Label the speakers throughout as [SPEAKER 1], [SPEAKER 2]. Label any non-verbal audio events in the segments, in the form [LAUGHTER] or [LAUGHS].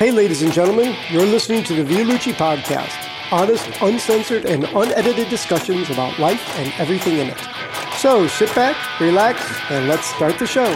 [SPEAKER 1] Hey, ladies and gentlemen, you're listening to the Violucci Podcast honest, uncensored, and unedited discussions about life and everything in it. So sit back, relax, and let's start the show.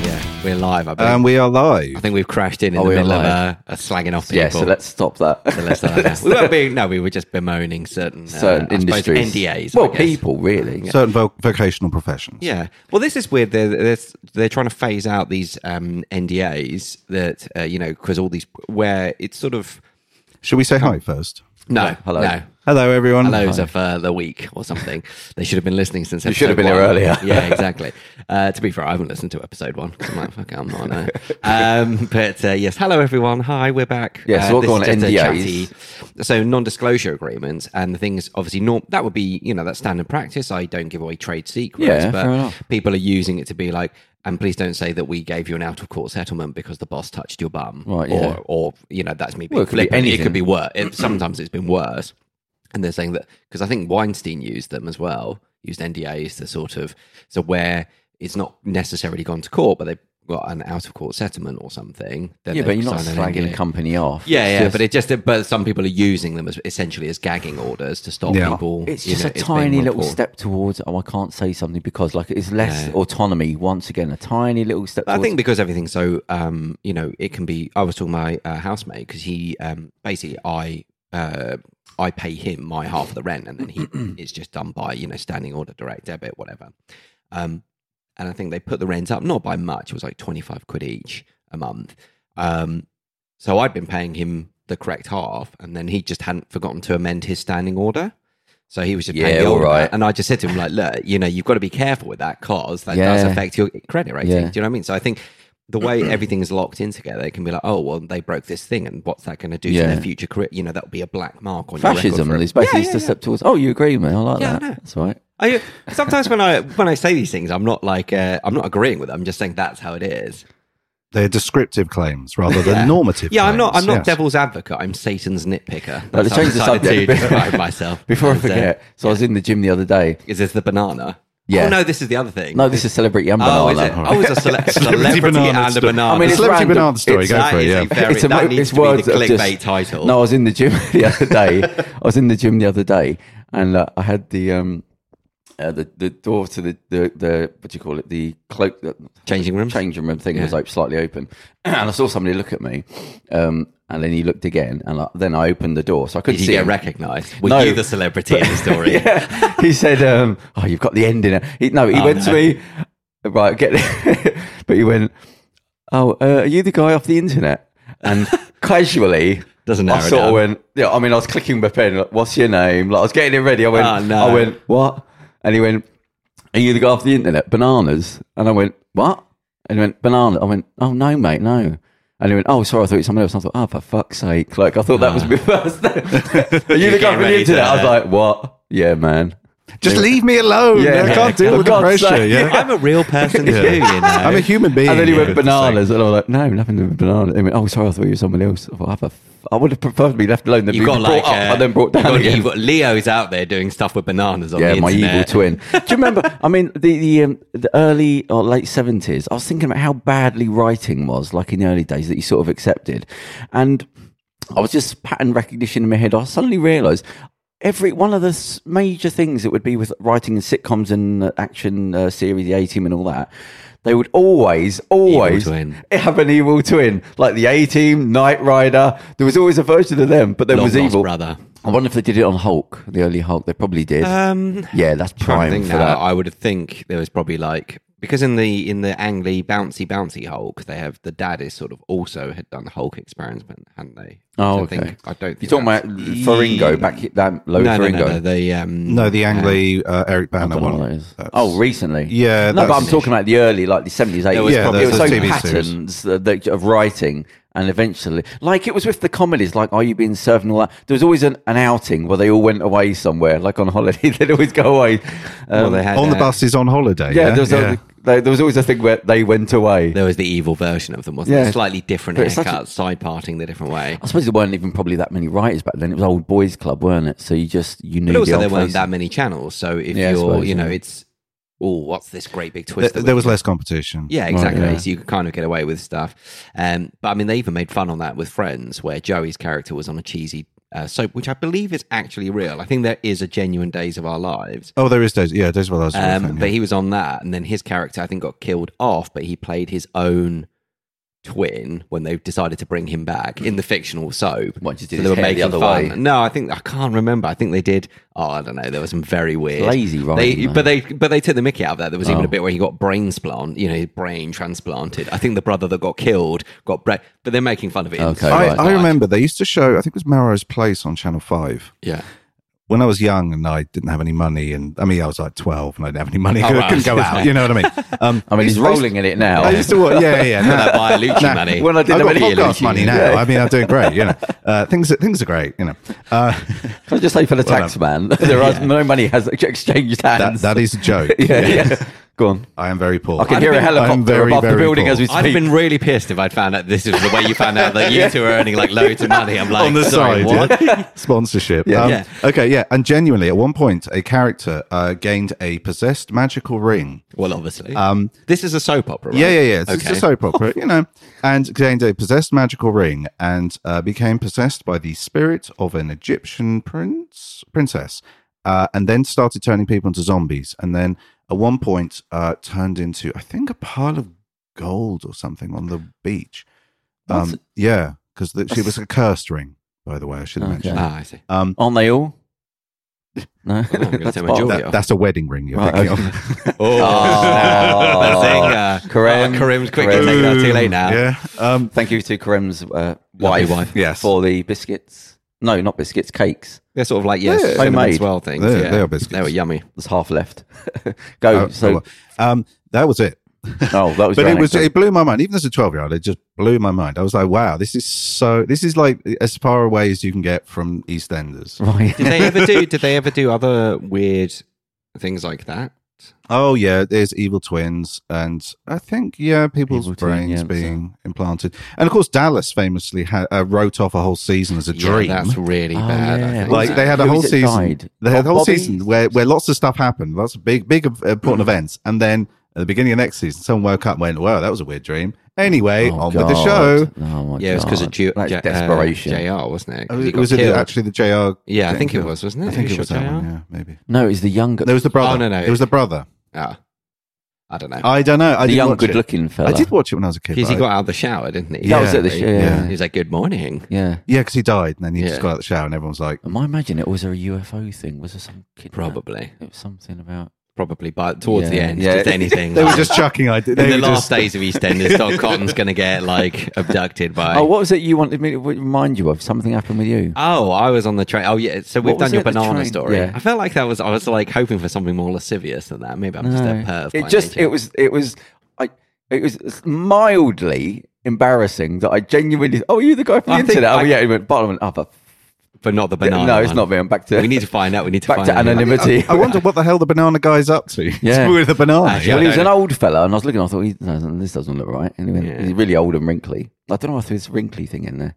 [SPEAKER 2] Yeah, we're live. I, believe.
[SPEAKER 3] And we
[SPEAKER 2] I
[SPEAKER 3] are live.
[SPEAKER 2] think we've crashed in in
[SPEAKER 4] Are
[SPEAKER 2] the
[SPEAKER 4] Um, oh, we
[SPEAKER 2] middle of uh,
[SPEAKER 4] alive?
[SPEAKER 2] a, a slagging off people.
[SPEAKER 4] Yeah, so let's stop that.
[SPEAKER 2] [LAUGHS] So
[SPEAKER 4] [LAUGHS]
[SPEAKER 2] let's start that now. we weren't being, no, we were just bemoaning certain uh,
[SPEAKER 4] Certain
[SPEAKER 2] I suppose,
[SPEAKER 4] industries,
[SPEAKER 2] NDAs. I
[SPEAKER 4] Well,
[SPEAKER 2] guess.
[SPEAKER 4] people really.
[SPEAKER 3] Certain vo- vocational professions.
[SPEAKER 2] Yeah. Well, this is weird. They're they're, they're trying to phase out these um, NDAs that uh, you know because all these where it's sort of
[SPEAKER 3] Should we say hi first?
[SPEAKER 2] no,
[SPEAKER 4] hello.
[SPEAKER 2] no.
[SPEAKER 3] Hello, everyone.
[SPEAKER 2] Hellos of uh, the week or something. They should have been listening since. You
[SPEAKER 4] should have been here earlier.
[SPEAKER 2] yeah,
[SPEAKER 4] [LAUGHS]
[SPEAKER 2] exactly. Uh, to be fair, I haven't listened to episode one. 'cause I'm like, fuck, it, I'm not. No. Um, but uh, yes, hello everyone. Hi, we're back.
[SPEAKER 4] Yeah, so
[SPEAKER 2] uh,
[SPEAKER 4] we'll
[SPEAKER 2] this
[SPEAKER 4] go
[SPEAKER 2] is
[SPEAKER 4] on
[SPEAKER 2] just a
[SPEAKER 4] NDAs.
[SPEAKER 2] chatty- So non-disclosure agreements and the things obviously norm that would be you know that's standard practice. I don't give away trade secrets,
[SPEAKER 4] Yeah, fair
[SPEAKER 2] but
[SPEAKER 4] enough.
[SPEAKER 2] people are using it to be like. And please don't say that we gave you an out of court settlement because the boss touched your bum,
[SPEAKER 4] Right,
[SPEAKER 2] or,
[SPEAKER 4] yeah.
[SPEAKER 2] or you know that's me being
[SPEAKER 4] Well, it could be
[SPEAKER 2] flippant. It could
[SPEAKER 4] anything.
[SPEAKER 2] be worse. It, sometimes it's been worse. And they're saying that because I think Weinstein used them as well, used NDAs to sort of so where it's not necessarily gone to court, but they've got an out of court settlement or something. Then
[SPEAKER 4] Yeah,
[SPEAKER 2] they've
[SPEAKER 4] but you're not
[SPEAKER 2] signed an
[SPEAKER 4] slagging a
[SPEAKER 2] NDA.
[SPEAKER 4] company off.
[SPEAKER 2] Yeah,
[SPEAKER 4] It's
[SPEAKER 2] yeah,
[SPEAKER 4] just-
[SPEAKER 2] but it just but some people are using them as essentially as gagging orders to stop
[SPEAKER 3] Yeah.
[SPEAKER 2] people.
[SPEAKER 4] it's
[SPEAKER 2] you
[SPEAKER 4] just
[SPEAKER 2] know,
[SPEAKER 4] a
[SPEAKER 2] being
[SPEAKER 4] tiny little
[SPEAKER 2] reported.
[SPEAKER 4] step towards. Oh, I can't say something because like it's less
[SPEAKER 2] Yeah.
[SPEAKER 4] autonomy. Once again, a tiny little step.
[SPEAKER 2] I
[SPEAKER 4] towards,
[SPEAKER 2] think because everything's so, um, you know, it can be. I was talking to my uh, housemate because he um, basically I uh, I pay him my half of the rent, and then
[SPEAKER 4] [CLEARS THROAT]
[SPEAKER 2] he it's just done by you know standing order, direct debit, whatever. Um, and I think they put the rent up not by much; it was like twenty five quid each a month. Um, so I'd been paying him the correct half, and then he just hadn't forgotten to amend his standing order. So he was just paying
[SPEAKER 4] Yeah,
[SPEAKER 2] the
[SPEAKER 4] all
[SPEAKER 2] order.
[SPEAKER 4] right.
[SPEAKER 2] and I just said to him like, "Look, you know, you've got to be careful with that because that does
[SPEAKER 4] Yeah.
[SPEAKER 2] affect." affect your credit rating.
[SPEAKER 4] Yeah.
[SPEAKER 2] Do you know what I mean? So I think the
[SPEAKER 4] [CLEARS THROAT]
[SPEAKER 2] way everything is locked in together, it can be like, oh, well, they broke this thing, and what's that going to do
[SPEAKER 4] Yeah.
[SPEAKER 2] to their future career? You know, that'll be a black mark on
[SPEAKER 4] fascism
[SPEAKER 2] Your record
[SPEAKER 4] is basically
[SPEAKER 2] Yeah,
[SPEAKER 4] just
[SPEAKER 2] yeah,
[SPEAKER 4] a step towards. Oh, you agree, man? I like
[SPEAKER 2] Yeah, I
[SPEAKER 4] that.
[SPEAKER 2] know.
[SPEAKER 4] That's right.
[SPEAKER 2] for, I, sometimes when I when I say these things, I'm not like uh, I'm not agreeing with them. I'm just saying that's how it is.
[SPEAKER 3] They're descriptive claims rather than
[SPEAKER 2] Yeah.
[SPEAKER 3] normative.
[SPEAKER 2] Yeah, I'm not. I'm
[SPEAKER 3] claims,
[SPEAKER 2] not
[SPEAKER 3] yes. [LAUGHS]
[SPEAKER 2] devil's advocate. I'm Satan's nitpicker.
[SPEAKER 4] Well,
[SPEAKER 2] That's
[SPEAKER 4] to
[SPEAKER 2] how I
[SPEAKER 4] change the
[SPEAKER 2] decided
[SPEAKER 4] subject a
[SPEAKER 2] to
[SPEAKER 4] bit.
[SPEAKER 2] describe myself
[SPEAKER 4] [LAUGHS] Before I
[SPEAKER 2] And, uh,
[SPEAKER 4] forget, so I was in the gym the other day.
[SPEAKER 2] is this the banana?
[SPEAKER 4] Yeah.
[SPEAKER 2] Oh no, this is the other thing.
[SPEAKER 4] No, this is celebrity and
[SPEAKER 2] oh, is
[SPEAKER 4] banana.
[SPEAKER 2] it? Oh, it's a cele- [LAUGHS] celebrity
[SPEAKER 3] banana
[SPEAKER 2] and a
[SPEAKER 3] story.
[SPEAKER 2] banana.
[SPEAKER 4] I mean, it's
[SPEAKER 3] Celebrity
[SPEAKER 4] random.
[SPEAKER 3] banana story,
[SPEAKER 4] It's-
[SPEAKER 3] go
[SPEAKER 2] that
[SPEAKER 3] for it,
[SPEAKER 2] is a
[SPEAKER 3] yeah.
[SPEAKER 4] [LAUGHS]
[SPEAKER 2] very-
[SPEAKER 4] It's a
[SPEAKER 2] that
[SPEAKER 4] mo-
[SPEAKER 2] needs
[SPEAKER 4] it's
[SPEAKER 2] to be
[SPEAKER 4] words
[SPEAKER 2] the
[SPEAKER 4] of just-
[SPEAKER 2] clickbait title.
[SPEAKER 4] No, I was in the gym [LAUGHS] the other day. I was in the gym the other day, and uh, I had the um, uh, the the door to the, the the what do you call it? The cloak the
[SPEAKER 2] Changing rooms?
[SPEAKER 4] changing room thing was
[SPEAKER 2] Yeah.
[SPEAKER 4] like slightly open, [CLEARS THROAT] and I saw somebody look at me, um, and then he looked again, and like, then I opened the door, so I couldn't
[SPEAKER 2] Did you
[SPEAKER 4] see
[SPEAKER 2] get
[SPEAKER 4] him.
[SPEAKER 2] recognised? Were
[SPEAKER 4] No.
[SPEAKER 2] you the celebrity [LAUGHS] in the story?
[SPEAKER 4] [LAUGHS] yeah. He said, um, "Oh, you've got the end in it." He, no, he
[SPEAKER 2] Oh,
[SPEAKER 4] went to me, right? Get, [LAUGHS] but he went, "Oh, uh, are you the guy off the internet?"
[SPEAKER 2] [LAUGHS]
[SPEAKER 4] And casually,
[SPEAKER 2] Doesn't
[SPEAKER 4] I
[SPEAKER 2] narrow
[SPEAKER 4] sort
[SPEAKER 2] down.
[SPEAKER 4] of went, "Yeah." I mean, I was clicking my pen. Like, What's your name? Like, I was getting it ready. I went,
[SPEAKER 2] Oh, no.
[SPEAKER 4] "I went what?" And he went, "Are you the guy off the internet?" Bananas. And I went, "What?" And he went, "Banana." I went, "Oh no, mate, no." And he went, "Oh, sorry, I thought it was someone else." I thought, "Oh, for fuck's sake!" Like, I thought that was my [LAUGHS]
[SPEAKER 2] [LAUGHS]
[SPEAKER 4] first. Are you the
[SPEAKER 2] getting
[SPEAKER 4] guy off
[SPEAKER 2] Ah.
[SPEAKER 4] the
[SPEAKER 2] ready to-
[SPEAKER 4] internet? I was like, "What?" Yeah, man.
[SPEAKER 3] Just leave me alone.
[SPEAKER 4] Yeah.
[SPEAKER 3] I can't
[SPEAKER 4] Yeah.
[SPEAKER 3] deal with the
[SPEAKER 4] For God's
[SPEAKER 3] pressure.
[SPEAKER 4] sake.
[SPEAKER 3] Yeah.
[SPEAKER 2] I'm a real
[SPEAKER 4] [LAUGHS]
[SPEAKER 2] person
[SPEAKER 3] Yeah.
[SPEAKER 2] too, you know.
[SPEAKER 3] I'm a human being.
[SPEAKER 4] And then he
[SPEAKER 3] yeah.
[SPEAKER 4] went bananas, and I was like, "No, nothing to do with bananas." He went, "Oh, sorry, I thought you were someone else." I, thought, "I've a f- I would have preferred to be left alone than be
[SPEAKER 2] You've got
[SPEAKER 4] brought
[SPEAKER 2] like
[SPEAKER 4] up
[SPEAKER 2] uh,
[SPEAKER 4] and then brought
[SPEAKER 2] you've
[SPEAKER 4] down
[SPEAKER 2] got
[SPEAKER 4] again.
[SPEAKER 2] evil- Leo's out there doing stuff with bananas on
[SPEAKER 4] yeah,
[SPEAKER 2] the
[SPEAKER 4] my evil
[SPEAKER 2] internet. [LAUGHS]
[SPEAKER 4] twin. Do you remember? I mean, the the, um, the early or late seventies. I was thinking about how badly writing was, like in the early days that you sort of accepted, and I was just pattern recognition in my head. I suddenly realised every one of the s- major things that would be with writing in sitcoms and uh, action uh, series, the A Team, and all that. They would always, always
[SPEAKER 2] twin.
[SPEAKER 4] [LAUGHS] have an evil twin, like the A Team, Knight Rider. There was always a version of them, but there
[SPEAKER 2] Long
[SPEAKER 4] was
[SPEAKER 2] lost
[SPEAKER 4] evil.
[SPEAKER 2] brother.
[SPEAKER 4] I wonder if they did it on Hulk, the early Hulk. They probably did.
[SPEAKER 2] Um,
[SPEAKER 4] Yeah, that's
[SPEAKER 2] trying to
[SPEAKER 4] prime
[SPEAKER 2] think
[SPEAKER 4] for
[SPEAKER 2] now,
[SPEAKER 4] that. Oh,
[SPEAKER 2] I would think there was probably like because in the in the Ang Lee bouncy bouncy Hulk, they have the dad is sort of also had done Hulk experiment, hadn't they?
[SPEAKER 4] Oh,
[SPEAKER 2] So
[SPEAKER 4] okay.
[SPEAKER 2] I, think, I don't. Think
[SPEAKER 4] You're talking
[SPEAKER 2] that's-
[SPEAKER 4] about Faringo back he- that low
[SPEAKER 2] no, no,
[SPEAKER 4] Faringo.
[SPEAKER 2] no, no, the um,
[SPEAKER 3] No, the Ang Lee, uh, Eric
[SPEAKER 4] I
[SPEAKER 3] Banner
[SPEAKER 4] don't know what that
[SPEAKER 3] one.
[SPEAKER 4] is.
[SPEAKER 3] That's-
[SPEAKER 4] Oh, recently.
[SPEAKER 3] Yeah,
[SPEAKER 4] No, but
[SPEAKER 3] that's-
[SPEAKER 4] I'm talking about the early, like the 70s, 80s.
[SPEAKER 2] was Yeah, probably-
[SPEAKER 4] it was so
[SPEAKER 3] that's a TV
[SPEAKER 4] patterns uh, that, of writing, and eventually, like it was with the comedies, like Are You Being Served and all that. There was always an, an outing where they all went away somewhere, like on holiday. [LAUGHS] They'd always go away.
[SPEAKER 2] well,
[SPEAKER 4] Um,
[SPEAKER 2] they had,
[SPEAKER 3] on the
[SPEAKER 2] uh,
[SPEAKER 3] buses on holiday.
[SPEAKER 4] yeah,
[SPEAKER 3] Yeah,
[SPEAKER 4] there was,
[SPEAKER 3] yeah.
[SPEAKER 4] A, there, there was always a thing where they went away.
[SPEAKER 2] uh, There was the evil version of them, wasn't there?
[SPEAKER 4] Yeah.
[SPEAKER 2] Slightly different
[SPEAKER 4] But it's such a-
[SPEAKER 2] haircut, side parting the different way.
[SPEAKER 4] I suppose there weren't even probably that many writers back then. It was old boys club, weren't it? So you just you
[SPEAKER 2] But
[SPEAKER 4] knew. the
[SPEAKER 2] also,
[SPEAKER 4] old
[SPEAKER 2] there weren't
[SPEAKER 4] faces.
[SPEAKER 2] that many channels. So if
[SPEAKER 4] Yeah, I
[SPEAKER 2] you're,
[SPEAKER 4] suppose,
[SPEAKER 2] you know,
[SPEAKER 4] yeah.
[SPEAKER 2] it's oh, what's this great big twist?
[SPEAKER 3] Th-
[SPEAKER 2] that we
[SPEAKER 3] there was
[SPEAKER 2] can-"
[SPEAKER 3] less competition.
[SPEAKER 2] Yeah, exactly.
[SPEAKER 4] yeah.
[SPEAKER 2] So you could kind of get away with stuff. Um, but I mean, they even made fun on that with Friends, where Joey's character was on a cheesy uh, soap, which I believe is actually real. I think there is a genuine Days of Our Lives.
[SPEAKER 3] Oh, there is days. Yeah, days of our lives. is a real
[SPEAKER 2] Um,
[SPEAKER 3] thing, yeah.
[SPEAKER 2] But he was on that, and then his character, I think, got killed off. But he played his own twin when they decided to bring him back in the fictional soap.
[SPEAKER 4] What, just did
[SPEAKER 2] So
[SPEAKER 4] his hair the other way?
[SPEAKER 2] No, I think I can't remember. I think they did. Oh, I don't know. There was some very weird,
[SPEAKER 4] lazy
[SPEAKER 2] They,
[SPEAKER 4] writing, though.
[SPEAKER 2] but they, but they took the Mickey out of that. There was even
[SPEAKER 4] Oh.
[SPEAKER 2] a bit where he got brain splant, you know, his brain transplanted. I think the brother that got killed got brain, but they're making fun of it. in
[SPEAKER 4] Okay,
[SPEAKER 2] so
[SPEAKER 3] I,
[SPEAKER 4] right.
[SPEAKER 2] much.
[SPEAKER 3] I remember they used to show. I think it was Marrow's Place on Channel Five.
[SPEAKER 2] Yeah.
[SPEAKER 3] When I was young and I didn't have any money, and I mean I was like twelve and I didn't have any money,
[SPEAKER 2] Oh,
[SPEAKER 3] [LAUGHS] I
[SPEAKER 2] right.
[SPEAKER 3] couldn't go out. You know what I mean? Um,
[SPEAKER 4] [LAUGHS] I mean, he's
[SPEAKER 3] I used-
[SPEAKER 4] rolling in it now. [LAUGHS]
[SPEAKER 3] I used to watch. Yeah, yeah, yeah. no,
[SPEAKER 2] That Uh, by Lucci
[SPEAKER 3] no,
[SPEAKER 2] money.
[SPEAKER 4] when I did
[SPEAKER 3] I've
[SPEAKER 4] have
[SPEAKER 3] got
[SPEAKER 4] any
[SPEAKER 3] podcast
[SPEAKER 4] illusion,
[SPEAKER 3] money now.
[SPEAKER 4] yeah.
[SPEAKER 3] I mean, I'm doing great. You know, uh, things are- things are great. You know, uh,
[SPEAKER 4] Can I just say for the tax man, [LAUGHS] there are no money has [LAUGHS] exchanged
[SPEAKER 3] um, that
[SPEAKER 4] hands.
[SPEAKER 3] that is a joke.
[SPEAKER 4] [LAUGHS] yeah, yeah. Go on.
[SPEAKER 3] I am very poor.
[SPEAKER 4] I can hear a
[SPEAKER 3] I'm
[SPEAKER 4] helicopter
[SPEAKER 3] very,
[SPEAKER 4] above the
[SPEAKER 3] very
[SPEAKER 4] building
[SPEAKER 3] poor.
[SPEAKER 4] as we
[SPEAKER 2] I'd have
[SPEAKER 4] speak.
[SPEAKER 2] been really pissed if I'd found out this is the way you found out that you two are earning like loads of money. I'm like,
[SPEAKER 3] on the
[SPEAKER 2] sorry,
[SPEAKER 3] side
[SPEAKER 2] what?
[SPEAKER 3] yeah. [LAUGHS] sponsorship.
[SPEAKER 4] Yeah.
[SPEAKER 3] Um,
[SPEAKER 2] Yeah.
[SPEAKER 3] Okay, yeah, and genuinely, at one point, a character uh, gained a possessed magical ring.
[SPEAKER 2] Well, obviously. Um, this is a soap opera, right?
[SPEAKER 3] Yeah, yeah, yeah. It's, it's
[SPEAKER 2] Okay.
[SPEAKER 3] a soap opera, you know, and gained a possessed magical ring and uh, became possessed by the spirit of an Egyptian prince princess, uh, and then started turning people into zombies, and then at one point uh, turned into I think a pile of gold or something on the beach. Um, yeah, because she was a cursed ring. By the way, I should have
[SPEAKER 4] Okay.
[SPEAKER 3] mentioned.
[SPEAKER 2] Ah, I see.
[SPEAKER 3] Um,
[SPEAKER 4] Aren't they all? No,
[SPEAKER 2] Oh, gonna
[SPEAKER 4] [LAUGHS]
[SPEAKER 2] take my
[SPEAKER 3] [LAUGHS]
[SPEAKER 4] part-
[SPEAKER 2] jewelry.
[SPEAKER 3] that, that's a wedding ring you're
[SPEAKER 4] Oh, Right,
[SPEAKER 3] thinking
[SPEAKER 4] okay. [LAUGHS]
[SPEAKER 3] of.
[SPEAKER 2] [LAUGHS] Oh,
[SPEAKER 4] Oh.
[SPEAKER 2] I think uh,
[SPEAKER 4] Karim.
[SPEAKER 2] oh, Karim's quickly
[SPEAKER 4] Karim.
[SPEAKER 2] taking that too late now.
[SPEAKER 3] [LAUGHS] yeah. Um,
[SPEAKER 4] Thank you to Karim's uh, wife,
[SPEAKER 2] wife.
[SPEAKER 3] Yes.
[SPEAKER 4] for the biscuits. No, not biscuits, cakes.
[SPEAKER 2] They're sort of like yes,
[SPEAKER 3] Yeah.
[SPEAKER 2] cinnamon
[SPEAKER 4] Homemade.
[SPEAKER 2] swirl things.
[SPEAKER 3] They're-
[SPEAKER 2] yeah.
[SPEAKER 3] they are biscuits.
[SPEAKER 2] They were yummy.
[SPEAKER 4] There's half left. [LAUGHS] Go.
[SPEAKER 3] oh,
[SPEAKER 4] so,
[SPEAKER 3] um, that was it.
[SPEAKER 4] oh, that was.
[SPEAKER 3] but
[SPEAKER 4] your
[SPEAKER 3] it was
[SPEAKER 4] anecdote.
[SPEAKER 3] it blew my mind. Even as a twelve year old, it just blew my mind. I was like, wow, this is so. This is like as far away as you can get from EastEnders.
[SPEAKER 4] [LAUGHS] right.
[SPEAKER 2] Did they ever do? Did they ever do other weird things like that?
[SPEAKER 3] Oh yeah, there's evil twins, and I think yeah, people's
[SPEAKER 4] Evil twin,
[SPEAKER 3] brains
[SPEAKER 4] yeah,
[SPEAKER 3] being implanted, and of course Dallas famously ha- uh, wrote off a whole season as a dream.
[SPEAKER 2] Yeah, that's really
[SPEAKER 4] Oh,
[SPEAKER 2] bad. I
[SPEAKER 4] yeah.
[SPEAKER 2] think
[SPEAKER 3] like
[SPEAKER 2] that-
[SPEAKER 3] they had a
[SPEAKER 4] Who
[SPEAKER 3] whole
[SPEAKER 4] is it
[SPEAKER 3] season.
[SPEAKER 4] died?
[SPEAKER 3] They had a whole
[SPEAKER 4] Bobby?
[SPEAKER 3] season where, where lots of stuff happened, lots of big big uh, important
[SPEAKER 4] Hmm.
[SPEAKER 3] events, and then at the beginning of next season, someone woke up and went, "Wow, that was a weird dream." Anyway,
[SPEAKER 4] Oh,
[SPEAKER 3] on with the
[SPEAKER 4] God.
[SPEAKER 3] show.
[SPEAKER 4] Oh, my
[SPEAKER 2] yeah, it was because of
[SPEAKER 4] God.
[SPEAKER 2] Ju-
[SPEAKER 4] That's
[SPEAKER 2] J- uh,
[SPEAKER 4] desperation.
[SPEAKER 2] Jr. Wasn't it? 'Cause he
[SPEAKER 3] Uh,
[SPEAKER 2] got
[SPEAKER 3] Was it
[SPEAKER 2] killed.
[SPEAKER 3] actually the Jr.
[SPEAKER 2] Yeah, I think it
[SPEAKER 3] Jenkins?
[SPEAKER 2] was, wasn't it?
[SPEAKER 3] I think
[SPEAKER 2] Who
[SPEAKER 3] it was
[SPEAKER 2] shot
[SPEAKER 3] that
[SPEAKER 2] JR?
[SPEAKER 3] one. Yeah, maybe.
[SPEAKER 4] no, it was the younger,
[SPEAKER 3] There was the brother.
[SPEAKER 2] Oh, no, no.
[SPEAKER 3] It was the brother.
[SPEAKER 2] Ah, I don't know.
[SPEAKER 3] I don't know. I
[SPEAKER 4] the
[SPEAKER 3] didn't
[SPEAKER 4] young,
[SPEAKER 3] watch it.
[SPEAKER 4] good-looking fella.
[SPEAKER 3] I did watch it when I was a kid.
[SPEAKER 2] Because he
[SPEAKER 3] but I-
[SPEAKER 2] got out of the shower, didn't he?
[SPEAKER 4] That was it, the sh- yeah, yeah.
[SPEAKER 2] He was like, "Good morning."
[SPEAKER 4] Yeah.
[SPEAKER 3] yeah, because he died, and then he
[SPEAKER 2] Yeah.
[SPEAKER 3] just got out of the shower, and everyone was like,
[SPEAKER 4] Am I imagining it was there a UFO thing? Was there some kid?
[SPEAKER 2] Probably,
[SPEAKER 4] It was something about.
[SPEAKER 2] probably, but towards
[SPEAKER 4] Yeah.
[SPEAKER 2] the end,
[SPEAKER 4] Yeah.
[SPEAKER 2] just
[SPEAKER 4] [LAUGHS]
[SPEAKER 2] anything.
[SPEAKER 3] they were
[SPEAKER 2] like-
[SPEAKER 3] just chucking ideas.
[SPEAKER 2] in
[SPEAKER 3] They
[SPEAKER 2] the
[SPEAKER 3] were
[SPEAKER 2] last
[SPEAKER 3] just,
[SPEAKER 2] days of EastEnders, Don Cotton's going to get like abducted by.
[SPEAKER 4] Oh, what was it you wanted me to remind you of? Something happened with you.
[SPEAKER 2] Oh, I was on the train. Oh, yeah. So we've
[SPEAKER 4] What was
[SPEAKER 2] done your
[SPEAKER 4] it, the
[SPEAKER 2] banana
[SPEAKER 4] train?
[SPEAKER 2] story.
[SPEAKER 4] Yeah.
[SPEAKER 2] I felt like that was. I was like hoping for something more lascivious than that. Maybe I'm just a perv.
[SPEAKER 4] it
[SPEAKER 2] by
[SPEAKER 4] just
[SPEAKER 2] nature.
[SPEAKER 4] it was it was I it was mildly embarrassing that I genuinely. Oh, are you the guy from
[SPEAKER 2] I
[SPEAKER 4] the
[SPEAKER 2] think
[SPEAKER 4] internet? oh
[SPEAKER 2] I-
[SPEAKER 4] yeah, he went bottom and upper.
[SPEAKER 2] but not the banana.
[SPEAKER 4] no, it's
[SPEAKER 2] one.
[SPEAKER 4] not me. I'm back to.
[SPEAKER 2] We need to find out. We need to
[SPEAKER 4] Back
[SPEAKER 2] find
[SPEAKER 4] to
[SPEAKER 2] out.
[SPEAKER 4] anonymity.
[SPEAKER 3] [LAUGHS] I wonder what the hell the banana guy's up to. [LAUGHS]
[SPEAKER 4] Yeah.
[SPEAKER 3] with the banana.
[SPEAKER 2] Actually,
[SPEAKER 4] Well,
[SPEAKER 2] I
[SPEAKER 4] he was
[SPEAKER 2] don't
[SPEAKER 4] an
[SPEAKER 2] know.
[SPEAKER 4] old fella, and I was looking. I thought, he, no, this doesn't look right. And he went,
[SPEAKER 2] Yeah.
[SPEAKER 4] he's really old and wrinkly. I don't know why I threw this wrinkly thing in there.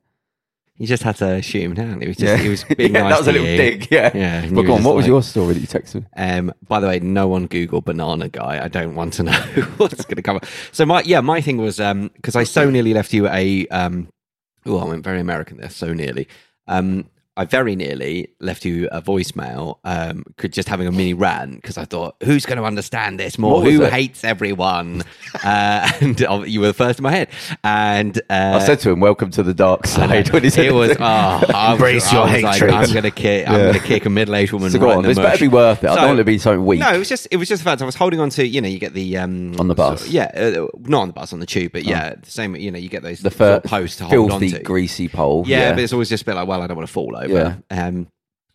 [SPEAKER 2] He just had to shoot him down. He was just. He was being
[SPEAKER 4] [LAUGHS] Yeah,
[SPEAKER 2] nice
[SPEAKER 4] that was a
[SPEAKER 2] to
[SPEAKER 4] little
[SPEAKER 2] you.
[SPEAKER 4] dig. Yeah,
[SPEAKER 2] Yeah. and
[SPEAKER 4] But
[SPEAKER 2] you were
[SPEAKER 4] go on.
[SPEAKER 2] just
[SPEAKER 4] What was
[SPEAKER 2] like-
[SPEAKER 4] your story that you texted? me?
[SPEAKER 2] Um, by the way, no one Google banana guy. I don't want to [LAUGHS] know what's going to come up. So my yeah, my thing was um because I so nearly left you a um. Oh, I went very American there. So nearly. Um, I very nearly left you a voicemail. Um, could just having a mini rant because I thought, who's going to understand this more?
[SPEAKER 4] What was
[SPEAKER 2] Who
[SPEAKER 4] it?
[SPEAKER 2] hates everyone? [LAUGHS] uh, and uh, you were the first in my head. And uh,
[SPEAKER 4] I said [LAUGHS] to him, "Welcome to
[SPEAKER 2] [LAUGHS]
[SPEAKER 4] the dark side." [LAUGHS] When he said
[SPEAKER 2] it was
[SPEAKER 4] that.
[SPEAKER 2] oh, I
[SPEAKER 3] Embrace
[SPEAKER 2] was,
[SPEAKER 3] your
[SPEAKER 2] I was like,
[SPEAKER 3] hatred.
[SPEAKER 2] I'm gonna kick. I'm gonna kick a middle-aged woman.
[SPEAKER 4] So go
[SPEAKER 2] right
[SPEAKER 4] on,
[SPEAKER 2] in the
[SPEAKER 4] this better
[SPEAKER 2] mush.
[SPEAKER 4] be worth it. I
[SPEAKER 2] So-
[SPEAKER 4] don't want it to be something weak.
[SPEAKER 2] no, it was just it was just the fact I was holding on to you know you get the um
[SPEAKER 4] On the bus. Oh.
[SPEAKER 2] sort of- yeah, uh, not on the bus on the tube, but yeah, the same you know you get those
[SPEAKER 4] the
[SPEAKER 2] sort of
[SPEAKER 4] first
[SPEAKER 2] posts to hold on
[SPEAKER 4] filthy,
[SPEAKER 2] to.
[SPEAKER 4] greasy pole.
[SPEAKER 2] yeah, but it's always just a bit like well I don't want to fall over. Um,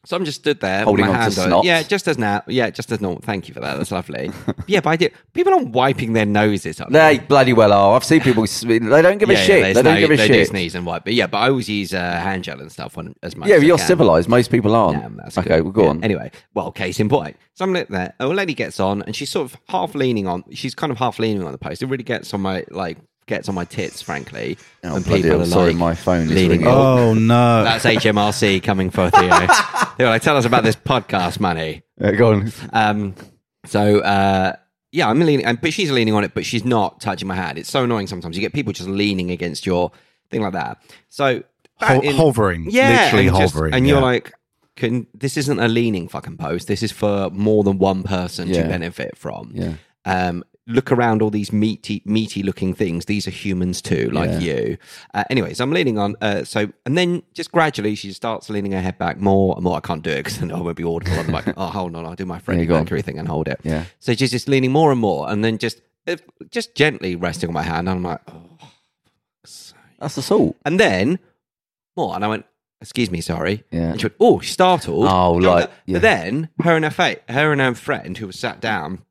[SPEAKER 2] so I'm just stood there
[SPEAKER 4] Holding
[SPEAKER 2] with my
[SPEAKER 4] on to
[SPEAKER 2] hand on.
[SPEAKER 4] snot.
[SPEAKER 2] Yeah, just as now. Yeah, just as normal. Thank you for that. That's
[SPEAKER 4] [LAUGHS]
[SPEAKER 2] lovely. yeah, but I do. People aren't wiping their noses up.
[SPEAKER 4] they bloody well are. I've seen people. s- They don't give a
[SPEAKER 2] yeah,
[SPEAKER 4] shit.
[SPEAKER 2] there's
[SPEAKER 4] they don't
[SPEAKER 2] no-
[SPEAKER 4] give a
[SPEAKER 2] they do
[SPEAKER 4] shit.
[SPEAKER 2] sneeze and wipe, but yeah, but I always use uh, hand gel and stuff when as much.
[SPEAKER 4] yeah,
[SPEAKER 2] as
[SPEAKER 4] but
[SPEAKER 2] I
[SPEAKER 4] you're
[SPEAKER 2] can.
[SPEAKER 4] civilized. Most people aren't.
[SPEAKER 2] Damn, that's
[SPEAKER 4] okay,
[SPEAKER 2] good.
[SPEAKER 4] well, go
[SPEAKER 2] Yeah.
[SPEAKER 4] on.
[SPEAKER 2] Anyway, well, case in point. So I'm lit there. A lady gets on, and she's sort of half leaning on. She's kind of half leaning on the post. It really gets on my like gets on my tits, frankly.
[SPEAKER 4] Oh,
[SPEAKER 2] when
[SPEAKER 4] bloody hell, sorry, my phone is
[SPEAKER 2] leaning
[SPEAKER 4] ringing.
[SPEAKER 2] on.
[SPEAKER 3] Oh no!
[SPEAKER 2] That's HMRC coming for Theo. they were like, "Tell us about this podcast money."
[SPEAKER 4] Uh, go on.
[SPEAKER 2] Um, so uh, yeah, I'm leaning, and, but she's leaning on it, but she's not touching my hand. It's so annoying sometimes. You get people just leaning against your thing like that. So that
[SPEAKER 3] Ho-
[SPEAKER 2] in-
[SPEAKER 3] hovering,
[SPEAKER 2] yeah,
[SPEAKER 3] literally
[SPEAKER 2] and just-
[SPEAKER 3] hovering,
[SPEAKER 2] and you're
[SPEAKER 3] yeah.
[SPEAKER 2] like, can this isn't a leaning fucking post. This is for more than one person
[SPEAKER 4] Yeah.
[SPEAKER 2] to benefit from.
[SPEAKER 4] Yeah.
[SPEAKER 2] Um, look around all these meaty, meaty looking things. These are humans too, like
[SPEAKER 4] Yeah.
[SPEAKER 2] you. Uh, anyways, I'm leaning on. Uh, so, and then just gradually she starts leaning her head back more and more. I can't do it [LAUGHS] because I know I won't be audible. I'm like, oh, hold on, I'll do my Freddie
[SPEAKER 4] go on.
[SPEAKER 2] Mercury thing and hold it.
[SPEAKER 4] Yeah.
[SPEAKER 2] So she's just leaning more and more, and then just if- just gently resting on my hand. And I'm like, oh.
[SPEAKER 4] That's assault.
[SPEAKER 2] and then more, and I went, excuse me, sorry.
[SPEAKER 4] Yeah.
[SPEAKER 2] And she went, oh, she's startled.
[SPEAKER 4] Oh,
[SPEAKER 2] Do you know
[SPEAKER 4] like,
[SPEAKER 2] that?
[SPEAKER 4] yeah.
[SPEAKER 2] But then her and her fa- her and her friend who was sat down.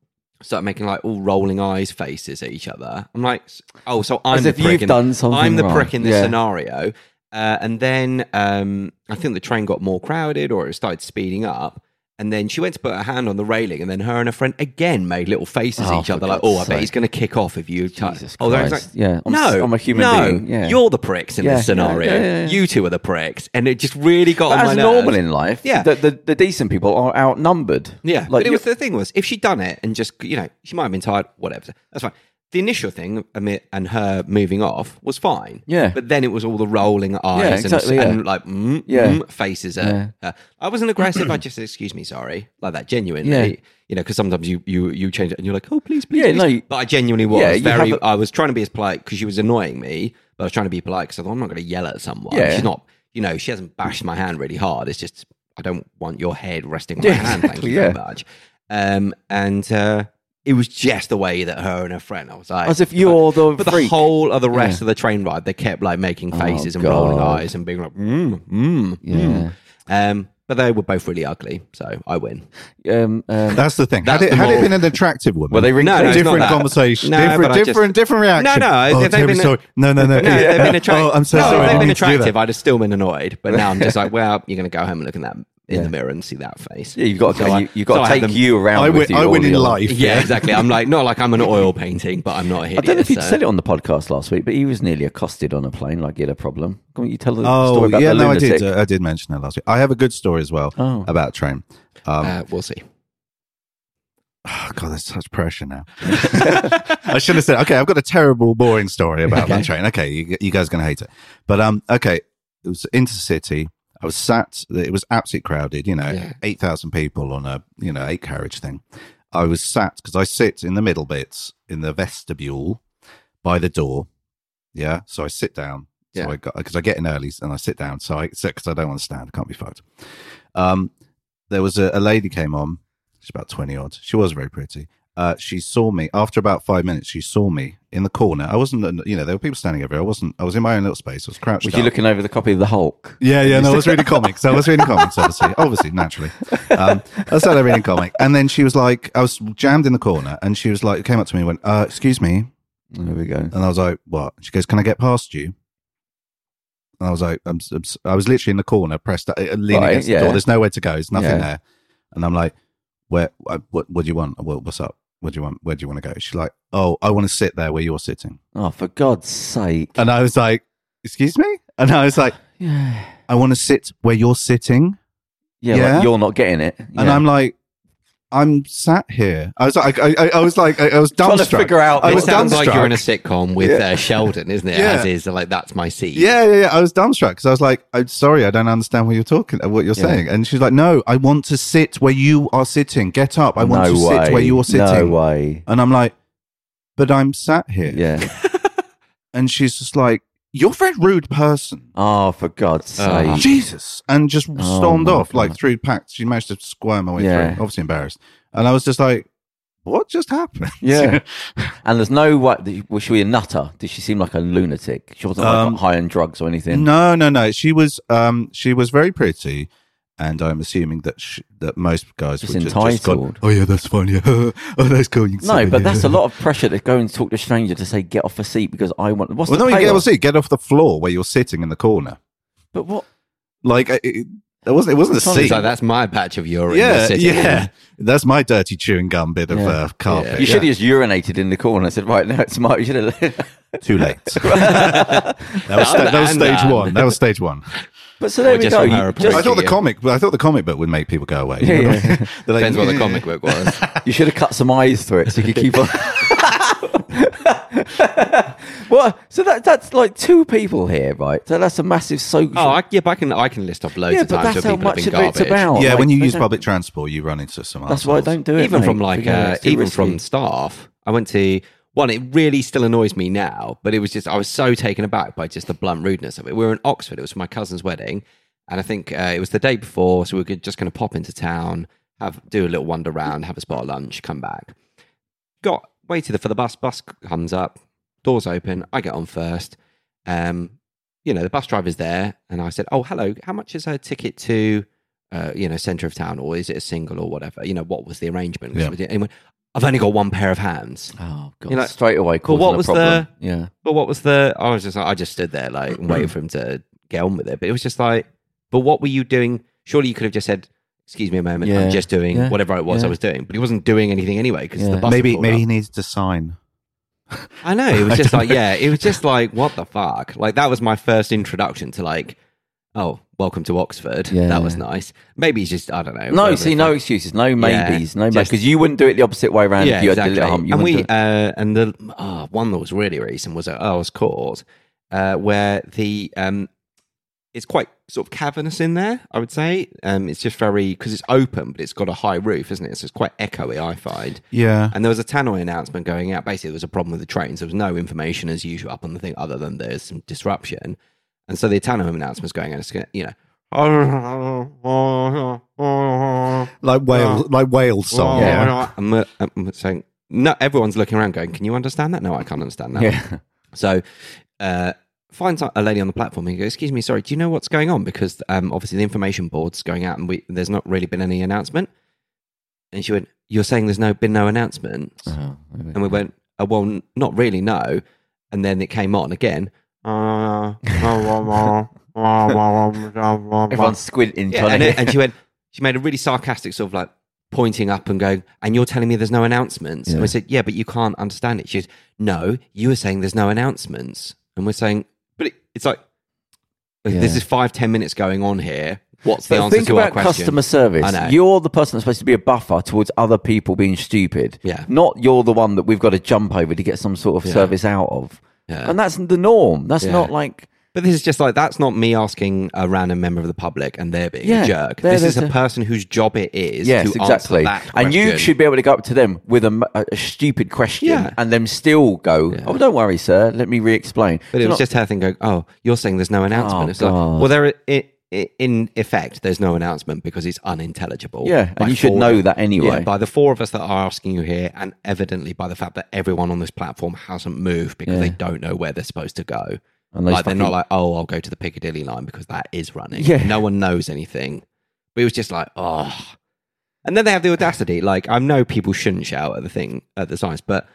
[SPEAKER 2] Started making like all rolling eyes faces at each other. I'm like, oh, so I'm
[SPEAKER 4] As
[SPEAKER 2] the
[SPEAKER 4] if you've
[SPEAKER 2] prick in-
[SPEAKER 4] done something
[SPEAKER 2] I'm the
[SPEAKER 4] wrong.
[SPEAKER 2] prick in this
[SPEAKER 4] Yeah.
[SPEAKER 2] scenario. Uh, and then um, I think the train got more crowded or it started speeding up. And then she went to put her hand on the railing, and then her and her friend again made little faces
[SPEAKER 4] Oh,
[SPEAKER 2] at each
[SPEAKER 4] for
[SPEAKER 2] other, like,
[SPEAKER 4] God's
[SPEAKER 2] "Oh, I bet
[SPEAKER 4] sake.
[SPEAKER 2] he's going to kick off if you touch."
[SPEAKER 4] Jesus
[SPEAKER 2] oh, they're like-
[SPEAKER 4] Christ. Yeah, I'm s-
[SPEAKER 2] no,
[SPEAKER 4] I'm a human
[SPEAKER 2] no,
[SPEAKER 4] being, yeah.
[SPEAKER 2] you're the pricks in
[SPEAKER 4] Yeah, yeah,
[SPEAKER 2] this scenario.
[SPEAKER 4] yeah, yeah, yeah.
[SPEAKER 2] You two are the pricks, and it just really got on
[SPEAKER 4] But
[SPEAKER 2] Oh my
[SPEAKER 4] as
[SPEAKER 2] nerves.
[SPEAKER 4] normal in life,
[SPEAKER 2] Yeah.
[SPEAKER 4] the, the, the decent people are outnumbered.
[SPEAKER 2] Yeah,
[SPEAKER 4] like
[SPEAKER 2] but it
[SPEAKER 4] you-
[SPEAKER 2] was the thing was if she'd done it and just you know she might have been tired, whatever. That's fine. The initial thing Amit and her moving off was fine.
[SPEAKER 4] Yeah.
[SPEAKER 2] but then it was all the rolling eyes and-
[SPEAKER 4] exactly, yeah.
[SPEAKER 2] and, like mm,
[SPEAKER 4] Yeah.
[SPEAKER 2] mm, faces. At, her. I wasn't aggressive. I just said, excuse me, sorry, like that genuinely.
[SPEAKER 4] Yeah.
[SPEAKER 2] You know, because sometimes you you you change it and you're like, oh please, please,
[SPEAKER 4] Yeah,
[SPEAKER 2] please.
[SPEAKER 4] no, you-
[SPEAKER 2] but I genuinely was
[SPEAKER 4] Yeah, you
[SPEAKER 2] very.
[SPEAKER 4] have a-
[SPEAKER 2] I was trying to be as polite because she was annoying me, but I was trying to be polite because I thought I'm not going to yell at someone.
[SPEAKER 4] Yeah.
[SPEAKER 2] She's not. You know, she hasn't bashed my hand really hard. It's just I don't want your head resting on
[SPEAKER 4] Yeah,
[SPEAKER 2] my hand. Thank
[SPEAKER 4] exactly,
[SPEAKER 2] you very
[SPEAKER 4] yeah.
[SPEAKER 2] much much. Um, and uh, it was just the way that her and her friend. I was like,
[SPEAKER 4] As if you're the
[SPEAKER 2] but the
[SPEAKER 4] freak. Oh,
[SPEAKER 2] whole of the rest of the train ride, they kept like making faces and rolling
[SPEAKER 4] God.
[SPEAKER 2] eyes and being like, mm, mm,
[SPEAKER 4] Yeah.
[SPEAKER 2] mm. Um, but they were both really ugly, so I win.
[SPEAKER 4] um,
[SPEAKER 2] [LAUGHS]
[SPEAKER 4] um,
[SPEAKER 3] That's the thing.
[SPEAKER 2] That's
[SPEAKER 3] had it,
[SPEAKER 2] the
[SPEAKER 3] had it
[SPEAKER 2] moral-
[SPEAKER 3] been an attractive woman,
[SPEAKER 4] Were they ring-
[SPEAKER 2] No, no, it's not
[SPEAKER 3] different
[SPEAKER 2] that.
[SPEAKER 3] conversation,
[SPEAKER 2] No, but
[SPEAKER 3] different,
[SPEAKER 2] I just-
[SPEAKER 3] different, different
[SPEAKER 2] No,
[SPEAKER 3] reaction.
[SPEAKER 2] no,
[SPEAKER 3] Oh,
[SPEAKER 2] if they've
[SPEAKER 3] terribly
[SPEAKER 2] been-
[SPEAKER 3] sorry. No, no, no.
[SPEAKER 2] No, if they've been
[SPEAKER 3] [LAUGHS] Oh,
[SPEAKER 2] attractive.
[SPEAKER 3] I'm so
[SPEAKER 2] no, if
[SPEAKER 3] sorry.
[SPEAKER 2] They've been
[SPEAKER 3] I need to do that.
[SPEAKER 2] attractive. I'd have still been annoyed, but now I'm just like, well, you're going to go home and look in that in
[SPEAKER 4] Yeah.
[SPEAKER 2] the mirror and see that face.
[SPEAKER 4] yeah, you've got to,
[SPEAKER 2] So I-
[SPEAKER 4] you, you've got
[SPEAKER 2] so I
[SPEAKER 4] to
[SPEAKER 2] had
[SPEAKER 4] take
[SPEAKER 2] them-
[SPEAKER 4] you around.
[SPEAKER 3] I
[SPEAKER 4] with
[SPEAKER 3] win,
[SPEAKER 4] you
[SPEAKER 3] I
[SPEAKER 4] all
[SPEAKER 3] win in
[SPEAKER 4] the-
[SPEAKER 3] life.
[SPEAKER 2] Yeah, exactly. I'm like, not like I'm an oil painting, but I'm not a
[SPEAKER 4] I
[SPEAKER 2] hideous.
[SPEAKER 4] don't know if you
[SPEAKER 2] so-
[SPEAKER 4] said it on the podcast last week, but he was nearly accosted on a plane. Like he had a problem. Can you tell the story
[SPEAKER 3] Oh,
[SPEAKER 4] about
[SPEAKER 3] yeah,
[SPEAKER 4] the
[SPEAKER 3] no, I
[SPEAKER 4] lunatic?
[SPEAKER 3] did. uh, I did mention that last week. I have a good story as well
[SPEAKER 4] Oh.
[SPEAKER 3] about train. Um,
[SPEAKER 2] Uh, we'll see.
[SPEAKER 4] Uh,
[SPEAKER 3] oh, [SIGHS] God, there's such pressure
[SPEAKER 4] [LAUGHS]
[SPEAKER 3] now. I should have said, okay, I've got a terrible, boring story about
[SPEAKER 2] Okay.
[SPEAKER 3] one train. Okay, you, you guys are going to hate it. But, um, okay, it was intercity. I was sat, it was absolutely crowded, you know,
[SPEAKER 2] Yeah.
[SPEAKER 3] 8,000 people on a, you know, eight carriage thing. I was sat because I sit in the middle bits in the vestibule by the door. Yeah. So I sit down.
[SPEAKER 2] Yeah.
[SPEAKER 3] So I got, because I get in early and I sit down. So I, because I don't want to stand, I can't be fucked. Um, there was a, a lady came on. She's about 20 odd. She was very pretty. Uh, she saw me after about five minutes. She saw me in the corner. I wasn't, uh, you know, there were people standing everywhere. I wasn't, I was in my own little space. I was crouched.
[SPEAKER 4] Was you
[SPEAKER 3] up.
[SPEAKER 4] looking over the copy of the Hulk?
[SPEAKER 3] Yeah, yeah, no, I was reading comics. I was reading comics, obviously, obviously, naturally. Um, I started reading comic, and then she was like, I was jammed in the corner, and she was like, came up to me, and went, uh, "Excuse me,"
[SPEAKER 4] There we go.
[SPEAKER 3] and I was like, "What?" She goes, "Can I get past you?" And I was like, I'm, I'm, si was literally in the corner, pressed, uh, leaning
[SPEAKER 4] Right,
[SPEAKER 3] against
[SPEAKER 4] yeah.
[SPEAKER 3] the door. There's nowhere to go. There's nothing
[SPEAKER 4] Yeah.
[SPEAKER 3] there." And I'm like, "Where? uh, What, what do you want? What, what's up? What do you want? Where do you want to go?" She's like, "Oh, I want to sit there where you're sitting."
[SPEAKER 4] Oh, for God's sake!
[SPEAKER 3] And I was like, "Excuse me?" And I was like,
[SPEAKER 4] yeah,
[SPEAKER 3] "I want to sit where you're sitting."
[SPEAKER 4] yeah,
[SPEAKER 3] Yeah.
[SPEAKER 4] Like you're not getting it.
[SPEAKER 3] and I'm like, I'm sat here. I was like, I, I, I was like, I, I was
[SPEAKER 4] trying to
[SPEAKER 3] dumbstruck.
[SPEAKER 4] figure out.
[SPEAKER 3] I
[SPEAKER 2] it
[SPEAKER 3] was
[SPEAKER 2] sounds like
[SPEAKER 3] dumbstruck.
[SPEAKER 2] you're in a sitcom with uh, Sheldon, isn't it?
[SPEAKER 3] Yeah.
[SPEAKER 2] As is like that's my seat.
[SPEAKER 3] yeah, yeah, yeah. I was dumbstruck because I was like, I'm sorry, I don't understand what you're talking, uh, what you're
[SPEAKER 4] Yeah.
[SPEAKER 3] saying. And she's like, No, I want to sit where you are sitting. Get up. I want
[SPEAKER 4] no
[SPEAKER 3] to
[SPEAKER 4] way.
[SPEAKER 3] sit where you're
[SPEAKER 4] No
[SPEAKER 3] sitting.
[SPEAKER 4] way.
[SPEAKER 3] and I'm like, But I'm sat here.
[SPEAKER 4] Yeah.
[SPEAKER 3] [LAUGHS] And she's just like, You're a very rude person.
[SPEAKER 4] Oh, for God's sake!
[SPEAKER 2] Oh.
[SPEAKER 3] Jesus. And just
[SPEAKER 4] Oh
[SPEAKER 3] stormed
[SPEAKER 4] my
[SPEAKER 3] off like
[SPEAKER 4] God.
[SPEAKER 3] through packs. She managed to squirm her way
[SPEAKER 4] Yeah.
[SPEAKER 3] through, obviously embarrassed. And I was just like, What just happened? [LAUGHS]
[SPEAKER 4] Yeah. And there's no way. Was she a nutter? Did she seem like a lunatic? She wasn't like,
[SPEAKER 3] Um,
[SPEAKER 4] high on drugs or anything.
[SPEAKER 3] No, no, no. She was um she was very pretty, and I'm assuming that sh that most guys
[SPEAKER 4] Just
[SPEAKER 3] would just, just gone,
[SPEAKER 4] entitled.
[SPEAKER 3] oh yeah, that's fine. Yeah, [LAUGHS] oh that's cool. You can
[SPEAKER 4] No,
[SPEAKER 3] sit
[SPEAKER 4] but
[SPEAKER 3] there,
[SPEAKER 4] that's
[SPEAKER 3] [LAUGHS]
[SPEAKER 4] a
[SPEAKER 3] yeah."
[SPEAKER 4] lot of pressure to go and talk to a stranger to say get off a seat because I want. What's
[SPEAKER 3] Well,
[SPEAKER 4] the
[SPEAKER 3] no, you get,
[SPEAKER 4] payoff?
[SPEAKER 3] well, see, get off the floor where you're sitting in the corner.
[SPEAKER 4] But what?
[SPEAKER 3] Like, it, it- That wasn't. It wasn't a C.
[SPEAKER 2] It's like, that's my patch of urine.
[SPEAKER 3] yeah,
[SPEAKER 2] that's sitting
[SPEAKER 3] yeah.
[SPEAKER 2] in.
[SPEAKER 3] That's my dirty chewing gum bit of
[SPEAKER 4] Yeah.
[SPEAKER 3] uh, carpet.
[SPEAKER 4] You should have just urinated in the corner. I said, right now it's my. You should have.
[SPEAKER 3] Too late. that, was sta- that was
[SPEAKER 2] And
[SPEAKER 3] stage
[SPEAKER 2] done.
[SPEAKER 3] one. That was stage one.
[SPEAKER 4] [LAUGHS] But so there
[SPEAKER 2] Or
[SPEAKER 4] we
[SPEAKER 2] just
[SPEAKER 4] go.
[SPEAKER 2] from
[SPEAKER 4] You
[SPEAKER 2] her
[SPEAKER 3] I
[SPEAKER 2] approach.
[SPEAKER 4] just-
[SPEAKER 3] thought the
[SPEAKER 2] Yeah.
[SPEAKER 3] comic. I thought the comic book would make people go away. you
[SPEAKER 4] Yeah,
[SPEAKER 3] know?
[SPEAKER 4] yeah.
[SPEAKER 3] [LAUGHS] They're like,
[SPEAKER 2] Depends what the comic book
[SPEAKER 3] [LAUGHS]
[SPEAKER 2] was.
[SPEAKER 4] you should have cut some eyes through it so you could keep on. [LAUGHS] well, so that that's like two people here, right? So that's a massive social.
[SPEAKER 2] Oh, I, yeah, but I can I can list off loads
[SPEAKER 4] yeah,
[SPEAKER 2] of
[SPEAKER 4] but
[SPEAKER 2] times where
[SPEAKER 4] that's how
[SPEAKER 2] people have
[SPEAKER 4] much
[SPEAKER 2] been
[SPEAKER 4] of it's
[SPEAKER 2] garbage.
[SPEAKER 4] about.
[SPEAKER 3] Yeah,
[SPEAKER 4] Like,
[SPEAKER 3] when you
[SPEAKER 4] Oh, they
[SPEAKER 3] use
[SPEAKER 4] don't-
[SPEAKER 3] public transport, you run into some.
[SPEAKER 4] That's why I don't do it.
[SPEAKER 2] even
[SPEAKER 4] mate.
[SPEAKER 2] from like
[SPEAKER 4] Forget it,
[SPEAKER 2] uh,
[SPEAKER 4] it's too
[SPEAKER 2] even
[SPEAKER 4] risky.
[SPEAKER 2] from staff. I went to one. It really still annoys me now, but it was just I was so taken aback by just the blunt rudeness of it. We were in Oxford. It was my cousin's wedding, and I think uh, it was the day before, so we were just going to pop into town, have do a little wander round, have a spot of lunch, come back. Got waited for the bus. Bus comes up, doors open. I get on first. Um, you know, the bus driver's there, and I said, "Oh, hello. How much is her ticket to?" uh, you know, centre of town, or is it a single or whatever? You know, what was the arrangement? 'Cause
[SPEAKER 3] Yeah.
[SPEAKER 2] we didn't- anyone- I've only got one pair of hands.
[SPEAKER 4] Oh god!
[SPEAKER 2] You know,
[SPEAKER 4] Straight away,
[SPEAKER 2] but
[SPEAKER 4] causing
[SPEAKER 2] what
[SPEAKER 4] a
[SPEAKER 2] was
[SPEAKER 4] problem. Yeah,
[SPEAKER 2] But what was the? I was just, like, I just stood there like and waited for him to get on with it. But it was just like, but what were you doing? Surely you could have just said, "Excuse me a moment,
[SPEAKER 4] Yeah.
[SPEAKER 2] I'm just doing
[SPEAKER 4] Yeah.
[SPEAKER 2] whatever it was
[SPEAKER 4] Yeah.
[SPEAKER 2] I was doing." But he wasn't doing anything anyway because
[SPEAKER 4] Yeah.
[SPEAKER 2] the bus had
[SPEAKER 3] Maybe
[SPEAKER 2] pulled
[SPEAKER 3] maybe
[SPEAKER 2] up.
[SPEAKER 3] he needs to sign.
[SPEAKER 2] I know.
[SPEAKER 4] [LAUGHS]
[SPEAKER 2] It
[SPEAKER 3] I
[SPEAKER 2] was just
[SPEAKER 3] don't
[SPEAKER 2] like, yeah, it was just like, what the fuck? Like, that was my first introduction to, like, oh, welcome to Oxford.
[SPEAKER 4] Yeah.
[SPEAKER 2] That was nice. Maybe he's just, I don't know.
[SPEAKER 4] No,
[SPEAKER 2] whatever
[SPEAKER 4] see,
[SPEAKER 2] the
[SPEAKER 4] no excuses, no maybes, no
[SPEAKER 2] just-
[SPEAKER 4] because you wouldn't do it the opposite way around. if you had the little hump. You
[SPEAKER 2] and we
[SPEAKER 4] wouldn't do
[SPEAKER 2] uh, and the oh, one that was really recent was at Earl's Court, uh, where the um, it's quite sort of cavernous in there. I would say um, it's just very because it's open, but it's got a high roof, isn't it? So it's quite echoey. I find.
[SPEAKER 3] Yeah.
[SPEAKER 2] And there was a tannoy announcement going out. Basically, there was a problem with the trains. There was no information as usual up on the thing, other than there's some disruption. And so the tannoy announcement was going out. It's going, you know.
[SPEAKER 3] Like whale, like whale song.
[SPEAKER 4] Yeah.
[SPEAKER 3] Yeah.
[SPEAKER 2] I'm, uh, I'm saying, no, everyone's looking around going, can you understand that? No, I can't understand that. [LAUGHS]
[SPEAKER 4] it. yeah,
[SPEAKER 2] So, uh, finds a lady on the platform and goes, excuse me, sorry, do you know what's going on? Because um, obviously the information board's going out and we, there's not really been any announcement. And she went, you're saying there's no been no announcement?
[SPEAKER 4] Oh, maybe.
[SPEAKER 2] And we went, oh, well, n- not really, no. And then it came on again.
[SPEAKER 4] everyone's squinting.
[SPEAKER 2] Yeah,
[SPEAKER 4] trying
[SPEAKER 2] and,
[SPEAKER 4] to
[SPEAKER 2] it- and
[SPEAKER 4] [LAUGHS]
[SPEAKER 2] she went, she made a really sarcastic sort of like pointing up and going, and you're telling me there's no announcements? And
[SPEAKER 4] Yeah.
[SPEAKER 2] we said, yeah, but you can't understand it. She goes, no, you were saying there's no announcements. And we're saying, but it, it's like, uh, this
[SPEAKER 4] Yeah.
[SPEAKER 2] is five, ten minutes going on here. What's the
[SPEAKER 4] But
[SPEAKER 2] answer
[SPEAKER 4] think
[SPEAKER 2] to
[SPEAKER 4] about
[SPEAKER 2] our question?
[SPEAKER 4] customer service.
[SPEAKER 2] I know.
[SPEAKER 4] You're the person that's supposed to be a buffer towards other people being stupid.
[SPEAKER 2] Yeah.
[SPEAKER 4] Not you're the one that we've got to jump over to get some sort of
[SPEAKER 2] Yeah.
[SPEAKER 4] service out of.
[SPEAKER 2] Yeah.
[SPEAKER 4] And that's the norm. That's
[SPEAKER 2] Yeah.
[SPEAKER 4] not like
[SPEAKER 2] But this is just like that's not me asking a random member of the public and they're being
[SPEAKER 4] Yeah,
[SPEAKER 2] a jerk.
[SPEAKER 4] they're
[SPEAKER 2] This is
[SPEAKER 4] there
[SPEAKER 2] a
[SPEAKER 4] to-
[SPEAKER 2] person whose job it is
[SPEAKER 4] yes,
[SPEAKER 2] to
[SPEAKER 4] exactly.
[SPEAKER 2] answer that
[SPEAKER 4] And you
[SPEAKER 2] question.
[SPEAKER 4] should be able to go up to them with a, m- a- a stupid question
[SPEAKER 2] Yeah.
[SPEAKER 4] and them still go, "Oh, don't worry, sir. Let me re-explain."
[SPEAKER 2] But it
[SPEAKER 4] It's
[SPEAKER 2] was
[SPEAKER 4] not-
[SPEAKER 2] just her thing going, oh, you're saying there's no announcement.
[SPEAKER 4] Oh,
[SPEAKER 2] it's like,
[SPEAKER 4] God.
[SPEAKER 2] well, there, i i in effect, there's no announcement because it's unintelligible.
[SPEAKER 4] Yeah,
[SPEAKER 2] By
[SPEAKER 4] and you should
[SPEAKER 2] four-
[SPEAKER 4] know that anyway.
[SPEAKER 2] Yeah, by the four of us that are asking you here, and evidently by the fact that everyone on this platform hasn't moved because they don't know where they're supposed to go.
[SPEAKER 4] And those
[SPEAKER 2] like, they're not
[SPEAKER 4] fucking-
[SPEAKER 2] like, oh, I'll go to the Piccadilly line because that is running.
[SPEAKER 4] Yeah.
[SPEAKER 2] No one knows anything. But it was just like, oh. And then they have the audacity. Like, I know people shouldn't shout at the thing, at the signs, but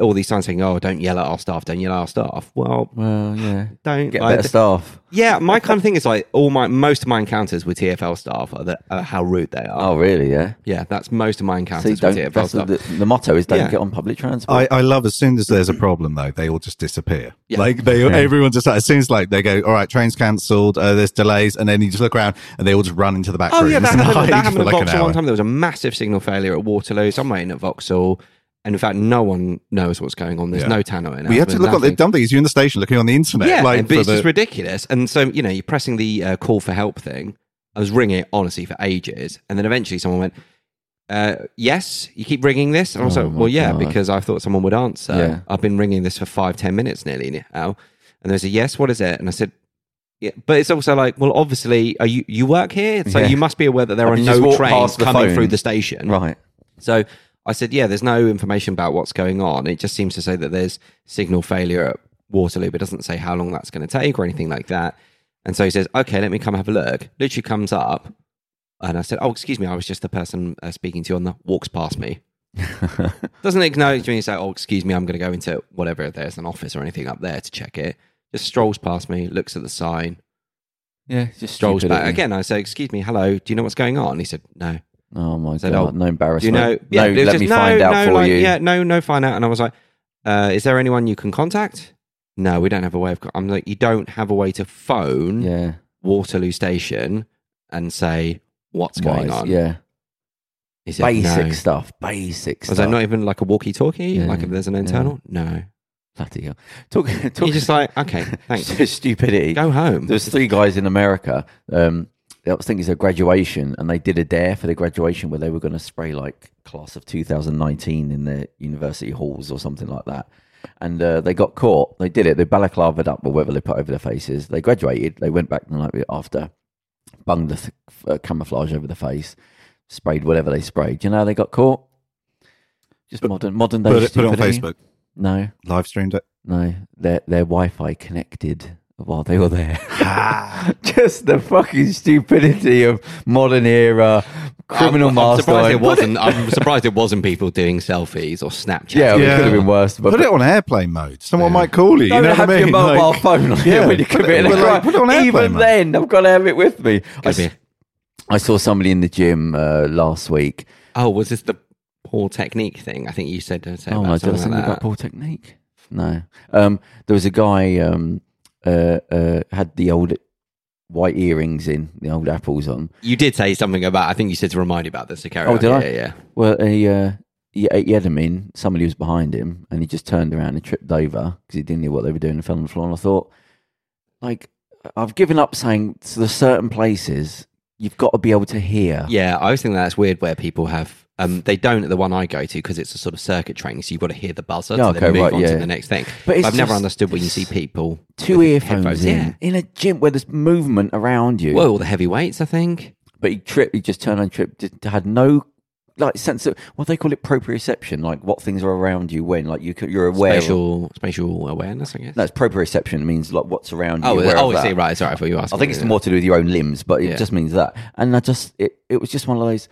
[SPEAKER 2] all these signs saying, oh, don't yell at our staff, don't yell at our staff. Well,
[SPEAKER 4] well, "Uh, yeah.
[SPEAKER 2] don't
[SPEAKER 4] Get
[SPEAKER 2] like,
[SPEAKER 4] better staff.
[SPEAKER 2] yeah, my kind of thing is like all my most of my encounters with TFL staff are, that, are how rude they are.
[SPEAKER 4] Oh, really? Yeah.
[SPEAKER 2] Yeah, that's most of my
[SPEAKER 4] So you
[SPEAKER 2] encounters
[SPEAKER 4] don't,
[SPEAKER 2] with TFL
[SPEAKER 4] that's the,
[SPEAKER 2] staff.
[SPEAKER 4] the motto is don't
[SPEAKER 2] Yeah.
[SPEAKER 4] get on public transport.
[SPEAKER 3] I, I love as soon as there's a problem though, they all just disappear.
[SPEAKER 2] Yeah.
[SPEAKER 3] Like they, everyone just like, as soon as like they go, all right, train's cancelled, uh, there's delays, and then you just look around and they all just run into the back
[SPEAKER 2] Oh
[SPEAKER 3] room.
[SPEAKER 2] yeah, that
[SPEAKER 3] and hide
[SPEAKER 2] happened,
[SPEAKER 3] [LAUGHS]
[SPEAKER 2] that
[SPEAKER 3] for
[SPEAKER 2] happened at
[SPEAKER 3] like an
[SPEAKER 2] Vauxhall
[SPEAKER 3] hour.
[SPEAKER 2] one time. There was a massive signal failure at Waterloo. So I'm waiting at Vauxhall, and in fact, no one knows what's going on. There's
[SPEAKER 3] Yeah.
[SPEAKER 2] no tannoy.
[SPEAKER 3] We had to look on the
[SPEAKER 2] nothing.
[SPEAKER 3] dumb thing is you're in the station looking on the internet.
[SPEAKER 2] Yeah,
[SPEAKER 3] like,
[SPEAKER 2] but
[SPEAKER 3] for
[SPEAKER 2] it's
[SPEAKER 3] the-
[SPEAKER 2] just ridiculous. And so you know, you're pressing the uh, call for help thing. I was ringing it honestly for ages, and then eventually someone went, uh, "Yes, you keep ringing this." And I was
[SPEAKER 4] Oh
[SPEAKER 2] like,
[SPEAKER 4] my
[SPEAKER 2] "Well, yeah,
[SPEAKER 4] God.
[SPEAKER 2] because I thought someone would answer.
[SPEAKER 4] Yeah.
[SPEAKER 2] I've been ringing this for five, ten minutes nearly now." And they said, "Yes, what is it?" And I said. Yeah, but it's also like, well, obviously, are you you work here, so
[SPEAKER 4] Yeah.
[SPEAKER 2] you must be aware that there
[SPEAKER 4] Have
[SPEAKER 2] are
[SPEAKER 4] you just
[SPEAKER 2] no
[SPEAKER 4] walked
[SPEAKER 2] trains
[SPEAKER 4] past the
[SPEAKER 2] coming
[SPEAKER 4] phone?
[SPEAKER 2] through the station,
[SPEAKER 4] right.
[SPEAKER 2] so I said, yeah, there's no information about what's going on. It just seems to say that there's signal failure at Waterloo, but it doesn't say how long that's going to take or anything like that. And so he says, okay, let me come have a look. Literally comes up. And I said, oh, excuse me, I was just the person uh, speaking to you on the walks past me. Doesn't acknowledge me and say, oh, excuse me, I'm going to go into whatever, there's an office or anything up there to check it. Just strolls past me, looks at the sign,
[SPEAKER 4] Yeah, just
[SPEAKER 2] Joel's back
[SPEAKER 4] stupidity.
[SPEAKER 2] again. I said, "Excuse me, hello. Do you know what's going on?" He said, "No."
[SPEAKER 4] Oh my
[SPEAKER 2] Said,
[SPEAKER 4] god,
[SPEAKER 2] "Oh,
[SPEAKER 4] no
[SPEAKER 2] Do you
[SPEAKER 4] embarrassment.
[SPEAKER 2] know?
[SPEAKER 4] no,
[SPEAKER 2] it was
[SPEAKER 4] let
[SPEAKER 2] just,
[SPEAKER 4] me find
[SPEAKER 2] no,
[SPEAKER 4] out
[SPEAKER 2] no,
[SPEAKER 4] for
[SPEAKER 2] like,
[SPEAKER 4] you.
[SPEAKER 2] Yeah, no, no, find out. And I was like, uh, "Is there anyone you can contact?" No, we don't have a way of. Con- I'm like, you don't have a way to phone
[SPEAKER 4] yeah,
[SPEAKER 2] Waterloo Station and say what's going
[SPEAKER 4] wise,
[SPEAKER 2] on.
[SPEAKER 4] Yeah,
[SPEAKER 2] He said,
[SPEAKER 4] basic
[SPEAKER 2] "No."
[SPEAKER 4] stuff. Basic
[SPEAKER 2] I was
[SPEAKER 4] stuff.
[SPEAKER 2] like, not even like a walkie-talkie.
[SPEAKER 4] Yeah,
[SPEAKER 2] like if there's an internal, no.
[SPEAKER 4] Bloody hell. Talk, talk
[SPEAKER 2] He's just
[SPEAKER 4] [LAUGHS]
[SPEAKER 2] like, okay, thanks.
[SPEAKER 4] stupidity.
[SPEAKER 2] Go home.
[SPEAKER 4] There was three guys in America. Um, I was thinking it's a graduation, and they did a dare for the graduation where they were going to spray like class of 2019 in their university halls or something like that. And uh, they got caught. They did it. They balaclavaed up or whatever they put over their faces. They graduated. They went back the night after, bunged the th- uh, camouflage over the face, sprayed whatever they sprayed. You know, how they got caught. Just modern modern day.
[SPEAKER 3] Put it, put it on
[SPEAKER 4] stupidity.
[SPEAKER 3] Facebook.
[SPEAKER 4] No,
[SPEAKER 3] Live streamed it.
[SPEAKER 4] no, their their Wi-Fi connected while they were there. [LAUGHS] Just the fucking stupidity of modern era criminal
[SPEAKER 2] I'm, I'm
[SPEAKER 4] mastermind.
[SPEAKER 2] surprised it
[SPEAKER 4] Put
[SPEAKER 2] wasn't. I'm surprised it wasn't people doing selfies or Snapchat.
[SPEAKER 4] Yeah,
[SPEAKER 3] Yeah.
[SPEAKER 4] it could have been worse. But
[SPEAKER 3] Put it on airplane mode. Someone might call you. You
[SPEAKER 4] don't
[SPEAKER 3] know
[SPEAKER 4] have
[SPEAKER 3] what I mean?
[SPEAKER 4] your mobile
[SPEAKER 3] Like-
[SPEAKER 4] phone on yeah,
[SPEAKER 3] Yeah,
[SPEAKER 4] when you
[SPEAKER 3] put it-
[SPEAKER 4] commit a
[SPEAKER 3] well,
[SPEAKER 4] crime.
[SPEAKER 3] like, put it on airplane
[SPEAKER 4] Even
[SPEAKER 3] mode.
[SPEAKER 4] then, I've got to have it with me. I,
[SPEAKER 2] Could
[SPEAKER 4] s-
[SPEAKER 2] be.
[SPEAKER 4] I saw somebody in the gym uh, last week.
[SPEAKER 2] Oh, was this the poor technique thing? I think you said. uh, said
[SPEAKER 4] Oh
[SPEAKER 2] about
[SPEAKER 4] no, did I
[SPEAKER 2] something
[SPEAKER 4] think
[SPEAKER 2] like
[SPEAKER 4] about
[SPEAKER 2] that.
[SPEAKER 4] poor technique? No. Um, there was a guy um, uh, uh, had the old white earrings in, the old apples on.
[SPEAKER 2] You did say something about. I think you said to remind you about this. So carry
[SPEAKER 4] Oh,
[SPEAKER 2] on.
[SPEAKER 4] did
[SPEAKER 2] yeah,
[SPEAKER 4] I?
[SPEAKER 2] Yeah, yeah.
[SPEAKER 4] Well, he, uh, he, he had him in. Somebody was behind him, and he just turned around and tripped over because he didn't know what they were doing and fell on the floor. And I thought, like, I've given up saying to the certain places you've got to be able to hear.
[SPEAKER 2] Yeah, I was thinking that's weird where people have. Um, they don't at the one I go to because it's a sort of circuit training, so you've got to hear the buzzer
[SPEAKER 4] Yeah,
[SPEAKER 2] to then
[SPEAKER 4] okay,
[SPEAKER 2] move
[SPEAKER 4] right,
[SPEAKER 2] on
[SPEAKER 4] yeah.
[SPEAKER 2] to the next thing.
[SPEAKER 4] But
[SPEAKER 2] But
[SPEAKER 4] it's
[SPEAKER 2] I've never
[SPEAKER 4] just-
[SPEAKER 2] understood when you
[SPEAKER 4] it's
[SPEAKER 2] see people
[SPEAKER 4] Two
[SPEAKER 2] with
[SPEAKER 4] earphones in
[SPEAKER 2] Yeah.
[SPEAKER 4] in a gym where there's movement around you.
[SPEAKER 2] Well, all the heavyweights, I think.
[SPEAKER 4] But he tripped. He just turned and tripped. Did, had no like sense of what they call it proprioception, like what things are around you when, like you c- you're aware. of-
[SPEAKER 2] Spatial, spatial awareness, I guess.
[SPEAKER 4] no, it's proprioception means like what's around you.
[SPEAKER 2] oh,
[SPEAKER 4] aware of
[SPEAKER 2] oh, I
[SPEAKER 4] that.
[SPEAKER 2] see. Right, sorry, I thought you asked.
[SPEAKER 4] I think it's more to do with your own limbs, but it
[SPEAKER 2] Yeah.
[SPEAKER 4] just means that. And I just, it, it was just one of those.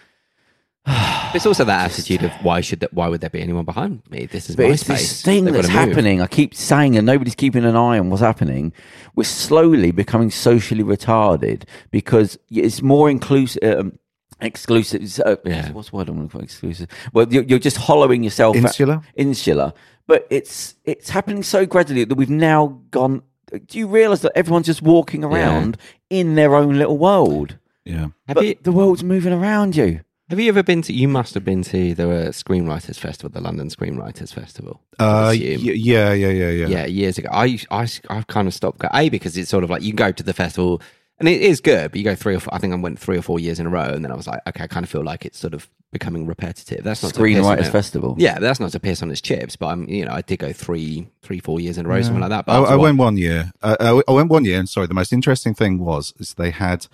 [SPEAKER 2] It's also that attitude of why should that? Why would there be anyone behind me? This is
[SPEAKER 4] But
[SPEAKER 2] my
[SPEAKER 4] it's
[SPEAKER 2] space.
[SPEAKER 4] this thing
[SPEAKER 2] They've
[SPEAKER 4] that's
[SPEAKER 2] gotta move.
[SPEAKER 4] happening. I keep saying, and nobody's keeping an eye on what's happening. We're slowly becoming socially retarded because it's more inclusive. Um, Exclusive, it's, uh,
[SPEAKER 2] Yeah.
[SPEAKER 4] what's the word I'm looking for? Exclusive. Well, you're, you're just hollowing yourself out-
[SPEAKER 3] Insular?
[SPEAKER 4] insular, but it's it's happening so gradually that we've now gone. Do you realize that everyone's just walking around in their own little world?
[SPEAKER 3] Yeah.
[SPEAKER 2] Have
[SPEAKER 4] but
[SPEAKER 2] you
[SPEAKER 4] the world's moving around you.
[SPEAKER 2] have you ever been to? You must have been to the uh, Screenwriters Festival, the London Screenwriters Festival. I
[SPEAKER 3] Uh, y-
[SPEAKER 2] assume.
[SPEAKER 3] yeah, yeah, yeah, yeah.
[SPEAKER 2] yeah, years ago. I, I, I've kind of stopped. go- A because it's sort of like you go to the festival and it is good, but you go three or four, I think I went three or four years in a row, and then I was like, okay, I kind of feel like it's sort of becoming repetitive. That's not to piss on
[SPEAKER 4] Screenwriters
[SPEAKER 2] it.
[SPEAKER 4] Festival.
[SPEAKER 2] Yeah, that's not to piss on its chips, but I'm, you know, I did go three, three, four years in a row, something like that. But
[SPEAKER 3] I,
[SPEAKER 2] after
[SPEAKER 3] I
[SPEAKER 2] a while-
[SPEAKER 3] went one year. Uh, I, I went one year, and sorry, the most interesting thing was is they had,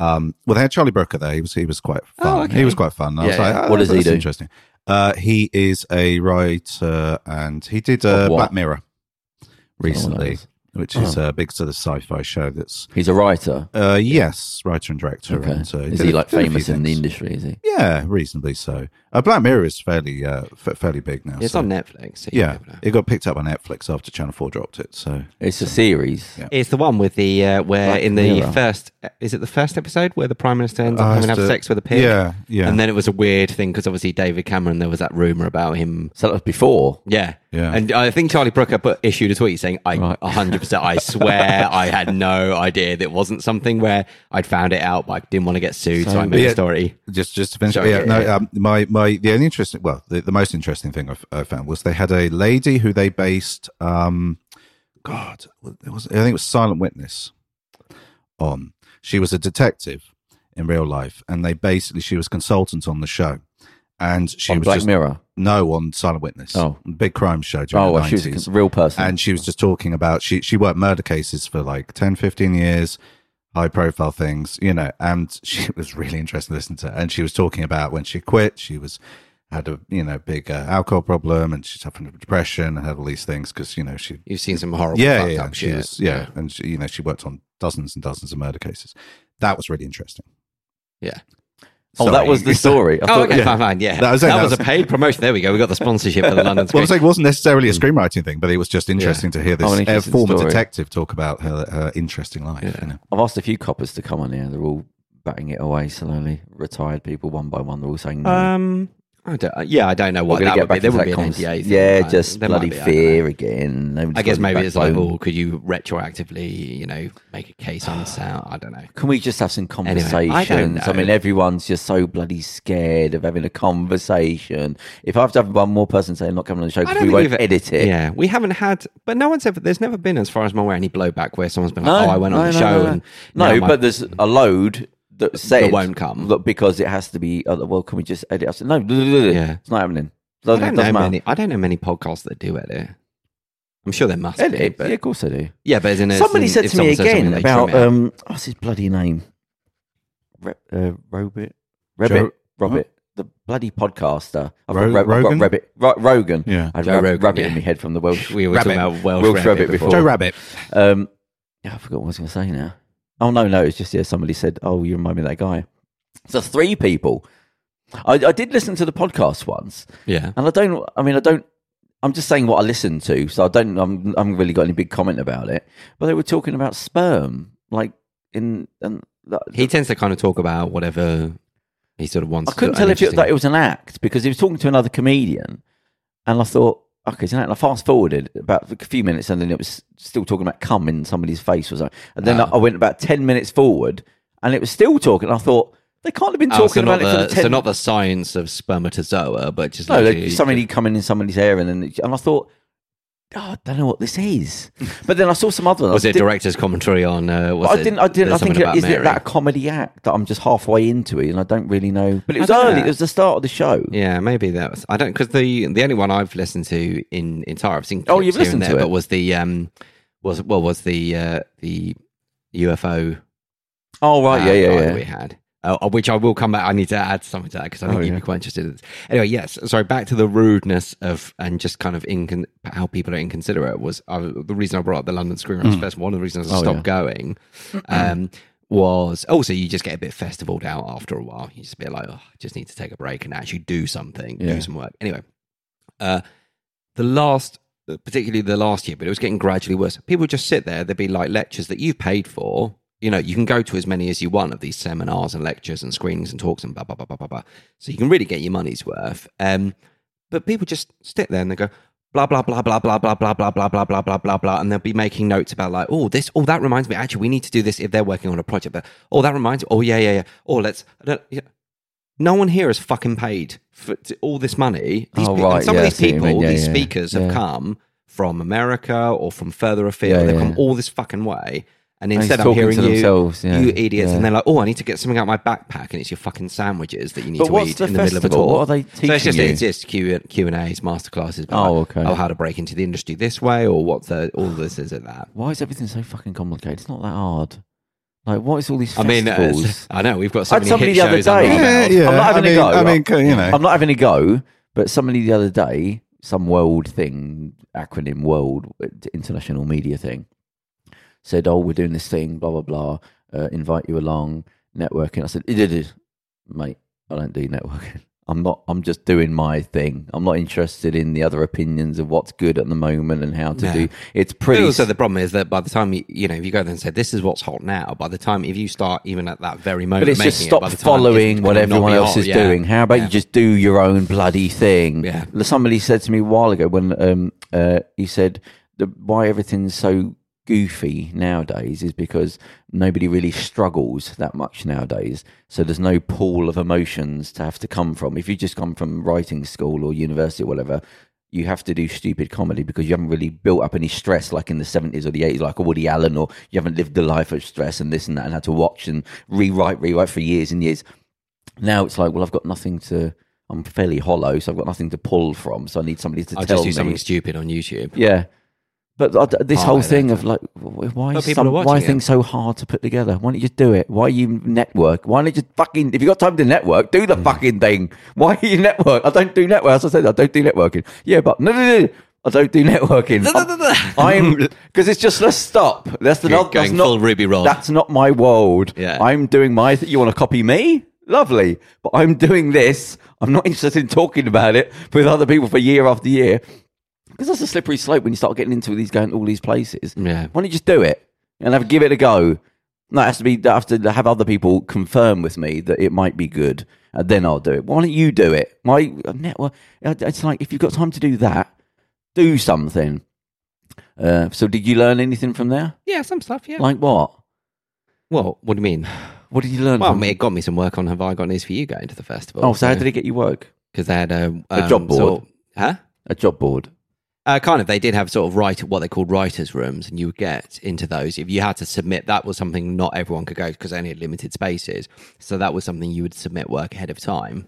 [SPEAKER 3] um, well, they had Charlie Brooker there. He was he was quite
[SPEAKER 4] Oh,
[SPEAKER 3] fun.
[SPEAKER 2] okay.
[SPEAKER 3] He was quite fun. I
[SPEAKER 2] Yeah,
[SPEAKER 3] was like,
[SPEAKER 2] yeah.
[SPEAKER 3] oh,
[SPEAKER 4] What does he
[SPEAKER 3] that's
[SPEAKER 4] do?
[SPEAKER 3] Interesting. Uh, he is a writer, and he did uh,
[SPEAKER 4] Of what? Oh,
[SPEAKER 3] Black Mirror
[SPEAKER 4] that
[SPEAKER 3] recently,
[SPEAKER 4] is.
[SPEAKER 3] which is a big sort of sci-fi show. That's
[SPEAKER 4] He's a writer.
[SPEAKER 3] uh, yes, writer and director.
[SPEAKER 4] Okay.
[SPEAKER 3] And, uh,
[SPEAKER 4] Is
[SPEAKER 3] did
[SPEAKER 4] he
[SPEAKER 3] a-
[SPEAKER 4] like
[SPEAKER 3] did a few
[SPEAKER 4] famous in the
[SPEAKER 3] things.
[SPEAKER 4] industry? Is he?
[SPEAKER 3] Yeah, reasonably so. Uh, Black Mirror is fairly uh, fa- fairly big now.
[SPEAKER 2] It's
[SPEAKER 3] so-
[SPEAKER 2] on Netflix. so you
[SPEAKER 3] Yeah,
[SPEAKER 2] never know.
[SPEAKER 3] it got picked up by Netflix after Channel Four dropped it. So
[SPEAKER 4] It's a series.
[SPEAKER 3] Yeah.
[SPEAKER 2] It's the one with the uh, where
[SPEAKER 4] Black
[SPEAKER 2] in the
[SPEAKER 4] Mirror.
[SPEAKER 2] first is it the first episode where the prime minister ends up
[SPEAKER 3] Uh,
[SPEAKER 2] having to
[SPEAKER 3] it's
[SPEAKER 2] have
[SPEAKER 3] the-
[SPEAKER 2] sex with a pig?
[SPEAKER 3] Yeah, yeah.
[SPEAKER 2] And then it was a weird thing because obviously David Cameron, there was that rumor about him.
[SPEAKER 4] So that was before.
[SPEAKER 2] Yeah,
[SPEAKER 3] Yeah.
[SPEAKER 2] And I think Charlie Brooker put, issued a tweet saying, "I
[SPEAKER 4] Right.
[SPEAKER 2] 100, percent I
[SPEAKER 3] [LAUGHS]
[SPEAKER 2] swear, I had no idea that it wasn't something where I'd found it out, but I didn't want to get sued, so, I made
[SPEAKER 3] Yeah.
[SPEAKER 2] a story."
[SPEAKER 3] just just to finish,
[SPEAKER 2] Sorry,
[SPEAKER 3] yeah,
[SPEAKER 2] yeah,
[SPEAKER 3] no,
[SPEAKER 2] yeah.
[SPEAKER 3] Um, my my the only interesting, well, the, the most interesting thing I've, I found was they had a lady who they based, um, God, it was I think it was Silent Witness on. She was a detective in real life, and they basically she was consultant on the show, and she
[SPEAKER 4] on
[SPEAKER 3] was
[SPEAKER 4] Black
[SPEAKER 3] just
[SPEAKER 4] Mirror.
[SPEAKER 3] no on Silent Witness,
[SPEAKER 4] Oh.
[SPEAKER 3] big crime show during
[SPEAKER 4] Oh,
[SPEAKER 3] the
[SPEAKER 4] well, she
[SPEAKER 3] nineties,
[SPEAKER 4] was a c- real person.
[SPEAKER 3] and she was just talking about she she worked murder cases for like 10 15 years high profile things you know and [LAUGHS] she it was really interesting to listen to and she was talking about when she quit she was had a you know big uh, alcohol problem and she's suffering from depression and had all these things because you know she
[SPEAKER 2] You've seen some horrible,
[SPEAKER 3] yeah
[SPEAKER 2] fucked
[SPEAKER 3] yeah, yeah.
[SPEAKER 2] up
[SPEAKER 3] and she
[SPEAKER 2] shit.
[SPEAKER 3] was yeah, and she, you know she worked on dozens and dozens of murder cases that was really interesting
[SPEAKER 2] yeah.
[SPEAKER 4] Oh, that
[SPEAKER 3] Sorry. [LAUGHS]
[SPEAKER 4] was the story. I
[SPEAKER 2] Oh,
[SPEAKER 4] thought-
[SPEAKER 2] okay,
[SPEAKER 3] yeah.
[SPEAKER 2] fine, fine. Yeah,
[SPEAKER 3] That was it,
[SPEAKER 2] that
[SPEAKER 3] that
[SPEAKER 2] was a
[SPEAKER 3] was-
[SPEAKER 2] paid promotion. There we go. We got the sponsorship
[SPEAKER 3] [LAUGHS]
[SPEAKER 2] for the London.
[SPEAKER 3] Well, I'm
[SPEAKER 2] Screen.
[SPEAKER 3] saying it wasn't necessarily a screenwriting thing, but it was just interesting to hear this
[SPEAKER 4] Oh, an
[SPEAKER 3] uh,
[SPEAKER 4] interesting
[SPEAKER 3] former
[SPEAKER 4] story.
[SPEAKER 3] detective talk about her, her interesting life. You know?
[SPEAKER 4] I've asked a few coppers to come on here. They're all batting it away slowly. Retired people, one by one, they're all saying no.
[SPEAKER 2] um, I don't, uh, yeah, I don't know what
[SPEAKER 4] We're going
[SPEAKER 2] that
[SPEAKER 4] to get
[SPEAKER 2] would
[SPEAKER 4] back
[SPEAKER 2] be. There
[SPEAKER 4] into
[SPEAKER 2] would
[SPEAKER 4] that
[SPEAKER 2] be an NDA.
[SPEAKER 4] conversation.
[SPEAKER 2] thing,
[SPEAKER 4] Yeah,
[SPEAKER 2] right?
[SPEAKER 4] just
[SPEAKER 2] There might
[SPEAKER 4] bloody
[SPEAKER 2] be, I don't know.
[SPEAKER 4] fear again. Nobody's
[SPEAKER 2] I guess
[SPEAKER 4] got any
[SPEAKER 2] maybe it's like,
[SPEAKER 4] backbone.
[SPEAKER 2] oh, could you retroactively, you know, make a case
[SPEAKER 4] [SIGHS]
[SPEAKER 2] on this out? I don't know.
[SPEAKER 4] Can we just have some
[SPEAKER 2] I
[SPEAKER 4] conversations?
[SPEAKER 2] don't
[SPEAKER 4] I, mean,
[SPEAKER 2] know.
[SPEAKER 4] everyone's just so bloody scared of having a conversation. If I have to have one more person saying not coming on the show
[SPEAKER 2] I
[SPEAKER 4] because
[SPEAKER 2] don't
[SPEAKER 4] we
[SPEAKER 2] think
[SPEAKER 4] won't
[SPEAKER 2] we've-
[SPEAKER 4] edit it,
[SPEAKER 2] Yeah, we haven't had, but no one's ever. There's never been, as far as I'm aware, any blowback where someone's been like, "Oh, I went on
[SPEAKER 4] no,
[SPEAKER 2] the
[SPEAKER 4] no,
[SPEAKER 2] show
[SPEAKER 4] no, no.
[SPEAKER 2] and
[SPEAKER 4] no,
[SPEAKER 2] now my-
[SPEAKER 4] but there's a load that said
[SPEAKER 2] won't come.
[SPEAKER 4] look, because it has to be. oh, well, can we just edit? I said, no, [LAUGHS] yeah. it's not happening. Doesn't,
[SPEAKER 2] I don't know
[SPEAKER 4] doesn't matter.
[SPEAKER 2] many. I don't know many podcasts that do edit. I'm sure there must be,
[SPEAKER 4] Edit?
[SPEAKER 2] but
[SPEAKER 4] yeah, of course I do.
[SPEAKER 2] yeah, but as in
[SPEAKER 4] Somebody
[SPEAKER 2] as in
[SPEAKER 4] said
[SPEAKER 2] if
[SPEAKER 4] to me
[SPEAKER 2] someone says something,
[SPEAKER 4] again
[SPEAKER 2] they
[SPEAKER 4] about
[SPEAKER 2] trim it out.
[SPEAKER 4] um, what's his bloody name? Rep, uh, Robit, Rabbit,
[SPEAKER 3] Joe-
[SPEAKER 4] Robert, the bloody podcaster. I've
[SPEAKER 3] Ro-
[SPEAKER 4] got, Rab- I've
[SPEAKER 3] Rogan?
[SPEAKER 4] got Rabbit, Ro- Rogan.
[SPEAKER 3] Yeah.
[SPEAKER 4] I had
[SPEAKER 2] Joe
[SPEAKER 4] Rab-
[SPEAKER 2] Rogan,
[SPEAKER 4] Rabbit
[SPEAKER 2] yeah.
[SPEAKER 4] in my head from the Welsh.
[SPEAKER 2] we were talking
[SPEAKER 3] Rabbit.
[SPEAKER 2] about Welsh,
[SPEAKER 4] Welsh Rabbit before.
[SPEAKER 3] Joe Rabbit.
[SPEAKER 4] Um, yeah, I forgot what I was going to say now. Oh no, no, it's just yeah. Somebody said, "Oh, you remind me of that guy." So three people. I, I did listen to the podcast once,
[SPEAKER 2] Yeah,
[SPEAKER 4] and I don't. I mean, I don't. I'm just saying what I listened to, so I don't. I'm. I haven't really got any big comment about it. But they were talking about sperm, like in and. that-
[SPEAKER 2] he tends to kind of talk about whatever he sort of wants.
[SPEAKER 4] I couldn't
[SPEAKER 2] to,
[SPEAKER 4] tell if it,
[SPEAKER 2] interesting-
[SPEAKER 4] that it was an act because he was talking to another comedian, and I thought, okay, it's an act. And I fast forwarded about a few minutes, and then it was still talking about cum in somebody's face or something. And then
[SPEAKER 2] Ah.
[SPEAKER 4] I I went about ten minutes forward, and it was still talking. I thought they can't have been
[SPEAKER 2] Oh,
[SPEAKER 4] talking
[SPEAKER 2] so not
[SPEAKER 4] about it for
[SPEAKER 2] the,
[SPEAKER 4] the ten.
[SPEAKER 2] so not the science of spermatozoa, but just
[SPEAKER 4] no,
[SPEAKER 2] literally-
[SPEAKER 4] like, somebody coming in somebody's hair, and then it- and I thought. Oh, I don't know what this is, but then I saw some other.
[SPEAKER 2] was
[SPEAKER 4] I
[SPEAKER 2] it
[SPEAKER 4] did-
[SPEAKER 2] director's commentary on? Uh, was
[SPEAKER 4] I
[SPEAKER 2] it-
[SPEAKER 4] didn't. I didn't.
[SPEAKER 2] there's
[SPEAKER 4] I think
[SPEAKER 2] something
[SPEAKER 4] it,
[SPEAKER 2] about
[SPEAKER 4] is it
[SPEAKER 2] Mary?
[SPEAKER 4] that a comedy act that I'm just halfway into it, and I don't really know. But it
[SPEAKER 2] I
[SPEAKER 4] was
[SPEAKER 2] don't
[SPEAKER 4] early.
[SPEAKER 2] know.
[SPEAKER 4] It was the start of the show.
[SPEAKER 2] Yeah, maybe that was. I don't because the the only one I've listened to in entire I've seen.
[SPEAKER 4] Oh,
[SPEAKER 2] clips
[SPEAKER 4] you've
[SPEAKER 2] here and
[SPEAKER 4] listened to
[SPEAKER 2] there,
[SPEAKER 4] it?
[SPEAKER 2] but was the um was well was the uh, the UFO
[SPEAKER 4] Oh right,
[SPEAKER 2] uh,
[SPEAKER 4] yeah, yeah,
[SPEAKER 2] guy
[SPEAKER 4] yeah.
[SPEAKER 2] that we had. Uh, uh, which I will come back. I need to add something to that because I think
[SPEAKER 4] Oh,
[SPEAKER 2] you'd
[SPEAKER 4] yeah.
[SPEAKER 2] be quite interested. In this. Anyway, yes. Sorry, back to the rudeness of and just kind of incon- how people are inconsiderate was uh, the reason I brought up the London Screenwriters Festival. One of the reasons I
[SPEAKER 4] Oh,
[SPEAKER 2] stopped going um, was also you just get a bit festivaled out after a while. You just be like, oh, I just need to take a break and actually do something,
[SPEAKER 4] Yeah.
[SPEAKER 2] do some work. Anyway, uh, the last, particularly the last year, but it was getting gradually worse. People would just sit there. There'd be like lectures that you paid for. You know, you can go to as many as you want of these seminars and lectures and screenings and talks and blah blah blah blah blah. blah. So you can really get your money's worth. Um, but people just sit there and they go blah blah blah blah blah blah blah blah blah blah blah blah blah blah, and they'll be making notes about like, oh this, oh that reminds me. Actually, we need to do this if they're working on a project. But oh, that reminds me. Oh yeah yeah yeah. Oh let's. I don't- yeah. No one here is fucking paid for t- all this money. These
[SPEAKER 4] Oh,
[SPEAKER 2] pe-
[SPEAKER 4] right,
[SPEAKER 2] and some
[SPEAKER 4] yeah, I
[SPEAKER 2] of these
[SPEAKER 4] see what you
[SPEAKER 2] people,
[SPEAKER 4] mean. Yeah,
[SPEAKER 2] these
[SPEAKER 4] yeah,
[SPEAKER 2] speakers, have
[SPEAKER 4] yeah.
[SPEAKER 2] come from America or from further afield.
[SPEAKER 4] Yeah,
[SPEAKER 2] They've
[SPEAKER 4] yeah.
[SPEAKER 2] come all this fucking way. And
[SPEAKER 4] he's
[SPEAKER 2] instead, I'm
[SPEAKER 4] talking
[SPEAKER 2] hearing
[SPEAKER 4] to
[SPEAKER 2] you,
[SPEAKER 4] themselves, yeah,
[SPEAKER 2] you idiots,
[SPEAKER 4] yeah.
[SPEAKER 2] and they're like, "Oh, I need to get something out of my backpack," and it's your fucking sandwiches that you need
[SPEAKER 4] But
[SPEAKER 2] to
[SPEAKER 4] what's
[SPEAKER 2] eat
[SPEAKER 4] the
[SPEAKER 2] in the middle of a
[SPEAKER 4] festival?
[SPEAKER 2] talk.
[SPEAKER 4] What are they
[SPEAKER 2] So it's just
[SPEAKER 4] teaching you?
[SPEAKER 2] it's just Q Q and A's, masterclasses. About
[SPEAKER 4] Oh,
[SPEAKER 2] like,
[SPEAKER 4] okay.
[SPEAKER 2] Oh, how to break into the industry this way, or what the all this is at that.
[SPEAKER 4] Why is everything so fucking complicated? It's not that hard. Like, what is all these
[SPEAKER 2] I mean, uh,
[SPEAKER 4] festivals?
[SPEAKER 2] [LAUGHS] I know we've got so
[SPEAKER 4] I had
[SPEAKER 2] many
[SPEAKER 4] somebody
[SPEAKER 2] hit
[SPEAKER 4] the other
[SPEAKER 2] shows under
[SPEAKER 4] day-
[SPEAKER 2] our
[SPEAKER 3] Yeah,
[SPEAKER 2] belt.
[SPEAKER 3] yeah.
[SPEAKER 4] I'm not
[SPEAKER 3] I
[SPEAKER 4] having a
[SPEAKER 3] mean,
[SPEAKER 4] go.
[SPEAKER 3] I mean, c- you know.
[SPEAKER 4] I'm not having a go, but somebody the other day, some world thing, acronym world, international media thing, said, "Oh, we're doing this thing, blah blah blah. Uh, invite you along, networking." I said, "It is, mate. I don't do networking. [LAUGHS] I'm not. I'm just doing my thing. I'm not interested in the other opinions of what's good at the moment and how to
[SPEAKER 2] Yeah.
[SPEAKER 4] do. It's
[SPEAKER 2] But
[SPEAKER 4] pretty.
[SPEAKER 2] also, the problem is that by the time you, you know, if you go there and say this is what's hot now, by the time if you start even at that very moment,
[SPEAKER 4] But it's
[SPEAKER 2] making
[SPEAKER 4] just
[SPEAKER 2] it,
[SPEAKER 4] stop
[SPEAKER 2] by the time
[SPEAKER 4] following
[SPEAKER 2] it's
[SPEAKER 4] what
[SPEAKER 2] gonna not
[SPEAKER 4] everyone
[SPEAKER 2] be
[SPEAKER 4] else
[SPEAKER 2] hot,
[SPEAKER 4] is
[SPEAKER 2] yeah.
[SPEAKER 4] doing. How about
[SPEAKER 2] Yeah.
[SPEAKER 4] you just do your own bloody thing?
[SPEAKER 2] Yeah.
[SPEAKER 4] Somebody said to me a while ago when um, uh, he said the, why everything's so goofy nowadays is because nobody really struggles that much nowadays. So there's no pool of emotions to have to come from. If you just come from writing school or university or whatever. You have to do stupid comedy because you haven't really built up any stress like in the 70s or the 80s, like a Woody Allen, or you haven't lived the life of stress and this and that and had to watch and rewrite, rewrite for years and years now it's like, well, I've got nothing to. I'm fairly hollow, so I've got nothing to pull from. So I need somebody to
[SPEAKER 2] I'll
[SPEAKER 4] tell
[SPEAKER 2] just do
[SPEAKER 4] me.
[SPEAKER 2] something stupid on YouTube.
[SPEAKER 4] yeah, but I d this
[SPEAKER 2] Oh,
[SPEAKER 4] whole
[SPEAKER 2] I don't
[SPEAKER 4] thing
[SPEAKER 2] know.
[SPEAKER 4] of like, wh- why
[SPEAKER 2] But
[SPEAKER 4] is
[SPEAKER 2] people
[SPEAKER 4] some,
[SPEAKER 2] are watching
[SPEAKER 4] why are
[SPEAKER 2] it.
[SPEAKER 4] things so hard to put together? Why don't you just do it? Why you network? Why don't you just fucking? If you got time to network, do the
[SPEAKER 2] Hmm.
[SPEAKER 4] fucking thing. Why [LAUGHS] are you network? I don't do network. As I said, I don't do networking. Yeah, but no, no, no. I don't do networking.
[SPEAKER 2] [LAUGHS]
[SPEAKER 4] I'm because it's just let's stop. That's the
[SPEAKER 2] You're
[SPEAKER 4] not, that's
[SPEAKER 2] going
[SPEAKER 4] not
[SPEAKER 2] full Ruby Rod.
[SPEAKER 4] That's not my world.
[SPEAKER 2] Yeah.
[SPEAKER 4] I'm doing my. Th- you want to copy me? lovely. But I'm doing this. I'm not interested in talking about it with other people for year after year because that's a slippery slope when you start getting into these going to all these places.
[SPEAKER 2] Yeah.
[SPEAKER 4] Why don't you just do it and have give it a go? No, it has to be. I have to have other people confirm with me that it might be good, and then I'll do it. Why don't you do it? My network. It's like if you've got time to do that, do something. Uh, so, did you learn anything from there?
[SPEAKER 2] Yeah, some stuff. Yeah.
[SPEAKER 4] Like what?
[SPEAKER 2] well, what do you
[SPEAKER 4] [LAUGHS]
[SPEAKER 2] mean?
[SPEAKER 4] What did you learn?
[SPEAKER 2] Well, I
[SPEAKER 4] from
[SPEAKER 2] mean, it got me some work on Have I Got News for You going to the festival.
[SPEAKER 4] Oh, so how did it get you work?
[SPEAKER 2] Because they had a, um,
[SPEAKER 4] A job board?
[SPEAKER 2] sort of- huh?
[SPEAKER 4] A job board.
[SPEAKER 2] Uh, kind of. They did have sort of write what they called writers' rooms, and you would get into those if you had to submit. That was something not everyone could go because they only had limited spaces. So that was something you would submit work ahead of time,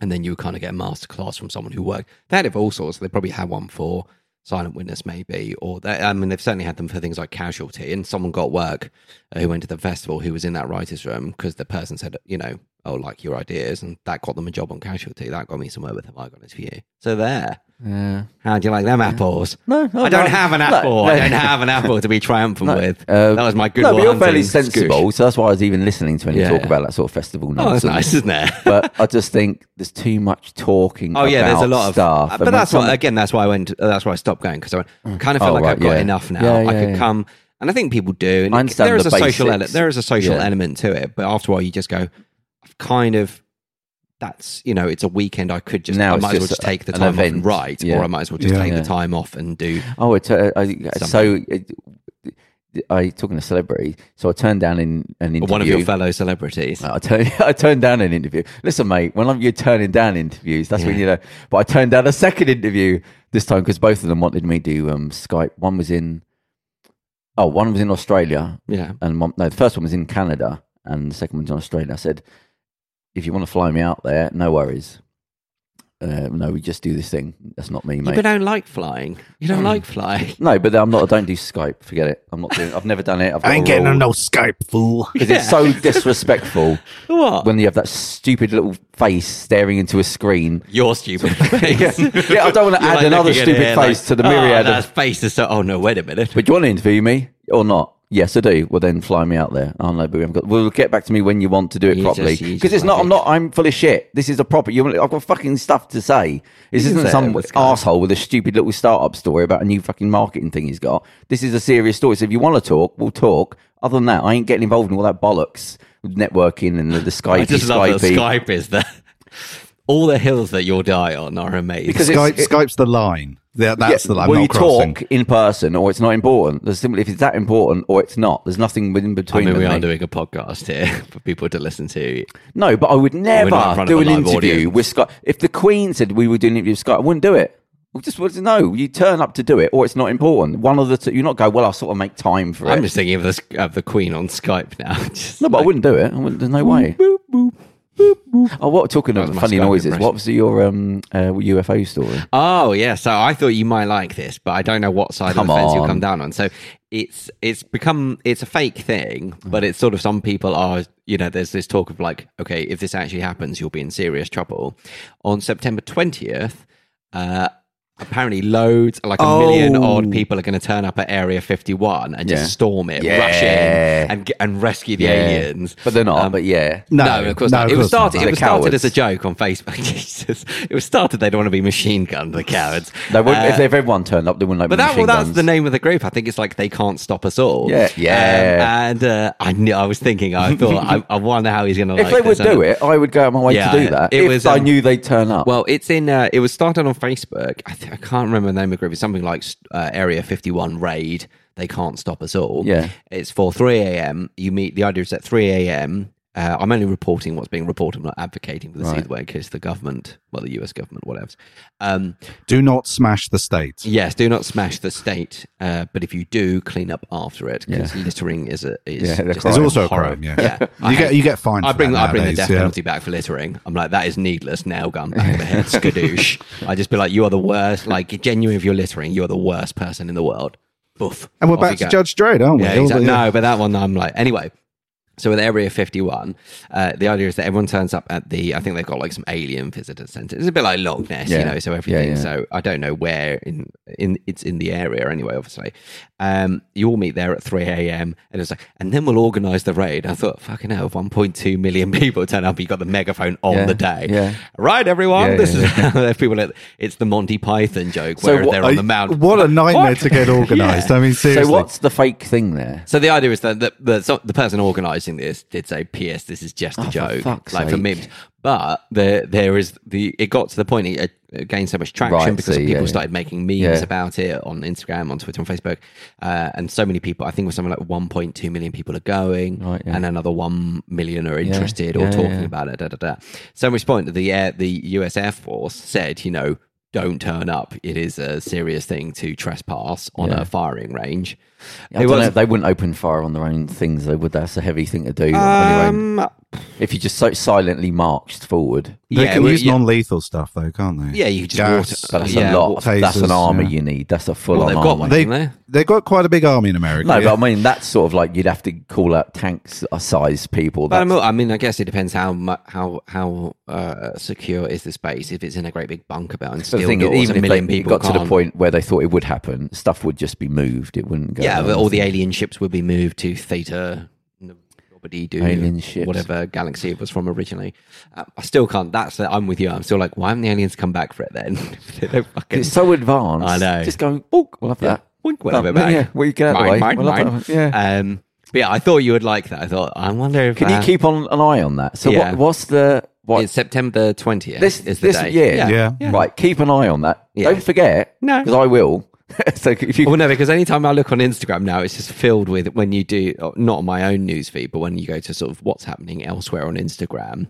[SPEAKER 2] and then you would kind of get a masterclass from someone who worked. They had it for all sorts. They probably had one for Silent Witness, maybe, or they, I mean, they've certainly had them for things like Casualty. And someone got work uh, who went to the festival who was in that writers' room because the person said, you know, oh, like your ideas, and that got them a job on Casualty. That got me somewhere with Have I Got This for You? So there.
[SPEAKER 4] Yeah.
[SPEAKER 2] How do you like them apples?
[SPEAKER 4] No, no,
[SPEAKER 2] I don't
[SPEAKER 4] no.
[SPEAKER 2] have an
[SPEAKER 4] No,
[SPEAKER 2] apple. I
[SPEAKER 4] no. [LAUGHS]
[SPEAKER 2] don't have an apple to be triumphant with.
[SPEAKER 4] Uh,
[SPEAKER 2] that was my good.
[SPEAKER 4] No, but
[SPEAKER 2] Will
[SPEAKER 4] you're fairly
[SPEAKER 2] Hunting scoosh.
[SPEAKER 4] sensible, so that's why I was even listening to when you
[SPEAKER 2] Yeah,
[SPEAKER 4] talk
[SPEAKER 2] yeah.
[SPEAKER 4] about that sort of festival
[SPEAKER 2] Oh,
[SPEAKER 4] nonsense.
[SPEAKER 2] that's nice, isn't it?
[SPEAKER 4] but I just think there's too much talking.
[SPEAKER 2] oh yeah, there's a
[SPEAKER 4] about
[SPEAKER 2] lot of
[SPEAKER 4] stuff.
[SPEAKER 2] uh,
[SPEAKER 4] And
[SPEAKER 2] But
[SPEAKER 4] when
[SPEAKER 2] that's what
[SPEAKER 4] some-
[SPEAKER 2] again. That's why I went. uh, That's why I stopped going because I went, kind of felt
[SPEAKER 4] Oh,
[SPEAKER 2] like
[SPEAKER 4] right,
[SPEAKER 2] I've got
[SPEAKER 4] yeah.
[SPEAKER 2] enough now.
[SPEAKER 4] Yeah,
[SPEAKER 2] I
[SPEAKER 4] yeah,
[SPEAKER 2] could
[SPEAKER 4] yeah.
[SPEAKER 2] come, and I think people do. And
[SPEAKER 4] I
[SPEAKER 2] it-
[SPEAKER 4] understand
[SPEAKER 2] there is
[SPEAKER 4] the
[SPEAKER 2] a social element.
[SPEAKER 4] basics.
[SPEAKER 2] There is a social
[SPEAKER 4] Yeah.
[SPEAKER 2] element to it, but after a while, you just go. I've kind of. That's you know, it's a weekend. I could just.
[SPEAKER 4] Now
[SPEAKER 2] I
[SPEAKER 4] it's
[SPEAKER 2] might as well just
[SPEAKER 4] just
[SPEAKER 2] take the
[SPEAKER 4] an
[SPEAKER 2] time off and
[SPEAKER 4] event.
[SPEAKER 2] write,
[SPEAKER 4] Yeah.
[SPEAKER 2] or I might as well just
[SPEAKER 3] Yeah.
[SPEAKER 2] take
[SPEAKER 4] Yeah.
[SPEAKER 2] the time off and do.
[SPEAKER 4] Oh, it's, uh, I, so uh, I talking to celebrity. So I turned down in an interview.
[SPEAKER 2] One of your fellow celebrities.
[SPEAKER 4] I turned [LAUGHS] I turned down an interview. Listen, mate, when I'm, you're turning down interviews, that's when
[SPEAKER 2] Yeah.
[SPEAKER 4] you know. But I turned down a second interview this time because both of them wanted me to um, Skype. One was in, oh, one was in Australia,
[SPEAKER 2] Yeah.
[SPEAKER 4] and one, no, the first one was in Canada, and the second one's in Australia. I said, if you want to fly me out there, no worries. Uh, no, we just do this thing. That's not me,
[SPEAKER 2] You
[SPEAKER 4] mate.
[SPEAKER 2] but don't like flying. You don't
[SPEAKER 4] Mm.
[SPEAKER 2] like flying. [LAUGHS]
[SPEAKER 4] no, but I'm not. I don't do Skype. Forget it. I'm not doing. I've never
[SPEAKER 3] [LAUGHS]
[SPEAKER 4] done it. I've got
[SPEAKER 5] I ain't
[SPEAKER 3] Oh.
[SPEAKER 4] a
[SPEAKER 5] getting
[SPEAKER 4] rule.
[SPEAKER 5] on no Skype, fool.
[SPEAKER 4] 'Cause it's so disrespectful
[SPEAKER 2] What?
[SPEAKER 4] when you have that stupid little face staring into a screen.
[SPEAKER 2] You're
[SPEAKER 4] [LAUGHS]
[SPEAKER 2] stupid.
[SPEAKER 4] Yeah, yeah, I don't want to add another stupid face to the myriad
[SPEAKER 2] eh, Oh, that
[SPEAKER 4] of.
[SPEAKER 2] face is so. Oh no! Wait a minute.
[SPEAKER 4] But do you want to interview me or not? Yes, I do. Well, then fly me out there. Oh no, but we haven't got. We'll get back to me when you want to do it
[SPEAKER 2] You just-
[SPEAKER 4] properly.
[SPEAKER 2] you just
[SPEAKER 4] Because it's not.
[SPEAKER 2] like
[SPEAKER 4] I'm
[SPEAKER 2] it.
[SPEAKER 4] not. I'm full of shit. This is a proper. You. I've got fucking stuff to say. This
[SPEAKER 2] can
[SPEAKER 4] isn't
[SPEAKER 2] say it
[SPEAKER 4] some
[SPEAKER 2] with Skype.
[SPEAKER 4] asshole with a stupid little startup story about a new fucking marketing thing he's got. This is a serious story. So if you want to talk, we'll talk. Other than that, I ain't getting involved in all that bollocks with networking
[SPEAKER 2] [LAUGHS]
[SPEAKER 4] and the, the Skype.
[SPEAKER 2] I just love that Skype is the. All the hills that you'll die on are amazing.
[SPEAKER 4] Because it-
[SPEAKER 3] Skype, Skype's the line. Yeah, that's
[SPEAKER 4] Yeah,
[SPEAKER 3] the line. I'm
[SPEAKER 4] will
[SPEAKER 3] not
[SPEAKER 4] you
[SPEAKER 3] crossing.
[SPEAKER 4] talk in person or it's not important? There's simply if it's that important or it's not. There's nothing in
[SPEAKER 2] I
[SPEAKER 4] between.
[SPEAKER 2] mean, we
[SPEAKER 4] with
[SPEAKER 2] are
[SPEAKER 4] me.
[SPEAKER 2] doing a podcast here for people to listen to.
[SPEAKER 4] No, but I would
[SPEAKER 2] not in
[SPEAKER 4] never
[SPEAKER 2] front of
[SPEAKER 4] do
[SPEAKER 2] a
[SPEAKER 4] an
[SPEAKER 2] live
[SPEAKER 4] interview
[SPEAKER 2] audience.
[SPEAKER 4] with Scott. If the Queen said we were doing an interview with Scott, I wouldn't do it. I just would no. You turn up to do it, or it's not important. One of the two. You not go. Well, I'll sort of make time for
[SPEAKER 2] I'm
[SPEAKER 4] it.
[SPEAKER 2] just thinking of the of the Queen on Skype now. [LAUGHS] Just
[SPEAKER 4] no, but I
[SPEAKER 2] like-
[SPEAKER 4] wouldn't do it. I wouldn't, there's no way. Oh, what talking of
[SPEAKER 2] my
[SPEAKER 4] funny
[SPEAKER 2] Skype
[SPEAKER 4] noises?
[SPEAKER 2] impression.
[SPEAKER 4] What was your um uh, UFO story?
[SPEAKER 2] Oh yeah, so I thought you might like this, but I don't know what side
[SPEAKER 4] Come
[SPEAKER 2] of the fence you'll
[SPEAKER 4] on.
[SPEAKER 2] come down on. So it's it's become it's a fake thing, but it's sort of some people are you know there's this talk of like okay if this actually happens you'll be in serious trouble. On September twentieth, uh, apparently loads like a million odd people are going to turn up at Area fifty one and just
[SPEAKER 4] Oh. Yeah.
[SPEAKER 2] storm it,
[SPEAKER 4] Yeah.
[SPEAKER 2] rush in and get- and rescue the aliens.
[SPEAKER 4] but they're not.
[SPEAKER 2] Um,
[SPEAKER 4] but yeah,
[SPEAKER 2] no, of course not. it was started.
[SPEAKER 4] not.
[SPEAKER 2] It
[SPEAKER 4] They're
[SPEAKER 2] was started
[SPEAKER 4] cowards.
[SPEAKER 2] as a joke on Facebook. [LAUGHS] Jesus, it was started. They don't want to be machine gunned. The cowards.
[SPEAKER 4] they wouldn't,
[SPEAKER 2] Uh,
[SPEAKER 4] if if everyone turned up, they wouldn't like.
[SPEAKER 2] but that,
[SPEAKER 4] machine
[SPEAKER 2] well, that's
[SPEAKER 4] guns.
[SPEAKER 2] the name of the group. I think it's like they can't stop us all.
[SPEAKER 4] Yeah. Yeah.
[SPEAKER 2] Um, and uh, I knew. I was thinking. I thought. I, I wonder how he's going to.
[SPEAKER 4] If
[SPEAKER 2] like
[SPEAKER 4] they would
[SPEAKER 2] this.
[SPEAKER 4] do it, I would go out of my way
[SPEAKER 2] Yeah,
[SPEAKER 4] to do that.
[SPEAKER 2] it
[SPEAKER 4] if
[SPEAKER 2] was,
[SPEAKER 4] I
[SPEAKER 2] um,
[SPEAKER 4] knew they'd turn up.
[SPEAKER 2] Well, it's in. Uh, it was started on Facebook. I, th- I can't remember the name of the group. It's something like uh, Area Fifty One Raid. They can't stop us all.
[SPEAKER 4] Yeah.
[SPEAKER 2] it's for three a.m. You meet. The idea is at three a.m. Uh, I'm only reporting what's being reported. I'm not advocating for this either way, in case the government, well, the US government, whatever. Um,
[SPEAKER 3] Do not smash the state.
[SPEAKER 2] yes, do not smash the state, uh, but if you do, clean up after it because littering is a is
[SPEAKER 4] Yeah, they're
[SPEAKER 2] just
[SPEAKER 3] It's
[SPEAKER 4] Crime.
[SPEAKER 3] also a
[SPEAKER 2] horror.
[SPEAKER 3] crime. Yeah,
[SPEAKER 2] I
[SPEAKER 3] you get
[SPEAKER 2] hate-
[SPEAKER 3] you get fined.
[SPEAKER 2] I
[SPEAKER 3] for
[SPEAKER 2] bring
[SPEAKER 3] that
[SPEAKER 2] I bring the
[SPEAKER 3] nowadays,
[SPEAKER 2] death
[SPEAKER 3] yeah.
[SPEAKER 2] penalty back for littering. I'm like that is needless. Nail
[SPEAKER 3] [LAUGHS]
[SPEAKER 2] gun back of the head, skadoosh. I just be like, you are the worst. Like genuine, if you're littering, you are the worst person in the world. Boof.
[SPEAKER 3] And we're
[SPEAKER 2] Off you
[SPEAKER 3] back to
[SPEAKER 2] go.
[SPEAKER 3] Judge Dredd, aren't we?
[SPEAKER 2] Yeah,
[SPEAKER 3] All
[SPEAKER 2] exactly.
[SPEAKER 3] the-
[SPEAKER 2] No, but that one I'm like anyway. So with Area 51, uh, the idea is that everyone turns up at the. I think they've got like some alien visitor center. It's a bit like Loch Ness,
[SPEAKER 4] Yeah.
[SPEAKER 2] you know. So everything.
[SPEAKER 4] yeah.
[SPEAKER 2] So I don't know where in in it's in the area anyway. Obviously, um, you all meet there at three a.m. and it's like, and then we'll organise the raid. I thought, fucking hell, one point two million [LAUGHS] people turn up. You got the megaphone on
[SPEAKER 4] Yeah,
[SPEAKER 2] the day,
[SPEAKER 4] yeah.
[SPEAKER 2] Right, everyone,
[SPEAKER 3] Yeah,
[SPEAKER 2] this
[SPEAKER 3] yeah,
[SPEAKER 2] is there's [LAUGHS] people. At, it's the Monty Python joke
[SPEAKER 4] So
[SPEAKER 2] where
[SPEAKER 4] what-
[SPEAKER 2] they're on the
[SPEAKER 3] I-
[SPEAKER 2] mountain.
[SPEAKER 3] What a nightmare to get organised. I mean, seriously.
[SPEAKER 4] So what's the fake thing there?
[SPEAKER 2] So the idea is that the the, so the person organising this did say, "P.S. This is just a
[SPEAKER 4] Oh, for
[SPEAKER 2] joke,
[SPEAKER 4] fuck's
[SPEAKER 2] like for
[SPEAKER 4] sake.
[SPEAKER 2] memes." But there there is the it got to the point it, it gained so much traction
[SPEAKER 4] Right,
[SPEAKER 2] because
[SPEAKER 4] so, yeah,
[SPEAKER 2] people
[SPEAKER 4] yeah.
[SPEAKER 2] started making memes
[SPEAKER 4] Yeah.
[SPEAKER 2] about it on Instagram, on Twitter, on Facebook, uh, and so many people. I think it was something like 1.2 million people are going,
[SPEAKER 4] Right, yeah.
[SPEAKER 2] and another one million are interested or
[SPEAKER 4] yeah,
[SPEAKER 2] talking
[SPEAKER 4] yeah.
[SPEAKER 2] about it. Da, da, da. So at which point the air, the U.S. Air Force said, you know. Don't turn up. It is a serious thing to trespass on
[SPEAKER 4] Yeah.
[SPEAKER 2] a firing range.
[SPEAKER 4] I
[SPEAKER 2] It
[SPEAKER 4] don't
[SPEAKER 2] was-
[SPEAKER 4] know if they wouldn't open fire on their own things, though, would that's a heavy thing to do. on your own.
[SPEAKER 2] Um,
[SPEAKER 4] If you just so silently marched forward,
[SPEAKER 3] they
[SPEAKER 2] yeah,
[SPEAKER 3] can
[SPEAKER 2] well,
[SPEAKER 3] use
[SPEAKER 2] yeah.
[SPEAKER 3] non-lethal stuff, though, can't they?
[SPEAKER 2] Yeah, you could just
[SPEAKER 3] Gas.
[SPEAKER 2] water-
[SPEAKER 4] but that's
[SPEAKER 2] Yeah,
[SPEAKER 4] a lot.
[SPEAKER 3] well,
[SPEAKER 4] that's an
[SPEAKER 3] tasers,
[SPEAKER 4] army
[SPEAKER 3] yeah.
[SPEAKER 4] you need. That's a full
[SPEAKER 2] Well,
[SPEAKER 4] on
[SPEAKER 2] they've got
[SPEAKER 4] army.
[SPEAKER 2] one.
[SPEAKER 3] They,
[SPEAKER 2] Isn't there?
[SPEAKER 3] they've got quite a big army in America.
[SPEAKER 4] No,
[SPEAKER 3] yeah.
[SPEAKER 4] but I mean that's sort of like you'd have to call out tanks uh, size people.
[SPEAKER 2] But I
[SPEAKER 4] That's,
[SPEAKER 2] mean, I mean, I guess it depends how mu- how how uh, secure is the space. If it's in a great big bunker belt and
[SPEAKER 4] but the
[SPEAKER 2] steel
[SPEAKER 4] thing is,
[SPEAKER 2] doors,
[SPEAKER 4] even
[SPEAKER 2] a
[SPEAKER 4] if they
[SPEAKER 2] million people
[SPEAKER 4] got to the
[SPEAKER 2] can't-
[SPEAKER 4] point where they thought it would happen, stuff would just be moved. It wouldn't go.
[SPEAKER 2] yeah,
[SPEAKER 4] down.
[SPEAKER 2] but all the alien ships would be moved to Theta. Nobody do
[SPEAKER 4] Alien ships.
[SPEAKER 2] whatever galaxy it was from originally. Uh, I still can't. That's I'm with you. I'm still like, why haven't the aliens come back for it then? [LAUGHS] they don't fucking.
[SPEAKER 4] it's so advanced.
[SPEAKER 2] I know.
[SPEAKER 4] Just going, oh, we'll have that.
[SPEAKER 2] Wink, we'll have it
[SPEAKER 4] No,
[SPEAKER 2] back.
[SPEAKER 4] Yeah, we get out of the way.
[SPEAKER 2] Mine, mine,
[SPEAKER 4] we'll have
[SPEAKER 2] mine.
[SPEAKER 4] that. Yeah.
[SPEAKER 2] Um, but yeah, I thought you would like that. I thought I wonder if
[SPEAKER 4] Can
[SPEAKER 2] uh,
[SPEAKER 4] you keep on an eye on that? So
[SPEAKER 2] yeah.
[SPEAKER 4] what, what's the what?
[SPEAKER 2] it's September twentieth.
[SPEAKER 4] this
[SPEAKER 2] is the
[SPEAKER 4] this
[SPEAKER 2] day.
[SPEAKER 4] year.
[SPEAKER 3] Yeah.
[SPEAKER 4] Right. Keep an eye on that.
[SPEAKER 2] Yeah.
[SPEAKER 4] Don't forget.
[SPEAKER 2] No.
[SPEAKER 4] Because I will. [LAUGHS] so if you
[SPEAKER 2] Well, no, because anytime I look on Instagram now, it's just filled with when you do uh, not my own news feed, but when you go to sort of what's happening elsewhere on Instagram,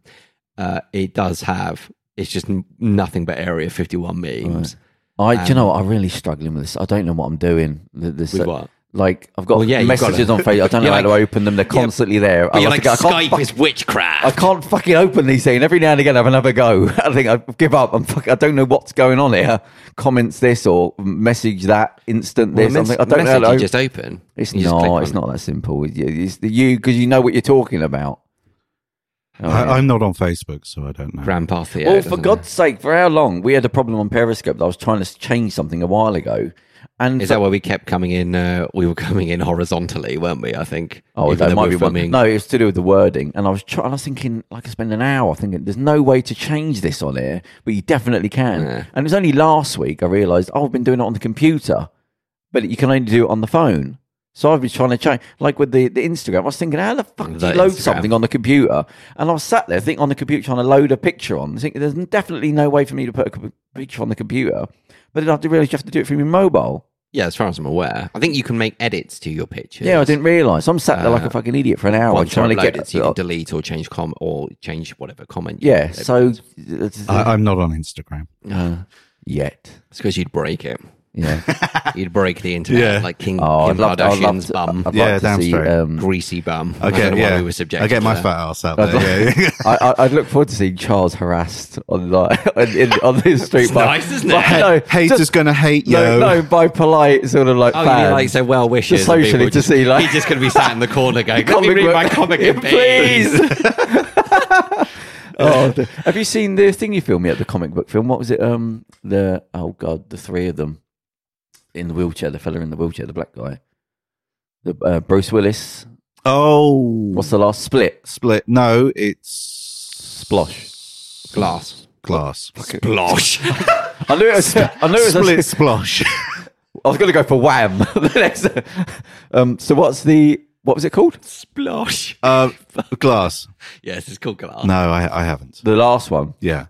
[SPEAKER 2] uh, it does have it's just n- nothing but Area 51 memes.
[SPEAKER 4] I, do you know what? I'm really struggling with this. I don't know what I'm doing. Th- This,
[SPEAKER 2] um, With what?
[SPEAKER 4] Like, I've got
[SPEAKER 2] Well, yeah, you've got
[SPEAKER 4] messages
[SPEAKER 2] to-
[SPEAKER 4] on Facebook.
[SPEAKER 2] [LAUGHS]
[SPEAKER 4] I don't know
[SPEAKER 2] You're
[SPEAKER 4] how to
[SPEAKER 2] like-
[SPEAKER 4] open them. They're constantly there.
[SPEAKER 2] But
[SPEAKER 4] I
[SPEAKER 2] you're like,
[SPEAKER 4] think I can't
[SPEAKER 2] Skype
[SPEAKER 4] fuck-
[SPEAKER 2] is witchcraft.
[SPEAKER 4] I can't fucking open these things. Every now and again, I have another go. [LAUGHS] I think I give up. I'm fuck, I don't know what's going on here. Comments this or message that instant
[SPEAKER 2] Well,
[SPEAKER 4] this.
[SPEAKER 2] the
[SPEAKER 4] I'm
[SPEAKER 2] mess-
[SPEAKER 4] like, I don't know.
[SPEAKER 2] message
[SPEAKER 4] how to
[SPEAKER 2] you
[SPEAKER 4] op-
[SPEAKER 2] just open.
[SPEAKER 4] it's
[SPEAKER 2] You just click
[SPEAKER 4] not.
[SPEAKER 2] on
[SPEAKER 4] It's
[SPEAKER 2] it.
[SPEAKER 4] not that simple. It- It's the, you because you know what you're talking about. Oh, yeah.
[SPEAKER 3] I, I'm not on Facebook, so I don't know.
[SPEAKER 2] Grandpa Theo.
[SPEAKER 4] Well,
[SPEAKER 2] doesn't
[SPEAKER 4] Oh, for
[SPEAKER 2] it?
[SPEAKER 4] God's sake, for how long? We had a problem on Periscope that I was trying to change something a while ago. And
[SPEAKER 2] Is that why we kept coming in? Uh, we were coming in horizontally, weren't we? I think.
[SPEAKER 4] Oh,
[SPEAKER 2] Even
[SPEAKER 4] that
[SPEAKER 2] though
[SPEAKER 4] might
[SPEAKER 2] we're
[SPEAKER 4] be one.
[SPEAKER 2] filming-
[SPEAKER 4] No, it was to do with the wording, and I was trying. I was thinking, like, I spend an hour thinking. There's no way to change this on here, but you definitely can.
[SPEAKER 2] Yeah.
[SPEAKER 4] And it was only last week I realised. Oh, I've been doing it on the computer, but you can only do it on the phone. So I've been trying to change, like with the, the Instagram. I was thinking, how the fuck do
[SPEAKER 2] The
[SPEAKER 4] you load
[SPEAKER 2] Instagram.
[SPEAKER 4] something on the computer? And I was sat there thinking on the computer trying to load a picture on. Thinking, there's definitely no way for me to put a co- picture on the computer. But then I realised you have to do it from your mobile.
[SPEAKER 2] Yeah, as far as I'm aware, I think you can make edits to your pictures.
[SPEAKER 4] Yeah, I didn't realise. I'm sat there like
[SPEAKER 2] Uh,
[SPEAKER 4] a fucking idiot for an hour
[SPEAKER 2] once
[SPEAKER 4] trying to get
[SPEAKER 2] it, so you can delete or change com or change whatever comment. you
[SPEAKER 4] Yeah,
[SPEAKER 2] put.
[SPEAKER 4] so
[SPEAKER 2] Uh,
[SPEAKER 3] I, I'm not on Instagram.
[SPEAKER 4] uh, yet.
[SPEAKER 2] it's because you'd break it.
[SPEAKER 4] Yeah.
[SPEAKER 2] [LAUGHS] You'd break the internet
[SPEAKER 3] Yeah.
[SPEAKER 2] like King
[SPEAKER 4] Oh, I'd
[SPEAKER 2] Kim
[SPEAKER 4] love to, I'd love
[SPEAKER 2] Kardashian's
[SPEAKER 4] to,
[SPEAKER 2] bum,
[SPEAKER 4] I'd
[SPEAKER 3] Yeah,
[SPEAKER 4] like to
[SPEAKER 3] damn
[SPEAKER 4] see.
[SPEAKER 3] straight.
[SPEAKER 4] Um,
[SPEAKER 2] greasy bum. I
[SPEAKER 3] I
[SPEAKER 2] don't
[SPEAKER 3] get,
[SPEAKER 2] know why
[SPEAKER 3] yeah,
[SPEAKER 2] we were subjected.
[SPEAKER 3] I get
[SPEAKER 2] to
[SPEAKER 3] my
[SPEAKER 2] that.
[SPEAKER 3] fat ass out there. Yeah.
[SPEAKER 4] I, I, I'd look forward to seeing Charles harassed on like [LAUGHS] on- in, on his street.
[SPEAKER 2] It's
[SPEAKER 4] by,
[SPEAKER 2] nice, isn't
[SPEAKER 4] by-
[SPEAKER 2] it?
[SPEAKER 4] no,
[SPEAKER 3] Haters
[SPEAKER 4] just-
[SPEAKER 3] gonna hate you.
[SPEAKER 4] no, no, by polite sort of like
[SPEAKER 2] Oh, you mean
[SPEAKER 4] fans.
[SPEAKER 2] like so well wishes?
[SPEAKER 4] Just socially to see, like-
[SPEAKER 2] he's just going to be sat in the corner
[SPEAKER 4] [LAUGHS]
[SPEAKER 2] going, "Let me
[SPEAKER 4] Comic
[SPEAKER 2] read
[SPEAKER 4] book-
[SPEAKER 2] my comic, in peace."
[SPEAKER 4] please. [LAUGHS] oh, the- have you seen the thing you filmed me at the comic book film? What was it? Um, the oh god, the three of them in the wheelchair. The fella in the wheelchair, the black guy, the uh, Bruce Willis.
[SPEAKER 3] Oh,
[SPEAKER 4] What's the last split?
[SPEAKER 3] split? No, it's
[SPEAKER 4] Splosh.
[SPEAKER 2] Glass,
[SPEAKER 3] glass.
[SPEAKER 2] [LAUGHS] splosh. [LAUGHS]
[SPEAKER 4] I knew it was. I knew [LAUGHS] it was.
[SPEAKER 3] Split
[SPEAKER 4] A,
[SPEAKER 3] splosh. [LAUGHS]
[SPEAKER 4] I was going to go for Wham. [LAUGHS] the next, um, so what's the what was it called?
[SPEAKER 2] splosh.
[SPEAKER 3] uh, glass.
[SPEAKER 2] Yes, it's called glass.
[SPEAKER 3] No, I, I haven't.
[SPEAKER 4] The last one.
[SPEAKER 3] Yeah,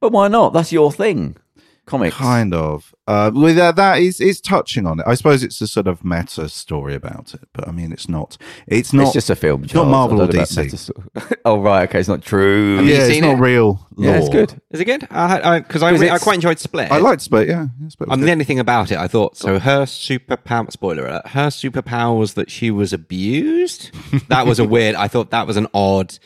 [SPEAKER 4] But why not? That's your thing. Comics.
[SPEAKER 3] kind of. Uh, with that, that is it's touching on it. I suppose it's a sort of meta story about it, but I mean, it's not. It's not.
[SPEAKER 4] it's just a film.
[SPEAKER 3] not
[SPEAKER 4] Charles.
[SPEAKER 3] Marvel
[SPEAKER 4] I
[SPEAKER 3] or
[SPEAKER 4] don't know about
[SPEAKER 3] DC.
[SPEAKER 4] meta- [LAUGHS] oh right, okay, it's not true.
[SPEAKER 2] you
[SPEAKER 3] yeah, it's
[SPEAKER 2] seen
[SPEAKER 3] not
[SPEAKER 2] it?
[SPEAKER 3] real. Lore.
[SPEAKER 4] Yeah, it's good.
[SPEAKER 2] Is it good? I because I,
[SPEAKER 4] Because
[SPEAKER 2] re- I
[SPEAKER 4] it's-
[SPEAKER 2] quite enjoyed Split.
[SPEAKER 3] I liked Split. Yeah, yeah Split was
[SPEAKER 2] I mean,
[SPEAKER 3] good.
[SPEAKER 2] the only thing about it, I thought so. Her superpower, spoiler alert, her superpower was that she was abused. That
[SPEAKER 4] [LAUGHS]
[SPEAKER 2] was a weird. I thought that was an odd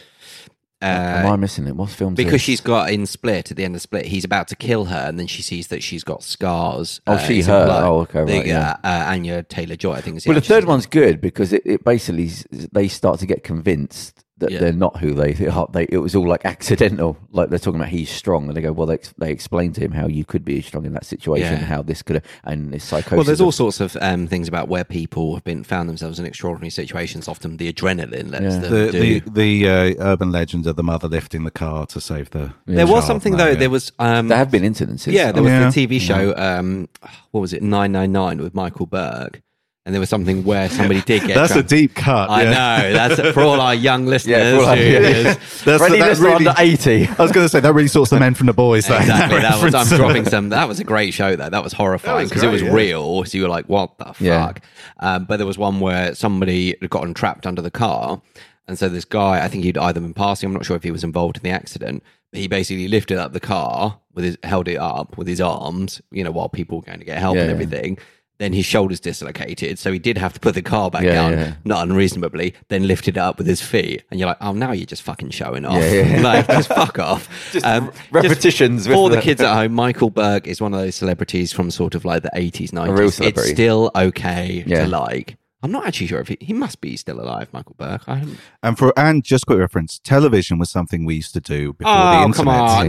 [SPEAKER 4] Am I missing it? What's film?
[SPEAKER 2] because she's got in Split at the end of Split, he's about to kill her, and then she sees that she's got scars. uh,
[SPEAKER 4] Oh, she,
[SPEAKER 2] it's in
[SPEAKER 4] her.
[SPEAKER 2] blood.
[SPEAKER 4] Oh, okay, right,
[SPEAKER 2] The,
[SPEAKER 4] yeah.
[SPEAKER 2] Uh, uh, Anya Taylor Joy, I think. Is
[SPEAKER 4] Well, the
[SPEAKER 2] actress.
[SPEAKER 4] third one's good because it, it basically s- they start to get convinced that
[SPEAKER 2] Yeah.
[SPEAKER 4] they're not who they, [LAUGHS] they are. They, it was all like accidental. Like they're talking about he's strong, and they go, well, they, ex- they explained to him how you could be strong in that situation,
[SPEAKER 2] Yeah.
[SPEAKER 4] how this could have, and his psychosis.
[SPEAKER 2] Well, there's
[SPEAKER 4] of-
[SPEAKER 2] all sorts of um, things about where people have been found themselves in extraordinary situations. Often the adrenaline lets
[SPEAKER 4] Yeah.
[SPEAKER 2] them
[SPEAKER 3] The
[SPEAKER 2] do.
[SPEAKER 3] the, the uh, urban legend of the mother lifting the car to save the.
[SPEAKER 2] there was
[SPEAKER 3] child,
[SPEAKER 2] something
[SPEAKER 3] no,
[SPEAKER 2] though.
[SPEAKER 3] yeah.
[SPEAKER 2] There was um,
[SPEAKER 4] there have been incidences.
[SPEAKER 2] yeah, there was
[SPEAKER 3] Yeah.
[SPEAKER 2] the TV show. Um, what was it? Nine nine nine with Michael Berg, and there was something where somebody did get.
[SPEAKER 3] That's a
[SPEAKER 2] trapped.
[SPEAKER 3] deep cut.
[SPEAKER 2] I
[SPEAKER 3] yeah.
[SPEAKER 2] know. That's for all our young listeners.
[SPEAKER 4] Yeah, for all our-
[SPEAKER 2] who
[SPEAKER 4] yeah.
[SPEAKER 2] is-
[SPEAKER 3] [LAUGHS] That's,
[SPEAKER 4] Ready
[SPEAKER 3] that
[SPEAKER 4] listener
[SPEAKER 3] really,
[SPEAKER 4] under eighty.
[SPEAKER 3] I was going to say that really sorts the men from the boys. That, [LAUGHS]
[SPEAKER 2] Exactly. That was, I'm
[SPEAKER 3] reference.
[SPEAKER 2] dropping some. That was a great show, though. That was horrifying
[SPEAKER 3] was
[SPEAKER 2] because it
[SPEAKER 3] great,
[SPEAKER 2] was
[SPEAKER 3] yeah.
[SPEAKER 2] real. So you were like, what the
[SPEAKER 4] Yeah.
[SPEAKER 2] fuck? Um, but there was one where somebody had gotten trapped under the car. And so this guy, I think he'd either been passing, I'm not sure if he was involved in the accident, but he basically lifted up the car with his, held it up with his arms, you know, while people were going to get help
[SPEAKER 4] Yeah,
[SPEAKER 2] and
[SPEAKER 4] yeah.
[SPEAKER 2] everything. Then his shoulders dislocated. So he did have to put the car back
[SPEAKER 4] Yeah,
[SPEAKER 2] down,
[SPEAKER 4] yeah.
[SPEAKER 2] not unreasonably, then lifted it up with his feet. And you're like, oh, now you're just fucking showing off.
[SPEAKER 4] Yeah, yeah.
[SPEAKER 2] [LAUGHS] like, just fuck off. Um,
[SPEAKER 4] repetitions with
[SPEAKER 2] for the
[SPEAKER 4] the- [LAUGHS]
[SPEAKER 2] kids at home, Michael Berg is one of those celebrities from sort of like the 80s, 90s.
[SPEAKER 4] real
[SPEAKER 2] It's
[SPEAKER 4] celebrity.
[SPEAKER 2] still okay
[SPEAKER 4] Yeah.
[SPEAKER 2] to like. I'm not actually sure if he, he must be still alive, Michael Berg. I haven't-
[SPEAKER 3] And for and just quick reference, television was something we used to do before the
[SPEAKER 2] oh,
[SPEAKER 3] internet.
[SPEAKER 2] come
[SPEAKER 3] [LAUGHS]
[SPEAKER 2] on.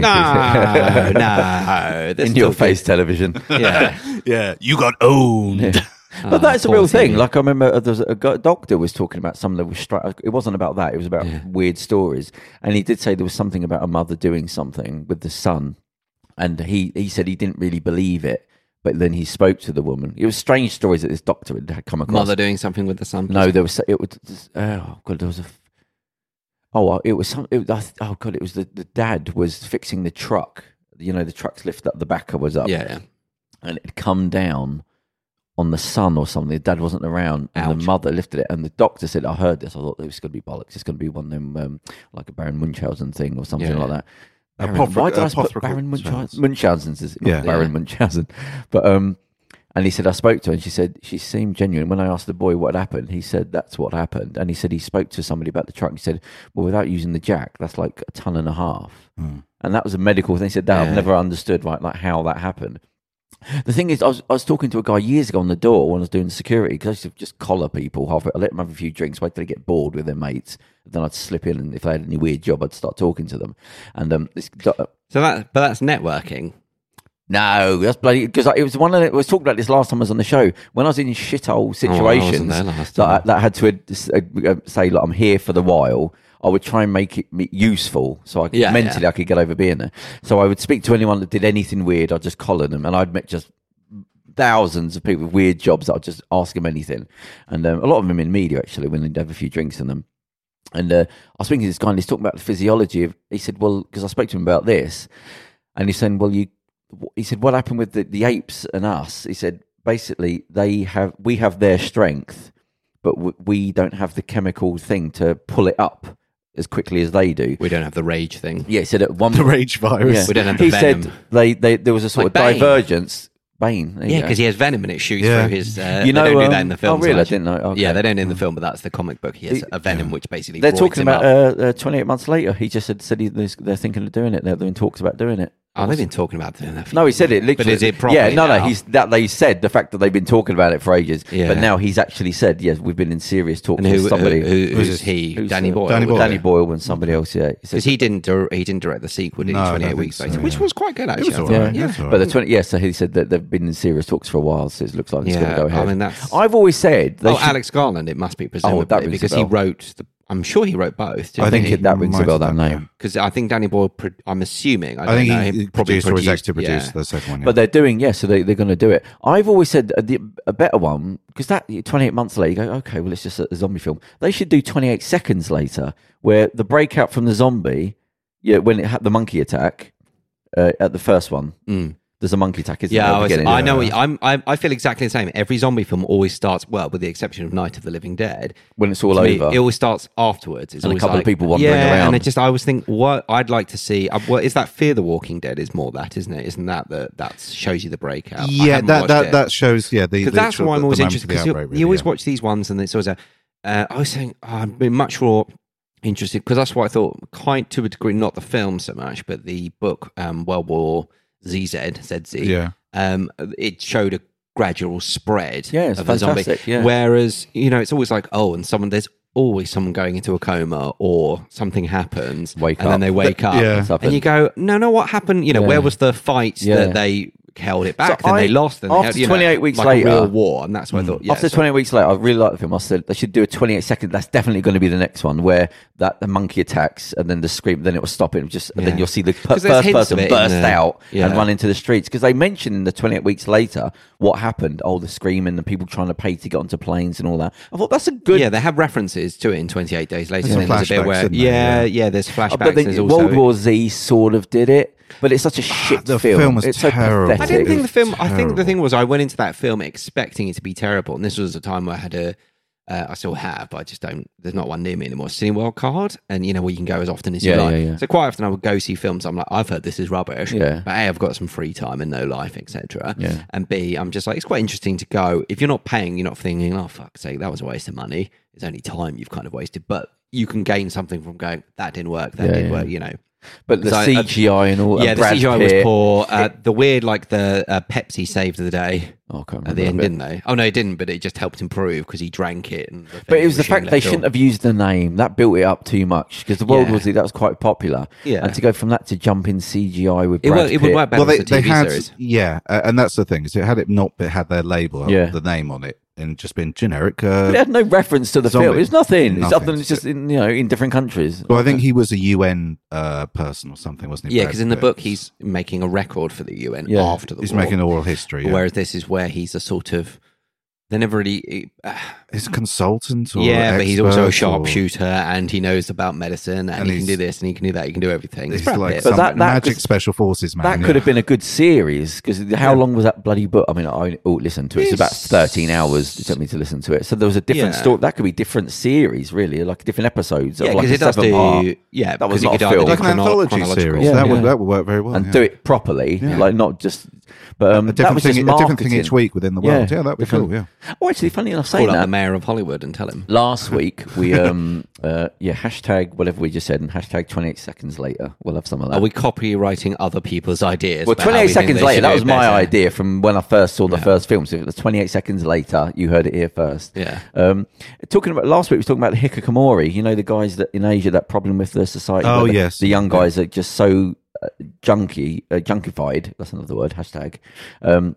[SPEAKER 2] No,
[SPEAKER 4] [LAUGHS]
[SPEAKER 2] no. There's
[SPEAKER 4] in
[SPEAKER 2] still
[SPEAKER 4] your face
[SPEAKER 2] [LAUGHS]
[SPEAKER 4] television.
[SPEAKER 2] people-
[SPEAKER 4] [LAUGHS]
[SPEAKER 2] Yeah.
[SPEAKER 3] Yeah, you got owned. [LAUGHS]
[SPEAKER 4] But that's a
[SPEAKER 2] Uh,
[SPEAKER 4] real
[SPEAKER 2] poor
[SPEAKER 4] thing.
[SPEAKER 2] TV.
[SPEAKER 4] Like I remember, there was a go- doctor was talking about some that was. Stri- uh, it wasn't about that. It was about weird stories, and he did say there was something about a mother doing something with the son, and he he said he didn't really believe it, but then he spoke to the woman. It was strange stories that this doctor had come across.
[SPEAKER 2] Mother doing something with the son.
[SPEAKER 4] No, there was it was oh god, there was a oh uh, it was some it, was- oh god, it was the, the dad was fixing the truck. You know, the truck's lift up, the backer was up,
[SPEAKER 2] Yeah. yeah.
[SPEAKER 4] and it had come down on the son or something. The dad wasn't around, and
[SPEAKER 2] Ouch.
[SPEAKER 4] the mother lifted it. And the doctor said, "I heard this. I thought it was going to be bollocks. It's going to be one of them um, like a Baron Munchausen thing or something
[SPEAKER 2] Yeah,
[SPEAKER 4] like
[SPEAKER 2] yeah.
[SPEAKER 4] that."
[SPEAKER 3] A
[SPEAKER 4] Baron,
[SPEAKER 3] Pothric-
[SPEAKER 4] why did
[SPEAKER 3] a
[SPEAKER 4] I put
[SPEAKER 3] Pothric-
[SPEAKER 4] Baron Munchausen?
[SPEAKER 3] Munchausen.
[SPEAKER 4] Munchausen's is not
[SPEAKER 3] Yeah.
[SPEAKER 4] Baron
[SPEAKER 2] Yeah.
[SPEAKER 4] Munchausen, [LAUGHS] but um. And he said, I spoke to her and she said, she seemed genuine. When I asked the boy what had happened, he said, that's what happened. And he said, he spoke to somebody about the truck. He said, well, without using the jack, that's like a ton and a half. And that was a medical thing. He said, that I've
[SPEAKER 2] Yeah.
[SPEAKER 4] never understood, right, like how that happened. The thing is, I was, I was talking to a guy years ago on the door when I was doing security because I used to just collar people. Half, I let them have a few drinks, wait till they get bored with their mates. Then I'd slip in, and if they had any weird job, I'd start talking to them. And um, this
[SPEAKER 2] So that, but that's networking.
[SPEAKER 4] no, that's bloody because it was one of the, we was talking about this last time I was on the show when I was in shithole situations
[SPEAKER 2] Oh, there last
[SPEAKER 4] that I,
[SPEAKER 2] time.
[SPEAKER 4] that I had to uh, uh, say like I'm here for the while. I would try and make it me- useful so I could,
[SPEAKER 2] Yeah,
[SPEAKER 4] mentally I could get over being there. So I would speak to anyone that did anything weird. I'd just collar them, and I'd met just thousands of people with weird jobs. that I'd just ask them anything, and um, a lot of them in media actually when they'd have a few drinks in them. And uh, I was speaking to this guy, and he's talking about the physiology of. He said, "Well, because I spoke to him about this, and he's saying, "Well, you," he said, "What happened with the, the apes and us?" He said, "Basically, they have we have their strength, but w- we don't have the chemical thing to pull it up as quickly as they do."
[SPEAKER 2] We don't have the rage thing.
[SPEAKER 4] Yeah, he said at
[SPEAKER 2] [LAUGHS]
[SPEAKER 4] one
[SPEAKER 3] The rage virus.
[SPEAKER 4] yeah.
[SPEAKER 2] We don't have the
[SPEAKER 4] he
[SPEAKER 2] venom.
[SPEAKER 4] said they, they there was a sort
[SPEAKER 2] Like
[SPEAKER 4] of
[SPEAKER 2] Bane.
[SPEAKER 4] divergence. Bane, there you
[SPEAKER 2] Yeah,
[SPEAKER 4] go.
[SPEAKER 2] because he has venom and it shoots
[SPEAKER 3] Yeah.
[SPEAKER 2] through his. Uh,
[SPEAKER 4] You know,
[SPEAKER 2] they don't do
[SPEAKER 4] um,
[SPEAKER 2] that in the film.
[SPEAKER 4] oh, really? I didn't know. Okay. Mm.
[SPEAKER 2] Yeah, they don't in the film, but that's the comic book. He has
[SPEAKER 4] He-
[SPEAKER 2] a venom, which basically
[SPEAKER 4] They're
[SPEAKER 2] roids
[SPEAKER 4] talking
[SPEAKER 2] him
[SPEAKER 4] about
[SPEAKER 2] up.
[SPEAKER 4] uh, uh, 28 months later. He just said, said he, they're they're thinking of doing it. They're, they're in talks about doing it.
[SPEAKER 2] Oh, they've been talking about doing that. for
[SPEAKER 4] No, he said it
[SPEAKER 2] years.
[SPEAKER 4] literally.
[SPEAKER 2] But is it properly?
[SPEAKER 4] Yeah, no,
[SPEAKER 2] now?
[SPEAKER 4] no. He's that they said the fact that they've been talking about it for ages,
[SPEAKER 2] Yeah.
[SPEAKER 4] but now he's actually said, yes, we've been in serious talks
[SPEAKER 2] And who, uh,
[SPEAKER 4] with somebody.
[SPEAKER 2] who, who,
[SPEAKER 3] Who's
[SPEAKER 2] who's
[SPEAKER 3] this?
[SPEAKER 2] he?
[SPEAKER 4] Who's,
[SPEAKER 2] Danny
[SPEAKER 4] uh,
[SPEAKER 2] Boyle.
[SPEAKER 3] Danny Boyle.
[SPEAKER 4] Danny Boyle and somebody else. Yeah, He said-
[SPEAKER 2] Because he didn't dir- he didn't direct the sequel, did he?
[SPEAKER 3] No, I don't
[SPEAKER 2] Twenty eight
[SPEAKER 3] think
[SPEAKER 2] weeks
[SPEAKER 3] so,
[SPEAKER 2] later,
[SPEAKER 3] yeah.
[SPEAKER 2] which was quite good
[SPEAKER 3] It
[SPEAKER 2] actually.
[SPEAKER 3] was
[SPEAKER 2] I
[SPEAKER 3] all
[SPEAKER 2] thought.
[SPEAKER 3] right.
[SPEAKER 2] Yeah,
[SPEAKER 3] That's all right.
[SPEAKER 4] But the twenty, yeah. So he said that they've been in serious talks for a while, so it looks like it's going
[SPEAKER 2] Yeah,
[SPEAKER 4] to go ahead.
[SPEAKER 2] I mean that's.
[SPEAKER 4] I've always said they
[SPEAKER 2] oh,
[SPEAKER 4] should-
[SPEAKER 2] Alex Garland. It must be
[SPEAKER 4] Oh, that
[SPEAKER 2] presumably
[SPEAKER 4] rings a
[SPEAKER 2] because he
[SPEAKER 4] bell.
[SPEAKER 2] wrote. The, I'm sure he wrote both.
[SPEAKER 3] I think
[SPEAKER 4] it-
[SPEAKER 2] because
[SPEAKER 4] that rings a
[SPEAKER 3] might
[SPEAKER 4] bell,
[SPEAKER 3] have
[SPEAKER 4] that
[SPEAKER 3] done,
[SPEAKER 4] name.
[SPEAKER 2] I think Danny Boyle. Pro- I'm assuming. I,
[SPEAKER 3] yeah. I
[SPEAKER 2] don't know,
[SPEAKER 3] think he probably produced or executive
[SPEAKER 2] yeah.
[SPEAKER 3] produced the second one. yeah.
[SPEAKER 4] But they're doing, yeah, so they, they're going to do it. I've always said a, the- a better one, because that 28 months later, you go, okay, well, it's just a, a zombie film. They should do 28 seconds later, where the breakout from the zombie, yeah, when it had the monkey attack uh, at the first one,
[SPEAKER 2] Mm.
[SPEAKER 4] there's a monkey attack, isn't
[SPEAKER 2] Yeah, I,
[SPEAKER 4] there? at the
[SPEAKER 2] was,
[SPEAKER 4] beginning?
[SPEAKER 2] I know. what you- I'm, I, I feel exactly the same. Every zombie film always starts well, with the exception of Night of the Living Dead.
[SPEAKER 4] When it's all
[SPEAKER 2] to me,
[SPEAKER 4] over.
[SPEAKER 2] it always starts afterwards. It's
[SPEAKER 4] And a
[SPEAKER 2] always
[SPEAKER 4] couple of
[SPEAKER 2] like-
[SPEAKER 4] people wandering
[SPEAKER 2] yeah,
[SPEAKER 4] around.
[SPEAKER 2] And it just, I always think, what I'd like to see. Uh, what is that? Fear the Walking Dead is more that, isn't it? Isn't that that that shows you the breakout?
[SPEAKER 3] yeah, that that, that shows. Yeah, the
[SPEAKER 2] because that's
[SPEAKER 3] the-
[SPEAKER 2] why I'm
[SPEAKER 3] the
[SPEAKER 2] always
[SPEAKER 3] moment of
[SPEAKER 2] interested.
[SPEAKER 3] the
[SPEAKER 2] Because you,
[SPEAKER 3] outbreak,
[SPEAKER 2] you always
[SPEAKER 3] really,
[SPEAKER 2] watch these ones, and it's always a. Uh, I was saying oh, I've been much more interested because that's what I thought. Quite to a degree, not the film so much, but the book, um, World War ZZ, ZZ
[SPEAKER 3] Yeah.
[SPEAKER 2] um, it showed a gradual spread
[SPEAKER 4] Yeah, it's
[SPEAKER 2] of a zombie.
[SPEAKER 4] fantastic, yeah.
[SPEAKER 2] Whereas, you know, it's always like, oh, and someone, there's always someone going into a coma or something happens,
[SPEAKER 4] Wake
[SPEAKER 2] and
[SPEAKER 4] up.
[SPEAKER 2] then they wake up,
[SPEAKER 3] yeah.
[SPEAKER 4] It's happened.
[SPEAKER 2] and you go, no, no, what happened? You know,
[SPEAKER 4] Yeah.
[SPEAKER 2] where was the fight
[SPEAKER 4] Yeah.
[SPEAKER 2] that they held it back? then
[SPEAKER 4] I-
[SPEAKER 2] they lost. Then they
[SPEAKER 4] after
[SPEAKER 2] held- you know,
[SPEAKER 4] 28 weeks
[SPEAKER 2] like
[SPEAKER 4] later-
[SPEAKER 2] a real war, and that's what I
[SPEAKER 3] Hmm.
[SPEAKER 2] thought. Yeah,
[SPEAKER 4] After
[SPEAKER 2] so-
[SPEAKER 4] 28 weeks later, I really liked the film. I said they should do a 28 second. That's definitely going to be the next one where that the monkey attacks and then the scream, then it will stop it. and Just and then
[SPEAKER 2] Yeah.
[SPEAKER 4] you'll see the per-
[SPEAKER 2] 'Cause there's
[SPEAKER 4] first
[SPEAKER 2] hints of
[SPEAKER 4] person
[SPEAKER 2] it in
[SPEAKER 4] burst
[SPEAKER 2] there.
[SPEAKER 4] out and
[SPEAKER 2] Yeah.
[SPEAKER 4] run into the streets because they mentioned in the 28 weeks later what happened. Oh, the screaming, the people trying to pay to get onto planes and all that. I thought that's a good.
[SPEAKER 2] yeah, they have references to it in 28 days later.
[SPEAKER 3] There's
[SPEAKER 2] and then there's a bit
[SPEAKER 3] flashbacks,
[SPEAKER 2] where,
[SPEAKER 3] isn't there?
[SPEAKER 2] yeah,
[SPEAKER 3] Yeah.
[SPEAKER 2] yeah, there's flashbacks.
[SPEAKER 4] Uh, but
[SPEAKER 2] there's
[SPEAKER 4] then
[SPEAKER 2] also Ah,
[SPEAKER 4] World War Z sort of did it, but it's such a shit
[SPEAKER 3] the
[SPEAKER 4] film.
[SPEAKER 3] film was
[SPEAKER 4] it's
[SPEAKER 3] terrible.
[SPEAKER 4] So
[SPEAKER 2] I didn't
[SPEAKER 4] pathetic.
[SPEAKER 2] think the film. I think
[SPEAKER 3] terrible.
[SPEAKER 2] the thing was, I went into that film expecting it to be terrible, and this was a time where I had a. Uh, I still have, but I just don't. There's not one near me anymore. Cineworld card, and you know where you can go as often as
[SPEAKER 4] Yeah,
[SPEAKER 2] you like.
[SPEAKER 4] yeah, yeah.
[SPEAKER 2] So quite often I would go see films. I'm like, I've heard this is rubbish.
[SPEAKER 4] Yeah.
[SPEAKER 2] But a, I've got some free time and no life, etc.
[SPEAKER 4] Yeah.
[SPEAKER 2] And b, I'm just like, it's quite interesting to go. If you're not paying, you're not thinking, oh fuck's sake, that was a waste of money. It's only time you've kind of wasted, but you can gain something from going. That didn't work. That
[SPEAKER 4] Yeah,
[SPEAKER 2] didn't
[SPEAKER 4] yeah.
[SPEAKER 2] work. You know.
[SPEAKER 4] but the
[SPEAKER 2] So, uh,
[SPEAKER 4] CGI and all.
[SPEAKER 2] yeah,
[SPEAKER 4] and
[SPEAKER 2] the
[SPEAKER 4] Brad
[SPEAKER 2] CGI was
[SPEAKER 4] Pitt.
[SPEAKER 2] poor. Uh, the weird, like the uh, Pepsi saved the day
[SPEAKER 4] Oh, I can't remember
[SPEAKER 2] at the
[SPEAKER 4] that
[SPEAKER 2] end,
[SPEAKER 4] bit.
[SPEAKER 2] didn't they? Oh no, it didn't, but it just helped improve because he drank it. And the
[SPEAKER 4] But
[SPEAKER 2] thing
[SPEAKER 4] it was the fact
[SPEAKER 2] machine
[SPEAKER 4] they
[SPEAKER 2] left
[SPEAKER 4] shouldn't
[SPEAKER 2] off.
[SPEAKER 4] have used the name that built it up too much because the World
[SPEAKER 2] Yeah.
[SPEAKER 4] War Z that was quite popular.
[SPEAKER 2] Yeah.
[SPEAKER 4] and to go from that to jump in CGI with
[SPEAKER 2] It,
[SPEAKER 4] Brad
[SPEAKER 2] would, it would
[SPEAKER 4] Pitt-
[SPEAKER 2] work better
[SPEAKER 3] well, they,
[SPEAKER 2] as a TV
[SPEAKER 3] they had,
[SPEAKER 2] series.
[SPEAKER 3] yeah, uh, and that's the thing is, it had it not been, had their label,
[SPEAKER 4] Yeah.
[SPEAKER 3] the name on it, and just been generic.
[SPEAKER 4] But it
[SPEAKER 3] Uh,
[SPEAKER 4] had no reference to the
[SPEAKER 3] Zombie.
[SPEAKER 4] film. It's nothing. It's
[SPEAKER 3] Nothing
[SPEAKER 4] other than
[SPEAKER 3] to
[SPEAKER 4] it's just in you know in different countries.
[SPEAKER 3] well, I think he was a UN uh, person or something, wasn't he?
[SPEAKER 2] Yeah,
[SPEAKER 3] Brad
[SPEAKER 2] because in the
[SPEAKER 3] Pitt?
[SPEAKER 2] book he's making a record for the UN
[SPEAKER 4] Yeah.
[SPEAKER 2] after the
[SPEAKER 3] he's
[SPEAKER 2] war.
[SPEAKER 3] making oral history. yeah.
[SPEAKER 2] Whereas this is where he's a sort of they never really. Uh,
[SPEAKER 3] He's a consultant, or
[SPEAKER 2] yeah, but he's also a
[SPEAKER 3] expert or-
[SPEAKER 2] sharpshooter, and he knows about medicine, and,
[SPEAKER 3] And
[SPEAKER 2] he can
[SPEAKER 3] he's-
[SPEAKER 2] do this, and he can do that, he can do everything. It's
[SPEAKER 3] He's
[SPEAKER 2] Brad
[SPEAKER 3] like
[SPEAKER 2] Pitt.
[SPEAKER 4] But
[SPEAKER 3] some
[SPEAKER 4] that- that
[SPEAKER 3] magic
[SPEAKER 4] was-
[SPEAKER 3] special forces man.
[SPEAKER 4] That
[SPEAKER 3] yeah.
[SPEAKER 4] could have been a good series because how long was that bloody book? I mean, I all listened to it. It's about
[SPEAKER 2] It's-
[SPEAKER 4] thirteen hours. It took me to listen to it. So there was a different
[SPEAKER 2] Yeah.
[SPEAKER 4] story. That could be different series, really, like different episodes.
[SPEAKER 2] yeah,
[SPEAKER 4] of
[SPEAKER 2] because
[SPEAKER 4] like a
[SPEAKER 2] it does
[SPEAKER 4] seven
[SPEAKER 2] do.
[SPEAKER 4] part,
[SPEAKER 2] Yeah,
[SPEAKER 4] That
[SPEAKER 2] because
[SPEAKER 4] was
[SPEAKER 2] he
[SPEAKER 4] not a
[SPEAKER 2] could either
[SPEAKER 4] film.
[SPEAKER 2] do
[SPEAKER 3] like an
[SPEAKER 2] chrono-
[SPEAKER 3] anthology
[SPEAKER 2] chronological-
[SPEAKER 3] series.
[SPEAKER 4] Yeah,
[SPEAKER 3] that
[SPEAKER 4] yeah.
[SPEAKER 3] would that would work very well.
[SPEAKER 4] and
[SPEAKER 3] yeah.
[SPEAKER 4] do it properly, like not just. But
[SPEAKER 3] a
[SPEAKER 4] um, that
[SPEAKER 3] different
[SPEAKER 4] was
[SPEAKER 3] thing,
[SPEAKER 4] just
[SPEAKER 3] a different thing
[SPEAKER 4] marketing.
[SPEAKER 3] each week within the world. Yeah, that'd be
[SPEAKER 4] different-
[SPEAKER 3] cool. Yeah,
[SPEAKER 4] Oh, actually, funny enough, saying
[SPEAKER 2] Call up
[SPEAKER 4] that,
[SPEAKER 2] the mayor of Hollywood and tell him.
[SPEAKER 4] last week we um [LAUGHS] uh yeah hashtag whatever we just said and hashtag 28 seconds later we'll have some of that
[SPEAKER 2] Are we copywriting other people's ideas?
[SPEAKER 4] well
[SPEAKER 2] about how
[SPEAKER 4] 28
[SPEAKER 2] we think
[SPEAKER 4] seconds
[SPEAKER 2] they
[SPEAKER 4] later
[SPEAKER 2] should
[SPEAKER 4] that
[SPEAKER 2] do
[SPEAKER 4] was my
[SPEAKER 2] better?
[SPEAKER 4] idea from when i first saw the first film so it was 28 seconds later you heard it here first
[SPEAKER 2] Yeah.
[SPEAKER 4] um talking about last week we was talking about the hikikomori you know the guys that in asia that problem with the society
[SPEAKER 3] Oh,
[SPEAKER 4] where the,
[SPEAKER 3] yes.
[SPEAKER 4] the young guys are just so uh, junky uh, junkified that's another word hashtag um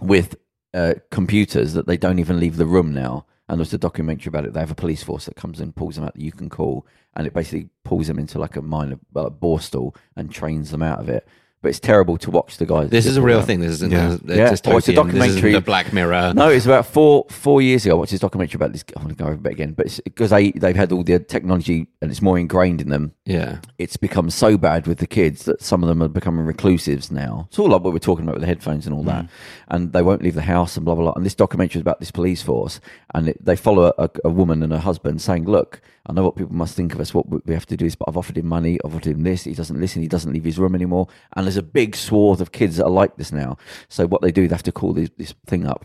[SPEAKER 4] with uh, computers that they don't even leave the room now. And there's a documentary about it. They have a police force that comes and pulls them out that you can call, and it basically pulls them into like a minor well, a borstal and trains them out of it. But it's terrible to watch the guys.
[SPEAKER 2] This is a real thing. This isn't
[SPEAKER 3] Yeah.
[SPEAKER 2] yeah. a,
[SPEAKER 4] Yeah.
[SPEAKER 2] just
[SPEAKER 4] Oh, it's a
[SPEAKER 2] dystopian. This isn't
[SPEAKER 4] documentary.
[SPEAKER 2] a Black Mirror.
[SPEAKER 4] No, it's about four four years ago. I watched this documentary about this. I want to go over it again, but it's because they they've had all the technology and it's more ingrained in them.
[SPEAKER 2] Yeah.
[SPEAKER 4] it's become so bad with the kids that some of them are becoming reclusives now. It's all like what we're talking about with the headphones and all that, and they won't leave the house and blah blah blah. And this documentary is about this police force, and it, they follow a, a woman and her husband saying, "Look, I know what people must think of us. What we have to do is, but I've offered him money, I've offered him this. He doesn't listen. He doesn't leave his room anymore." And there's a big swath of kids that are like this now. So what they do, they have to call this, this thing up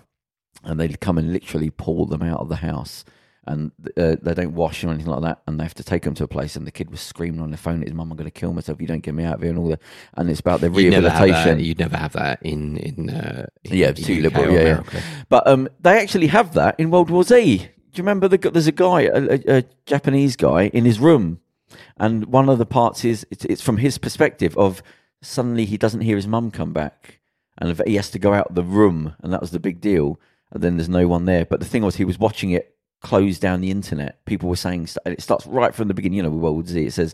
[SPEAKER 4] and they come and literally pull them out of the house and uh, they don't wash or anything like that and they have to take them to a place and the kid was screaming on the phone his mum i'm going to kill myself if you don't get me out of here and all that and it's about their
[SPEAKER 2] You'd never have that.
[SPEAKER 4] rehabilitation
[SPEAKER 2] You'd never have that in in uh, in
[SPEAKER 4] yeah
[SPEAKER 2] the
[SPEAKER 4] it's too
[SPEAKER 2] UK
[SPEAKER 4] liberal
[SPEAKER 2] or
[SPEAKER 4] yeah, yeah.
[SPEAKER 2] America.
[SPEAKER 4] but um they actually have that in world war z do you remember the, gu- there's a guy a, a, a japanese guy in his room and one of the parts is it's, it's from his perspective of suddenly he doesn't hear his mum come back and he has to go out the room and that was the big deal and then there's no one there but the thing was he was watching it close down the internet people were saying st- and it starts right from the beginning you know with world z it says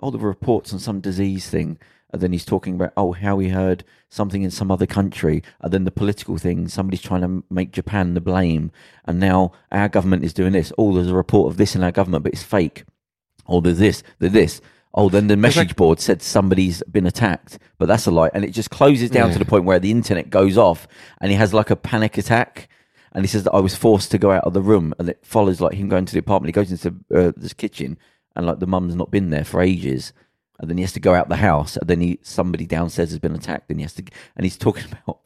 [SPEAKER 4] oh there were reports on some disease thing and then he's talking about oh how he heard something in some other country and then the political thing somebody's trying to m- make japan the blame and now our government is doing this oh there's a report of this in our government but it's fake oh, there's this, there's this. Oh, then the message board said somebody's been attacked, but that's a lie. And it just closes down to the point where the internet goes off and he has like a panic attack. And he says that I was forced to go out of the room. And it follows like him going to the apartment. He goes into uh, this kitchen and like the mum's not been there for ages. And then he has to go out the house. And then he, somebody downstairs has been attacked and he has to, and he's talking [LAUGHS] about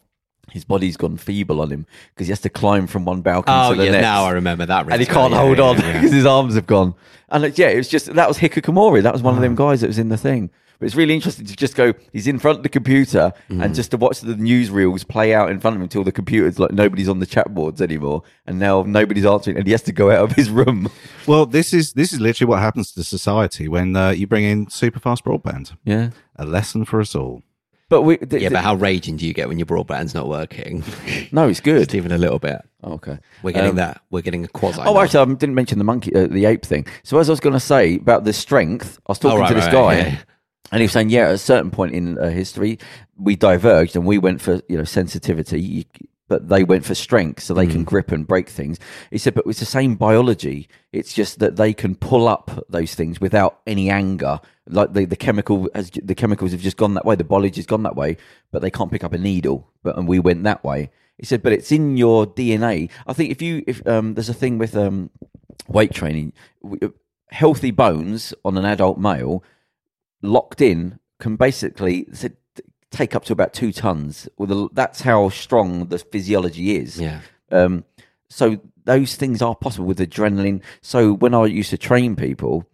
[SPEAKER 4] his body's gone feeble on him because he has to climb from one balcony
[SPEAKER 2] Oh
[SPEAKER 4] to the
[SPEAKER 2] yeah,
[SPEAKER 4] next
[SPEAKER 2] now I remember that.
[SPEAKER 4] and he
[SPEAKER 2] rings
[SPEAKER 4] can't
[SPEAKER 2] bell. Yeah,
[SPEAKER 4] hold
[SPEAKER 2] yeah,
[SPEAKER 4] on
[SPEAKER 2] yeah. Mm.
[SPEAKER 4] because his arms have gone. And it, yeah, it was just that was Hikakomori. That was one of them guys that was in the thing. But it's really interesting to just go, he's in front of the computer
[SPEAKER 2] Mm.
[SPEAKER 4] and just to watch the newsreels play out in front of him until the computer's like nobody's on the chat boards anymore. And now nobody's answering and he has to go out of his room.
[SPEAKER 3] Well, this is this is literally what happens to society when uh, you bring in super fast broadband.
[SPEAKER 4] Yeah.
[SPEAKER 3] A lesson for us all.
[SPEAKER 4] But we, th-
[SPEAKER 2] Yeah,
[SPEAKER 4] th-
[SPEAKER 2] but how raging do you get when your broadband's not working? [LAUGHS]
[SPEAKER 4] no, it's
[SPEAKER 2] Just
[SPEAKER 4] good.
[SPEAKER 2] even a little bit.
[SPEAKER 4] Oh, okay.
[SPEAKER 2] We're getting
[SPEAKER 4] Um,
[SPEAKER 2] that. We're getting a quasi.
[SPEAKER 4] Oh, actually, I didn't mention the monkey, uh, the ape thing. So as I was going to say about the strength, I was talking
[SPEAKER 2] Oh, right,
[SPEAKER 4] to this
[SPEAKER 2] right,
[SPEAKER 4] guy,
[SPEAKER 2] right, yeah.
[SPEAKER 4] and he was saying, yeah, at a certain point in uh, history, we diverged and we went for you know sensitivity. You, but they went for strength, so they can grip and break things. He said, but it's the same biology. It's just that they can pull up those things without any anger. Like the, the chemical has, j- the chemicals have just gone that way. The biology's gone that way, but they can't pick up a needle. But and we went that way. He said, but it's in your DNA. I think if you if um, there's a thing with um, weight training, w- uh, healthy bones on an adult male locked in can basically s- take up to about two tons. Well, the, that's how strong the physiology is.
[SPEAKER 2] Yeah.
[SPEAKER 4] Um, so those things are possible with adrenaline. So when I used to train people,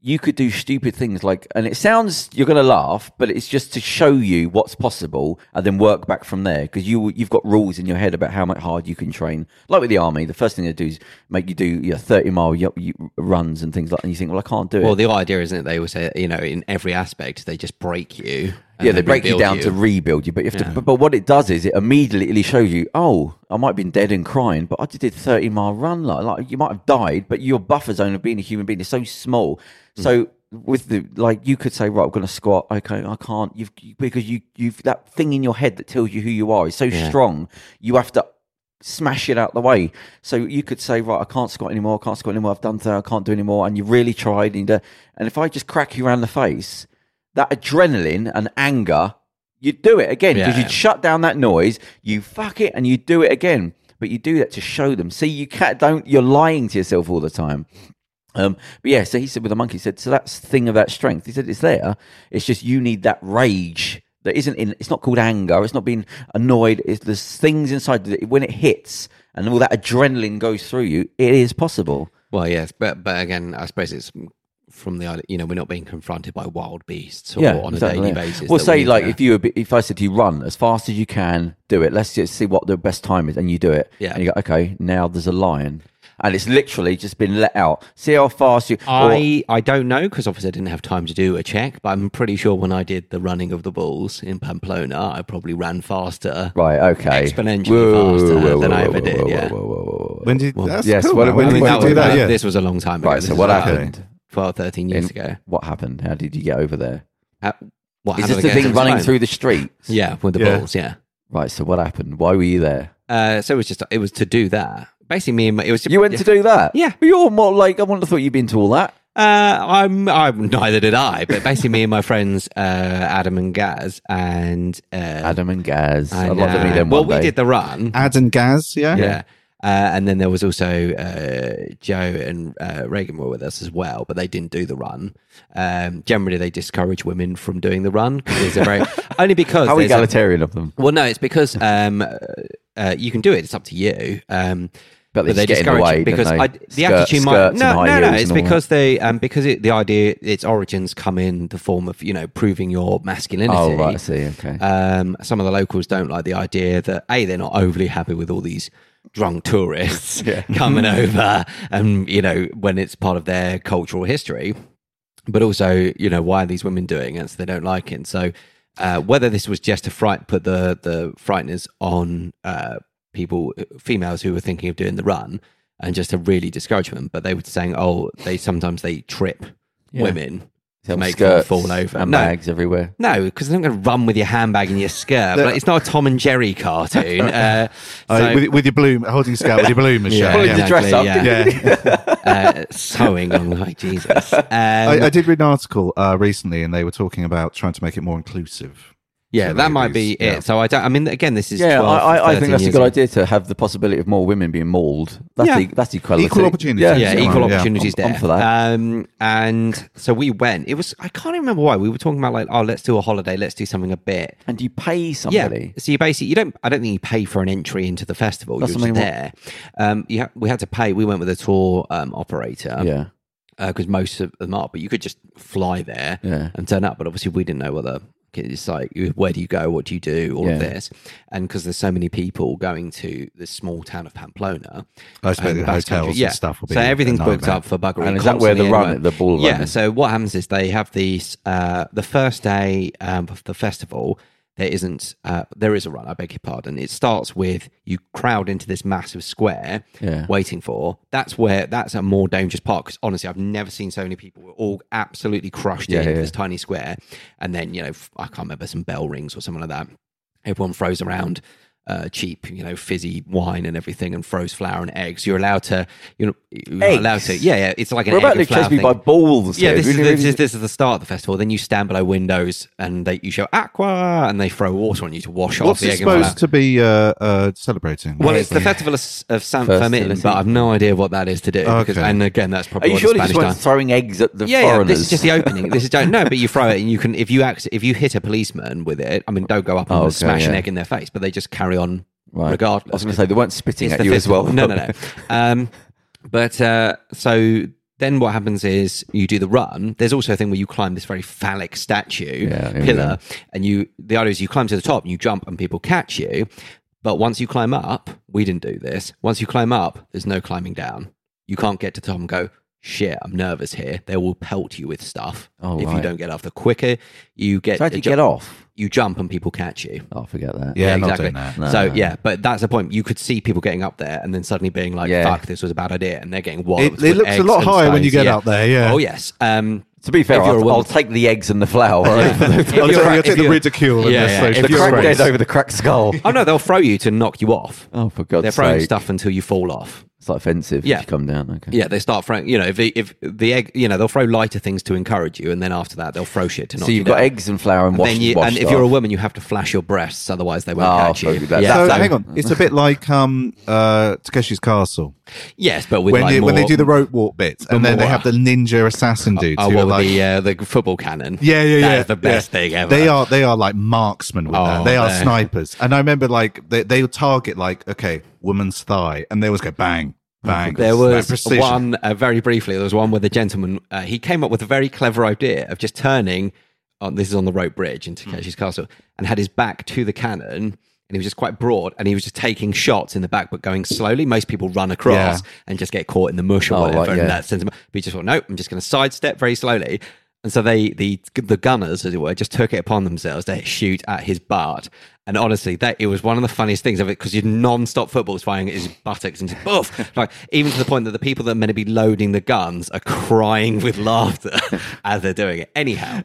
[SPEAKER 4] you could do stupid things like, and it sounds you're going to laugh, but it's just to show you what's possible, and then work back from there because you you've got rules in your head about how much hard you can train. Like with the army, the first thing they do is make you do your 30 mile y- y- runs and things like, and you think, well, I can't do it.
[SPEAKER 2] Well, the idea isn't it? They always say, you know, in every aspect, they just break you. and
[SPEAKER 4] yeah,
[SPEAKER 2] then
[SPEAKER 4] they break you
[SPEAKER 2] rebuild
[SPEAKER 4] down to rebuild you, but you have to. But, but what it does is it immediately shows you, oh, I might have been dead and crying, but I just did thirty mile run. Like, like you might have died, but your buffer zone of being a human being is so small. So with the like, you could say, right, I'm going to squat. Okay, I can't. You've because you you've that thing in your head that tells you who you are is so strong. You have to smash it out the way. So you could say, right, I can't squat anymore. I can't squat anymore. I've done that. I can't do anymore. And you really tried. And, you do- and if I just crack you around the face, that adrenaline and anger, you'd do it again because
[SPEAKER 2] Yeah.
[SPEAKER 4] you'd shut down that noise. You fuck it and you do it again. But you do that to show them. See, you can't, don't, you're lying to yourself all the time. Um, but yeah, so he said with the monkey, he said, so that's the thing of that strength. He said, it's there. It's just you need that rage that isn't in, it's not called anger. It's not being annoyed. It's, there's things inside that when it hits and all that adrenaline goes through you, it is possible.
[SPEAKER 2] Well, yes, but but again, I suppose it's from the you know we're not being confronted by wild beasts or on
[SPEAKER 4] exactly,
[SPEAKER 2] a daily
[SPEAKER 4] yeah.
[SPEAKER 2] basis.
[SPEAKER 4] Well,
[SPEAKER 2] that
[SPEAKER 4] say
[SPEAKER 2] we- uh,
[SPEAKER 4] like
[SPEAKER 2] yeah.
[SPEAKER 4] if you were, if I said to you run as fast as you can, do it. Let's just see what the best time is, and you do it.
[SPEAKER 2] Yeah.
[SPEAKER 4] And you go, okay, now there's a lion, and it's literally just been let out. See how fast you. or-
[SPEAKER 2] I, I don't know because obviously I didn't have time to do a check, but I'm pretty sure when I did the running of the bulls in Pamplona, I probably ran faster,
[SPEAKER 4] right. Okay.
[SPEAKER 2] exponentially
[SPEAKER 4] Whoa,
[SPEAKER 2] faster
[SPEAKER 4] whoa, whoa,
[SPEAKER 2] than I
[SPEAKER 4] whoa,
[SPEAKER 2] ever
[SPEAKER 4] whoa,
[SPEAKER 2] did.
[SPEAKER 4] whoa,
[SPEAKER 2] yeah,
[SPEAKER 4] whoa, whoa, whoa, whoa, whoa.
[SPEAKER 3] When did
[SPEAKER 4] Well,
[SPEAKER 3] that's
[SPEAKER 4] yes,
[SPEAKER 3] cool,
[SPEAKER 4] well,
[SPEAKER 3] man.
[SPEAKER 4] when
[SPEAKER 3] when,
[SPEAKER 4] did
[SPEAKER 3] did
[SPEAKER 4] you
[SPEAKER 3] you
[SPEAKER 4] do
[SPEAKER 3] do that?
[SPEAKER 2] was-
[SPEAKER 3] Yeah.
[SPEAKER 2] This was a long time ago.
[SPEAKER 4] Right,
[SPEAKER 2] This
[SPEAKER 4] so
[SPEAKER 2] was
[SPEAKER 4] what
[SPEAKER 2] about
[SPEAKER 4] happened?
[SPEAKER 2] 12, 13 years
[SPEAKER 4] And
[SPEAKER 2] ago.
[SPEAKER 4] What happened? How did you get over there?
[SPEAKER 2] Uh, what
[SPEAKER 4] Is
[SPEAKER 2] happened
[SPEAKER 4] this the
[SPEAKER 2] again? It
[SPEAKER 4] thing
[SPEAKER 2] was
[SPEAKER 4] running
[SPEAKER 2] fine.
[SPEAKER 4] through the street?
[SPEAKER 2] Yeah, with the
[SPEAKER 3] Yeah.
[SPEAKER 2] bulls. Yeah.
[SPEAKER 4] Right. So what happened? Why were you there?
[SPEAKER 2] Uh, so it was just it was to do that. Basically, me and my, it was
[SPEAKER 4] You went to do that?
[SPEAKER 2] Yeah.
[SPEAKER 4] But you're more like I wouldn't have thought you'd been to all that.
[SPEAKER 2] Uh, I'm, I'm neither did I, but basically me and my friends, uh, Adam and Gaz and, uh,
[SPEAKER 4] Adam and Gaz. I'd
[SPEAKER 2] and,
[SPEAKER 4] love to
[SPEAKER 2] uh,
[SPEAKER 4] meet them
[SPEAKER 2] well,
[SPEAKER 4] one
[SPEAKER 2] we
[SPEAKER 4] day.
[SPEAKER 2] did the run.
[SPEAKER 3] Ad and Gaz, yeah.
[SPEAKER 2] yeah. Uh, and then there was also uh, Joe and uh, Reagan were with us as well, but they didn't do the run. Um, generally, they discourage women from doing the run 'cause there's a
[SPEAKER 4] [LAUGHS]
[SPEAKER 2] very only because
[SPEAKER 4] How
[SPEAKER 2] there's a-
[SPEAKER 4] egalitarian of them.
[SPEAKER 2] well, no, it's because um, uh, uh, you can do it. It's up to you. Um,
[SPEAKER 4] But they just get in the
[SPEAKER 2] discourage
[SPEAKER 4] way,
[SPEAKER 2] it
[SPEAKER 4] don't
[SPEAKER 2] because
[SPEAKER 4] they?
[SPEAKER 2] I, the
[SPEAKER 4] Skirt-
[SPEAKER 2] attitude might
[SPEAKER 4] skirts and
[SPEAKER 2] no,
[SPEAKER 4] high
[SPEAKER 2] no, no.
[SPEAKER 4] heels
[SPEAKER 2] It's
[SPEAKER 4] and all
[SPEAKER 2] because they um, because it, the idea its origins come in the form of you know proving your masculinity.
[SPEAKER 4] Oh, right. I see. Okay.
[SPEAKER 2] Um, some of the locals don't like the idea that a they're not overly happy with all these drunk tourists [LAUGHS] coming over, and you know when it's part of their cultural history. But also, you know, why are these women doing it? So they don't like it. And so, uh, whether this was just to fright put the the frighteners on uh, people, females who were thinking of doing the run, and just to really discourage them. But they were saying, oh, they sometimes they trip women to
[SPEAKER 4] Some
[SPEAKER 2] make them
[SPEAKER 4] skirts
[SPEAKER 2] fall over.
[SPEAKER 4] and
[SPEAKER 2] No,
[SPEAKER 4] bags everywhere.
[SPEAKER 2] no, because they're not going to run with your handbag and your skirt. Like, it's not a Tom and Jerry
[SPEAKER 3] [LAUGHS]
[SPEAKER 2] cartoon. Uh,
[SPEAKER 3] Uh,
[SPEAKER 2] so-
[SPEAKER 3] with, with your balloon, holding your scout with your
[SPEAKER 4] [LAUGHS]
[SPEAKER 3] balloon, Michelle.
[SPEAKER 4] Pulling
[SPEAKER 3] Yeah.
[SPEAKER 4] the dress up,
[SPEAKER 2] exactly,
[SPEAKER 3] yeah.
[SPEAKER 2] [LAUGHS] Uh, sewing on, like Jesus. Um,
[SPEAKER 3] [LAUGHS] I, I did read an article uh, recently, and they were talking about trying to make it more inclusive.
[SPEAKER 2] yeah,
[SPEAKER 3] So
[SPEAKER 2] that might be
[SPEAKER 3] ladies, yeah.
[SPEAKER 2] it. So I don't. I mean, again, this is
[SPEAKER 4] Yeah,
[SPEAKER 2] 12,
[SPEAKER 4] I, I, I
[SPEAKER 2] 13
[SPEAKER 4] think that's a
[SPEAKER 2] years
[SPEAKER 4] good
[SPEAKER 2] old.
[SPEAKER 4] idea to have the possibility of more women being mauled. That's,
[SPEAKER 2] Yeah.
[SPEAKER 4] e- that's equality.
[SPEAKER 3] Equal opportunity.
[SPEAKER 2] Yeah,
[SPEAKER 3] Yeah,
[SPEAKER 2] equal
[SPEAKER 3] I'm- yeah,
[SPEAKER 2] opportunities
[SPEAKER 4] I'm- I'm
[SPEAKER 2] there.
[SPEAKER 4] for that.
[SPEAKER 2] Um, and so we went. It was. I can't remember why we were talking about like, oh, let's do a holiday. Let's do something a bit.
[SPEAKER 4] And you pay
[SPEAKER 2] Yeah.
[SPEAKER 4] somebody.
[SPEAKER 2] So you basically you don't. I don't think you pay for an entry into the festival.
[SPEAKER 4] That's
[SPEAKER 2] You're just
[SPEAKER 4] something what-
[SPEAKER 2] there. Um, you ha- we had to pay. We went with a tour um, operator.
[SPEAKER 4] Yeah.
[SPEAKER 2] because most of them are. But you could just fly there
[SPEAKER 4] Yeah.
[SPEAKER 2] and turn up. But obviously, we didn't know whether it's like where do you go, what do you do, all
[SPEAKER 4] Yeah.
[SPEAKER 2] of this, and because there's so many people going to this small town of Pamplona.
[SPEAKER 3] I expect
[SPEAKER 2] um,
[SPEAKER 3] the
[SPEAKER 2] Basque
[SPEAKER 3] hotels
[SPEAKER 2] Country.
[SPEAKER 3] and stuff will be
[SPEAKER 2] so
[SPEAKER 3] a
[SPEAKER 2] everything's booked
[SPEAKER 3] nightmare.
[SPEAKER 2] up for buggery.
[SPEAKER 4] And is that where the
[SPEAKER 2] constantly
[SPEAKER 4] run,
[SPEAKER 2] anyway.
[SPEAKER 4] the ball
[SPEAKER 2] Yeah.
[SPEAKER 4] run?
[SPEAKER 2] So what happens is they have these uh, the first day um, of the festival. There isn't. Uh, there is a run. I beg your pardon. It starts with you crowd into this massive square,
[SPEAKER 4] Yeah.
[SPEAKER 2] waiting for. That's where. That's a more dangerous part because honestly, I've never seen so many people. We're all absolutely crushed
[SPEAKER 4] Yeah,
[SPEAKER 2] in
[SPEAKER 4] yeah,
[SPEAKER 2] this tiny square, and then you know f- I can't remember some bell rings or something like that. Everyone froze around. Uh, cheap, you know, fizzy wine and everything, and froze flour and eggs. You're allowed to, you know, you're not allowed to.
[SPEAKER 4] Eggs?
[SPEAKER 2] Yeah, yeah. It's like an
[SPEAKER 4] We're
[SPEAKER 2] egg
[SPEAKER 4] about to
[SPEAKER 2] and flour
[SPEAKER 4] chase me
[SPEAKER 2] thing.
[SPEAKER 4] by balls.
[SPEAKER 2] Yeah,
[SPEAKER 4] here.
[SPEAKER 2] this is,
[SPEAKER 4] Really,
[SPEAKER 2] this,
[SPEAKER 4] really-
[SPEAKER 2] is, this is the start of the festival. Then you stand below windows and they, you shout aqua and they throw water on you to wash off
[SPEAKER 3] What's
[SPEAKER 2] the
[SPEAKER 3] it
[SPEAKER 2] egg and flour.
[SPEAKER 3] supposed to be uh, uh, celebrating?
[SPEAKER 2] Well, it's the festival of, S- of San
[SPEAKER 4] Fertility.
[SPEAKER 2] Fermin, but I've no idea what that is to do. Because,
[SPEAKER 3] Okay.
[SPEAKER 2] and again, that's
[SPEAKER 4] Are
[SPEAKER 2] probably
[SPEAKER 4] you
[SPEAKER 2] what
[SPEAKER 4] sure
[SPEAKER 2] the
[SPEAKER 4] you
[SPEAKER 2] Spanish
[SPEAKER 4] just
[SPEAKER 2] done.
[SPEAKER 4] weren't throwing eggs at the
[SPEAKER 2] Yeah, yeah,
[SPEAKER 4] foreigners?
[SPEAKER 2] this is just the opening. This is don't no, but you throw it and you can if you act if you hit a policeman with it. I mean, don't go up and
[SPEAKER 4] Oh, okay,
[SPEAKER 2] smash an
[SPEAKER 4] yeah.
[SPEAKER 2] egg in their face, but they just carry on
[SPEAKER 4] Right.
[SPEAKER 2] regardless.
[SPEAKER 4] I was going to say they weren't spitting
[SPEAKER 2] It's
[SPEAKER 4] at
[SPEAKER 2] the
[SPEAKER 4] you as well.
[SPEAKER 2] festival. No, no, no. [LAUGHS] um, but uh, so then what happens is you do the run. There's also a thing where you climb this very phallic statue
[SPEAKER 4] Yeah, yeah,
[SPEAKER 2] pillar, and you the idea is you climb to the top, and you jump, and people catch you. But once you climb up, we didn't do this. Once you climb up, there's no climbing down. You can't get to the top and go. Shit, I'm nervous here. They will pelt you with stuff
[SPEAKER 4] Oh,
[SPEAKER 2] if you
[SPEAKER 4] right.
[SPEAKER 2] don't get off. The quicker you get,
[SPEAKER 4] So how do you
[SPEAKER 2] ju-
[SPEAKER 4] get off?
[SPEAKER 2] you jump and people catch you.
[SPEAKER 4] Oh, forget that.
[SPEAKER 3] yeah, not doing that.
[SPEAKER 4] No,
[SPEAKER 2] so
[SPEAKER 4] no.
[SPEAKER 2] yeah, but that's the point. You could see people getting up there and then suddenly being like,
[SPEAKER 4] Yeah.
[SPEAKER 2] "Fuck, this was a bad idea," and they're getting wild.
[SPEAKER 3] It- it
[SPEAKER 2] with
[SPEAKER 3] looks a
[SPEAKER 2] eggs
[SPEAKER 3] lot
[SPEAKER 2] and
[SPEAKER 3] higher when
[SPEAKER 2] stones.
[SPEAKER 3] you get up there, yeah.
[SPEAKER 2] Oh yes. Um,
[SPEAKER 4] To be fair,
[SPEAKER 2] If you're a
[SPEAKER 4] I'll,
[SPEAKER 2] woman-
[SPEAKER 4] I'll take the eggs and the flour.
[SPEAKER 2] if
[SPEAKER 3] I'll
[SPEAKER 2] you're
[SPEAKER 3] take,
[SPEAKER 2] a-
[SPEAKER 3] I'll
[SPEAKER 2] if
[SPEAKER 3] take the
[SPEAKER 2] you're-
[SPEAKER 3] ridicule
[SPEAKER 2] Yeah, yeah.
[SPEAKER 3] and the
[SPEAKER 2] If
[SPEAKER 3] social
[SPEAKER 4] the
[SPEAKER 2] you're
[SPEAKER 4] cracked
[SPEAKER 3] disgrace.
[SPEAKER 4] head over the cracked skull.
[SPEAKER 2] Oh no, they'll throw you to knock you off.
[SPEAKER 4] oh, for God's
[SPEAKER 2] They're throwing
[SPEAKER 4] sake!
[SPEAKER 2] stuff until you fall off.
[SPEAKER 4] It's like offensive.
[SPEAKER 2] Yeah.
[SPEAKER 4] if you come down. Okay.
[SPEAKER 2] Yeah, they start throwing. You know, if the, if the egg, you know, they'll throw lighter things to encourage you, and then after that, they'll throw shit to knock
[SPEAKER 4] So you've
[SPEAKER 2] you
[SPEAKER 4] got
[SPEAKER 2] down.
[SPEAKER 4] eggs and flour and
[SPEAKER 2] And
[SPEAKER 4] wash.
[SPEAKER 2] then you,
[SPEAKER 4] washed
[SPEAKER 2] and if you're a
[SPEAKER 4] off.
[SPEAKER 2] woman, you have to flash your breasts, otherwise they won't
[SPEAKER 4] Oh,
[SPEAKER 2] catch you.
[SPEAKER 4] fuck, that's-
[SPEAKER 2] yeah,
[SPEAKER 3] So,
[SPEAKER 4] that-
[SPEAKER 3] hang on, it's a bit like um, uh, Takeshi's Castle
[SPEAKER 2] yes, but with
[SPEAKER 3] when,
[SPEAKER 2] like
[SPEAKER 3] they,
[SPEAKER 2] more,
[SPEAKER 3] when they do the rope walk bits, and then they
[SPEAKER 2] more-
[SPEAKER 3] have the ninja assassin dudes.
[SPEAKER 2] oh,
[SPEAKER 3] who
[SPEAKER 2] what
[SPEAKER 3] are
[SPEAKER 2] with
[SPEAKER 3] like,
[SPEAKER 2] the uh, the football cannon.
[SPEAKER 3] yeah, yeah, yeah,
[SPEAKER 2] That is the best
[SPEAKER 3] yeah.
[SPEAKER 2] thing ever.
[SPEAKER 3] They are they are like marksmen with
[SPEAKER 2] Oh,
[SPEAKER 3] that. They are
[SPEAKER 2] they're-
[SPEAKER 3] snipers, and I remember like they they would target like okay, woman's thigh, and they always go bang, bang.
[SPEAKER 2] There
[SPEAKER 3] Like
[SPEAKER 2] was
[SPEAKER 3] precision.
[SPEAKER 2] one, uh, very briefly, there was one where the gentleman, uh, he came up with a very clever idea of just turning, on, this is on the rope bridge in
[SPEAKER 3] Hmm.
[SPEAKER 2] Takeshi's castle, and had his back to the cannon. And he was just quite broad and he was just taking shots in the back, but going slowly. Most people run across
[SPEAKER 3] Yeah.
[SPEAKER 2] and just get caught in the mush or
[SPEAKER 4] Oh,
[SPEAKER 2] whatever.
[SPEAKER 4] right, yeah.
[SPEAKER 2] And that sends him, but he just thought, nope, I'm just going to sidestep very slowly. And so they, the the gunners, as it were, just took it upon themselves to shoot at his butt. And honestly, that it was one of the funniest things of it because you're non-stop footballs firing at his buttocks and just
[SPEAKER 4] [LAUGHS]
[SPEAKER 2] boof, like even to the point that the people that are meant to be loading the guns are crying with laughter [LAUGHS] as they're doing it. Anyhow,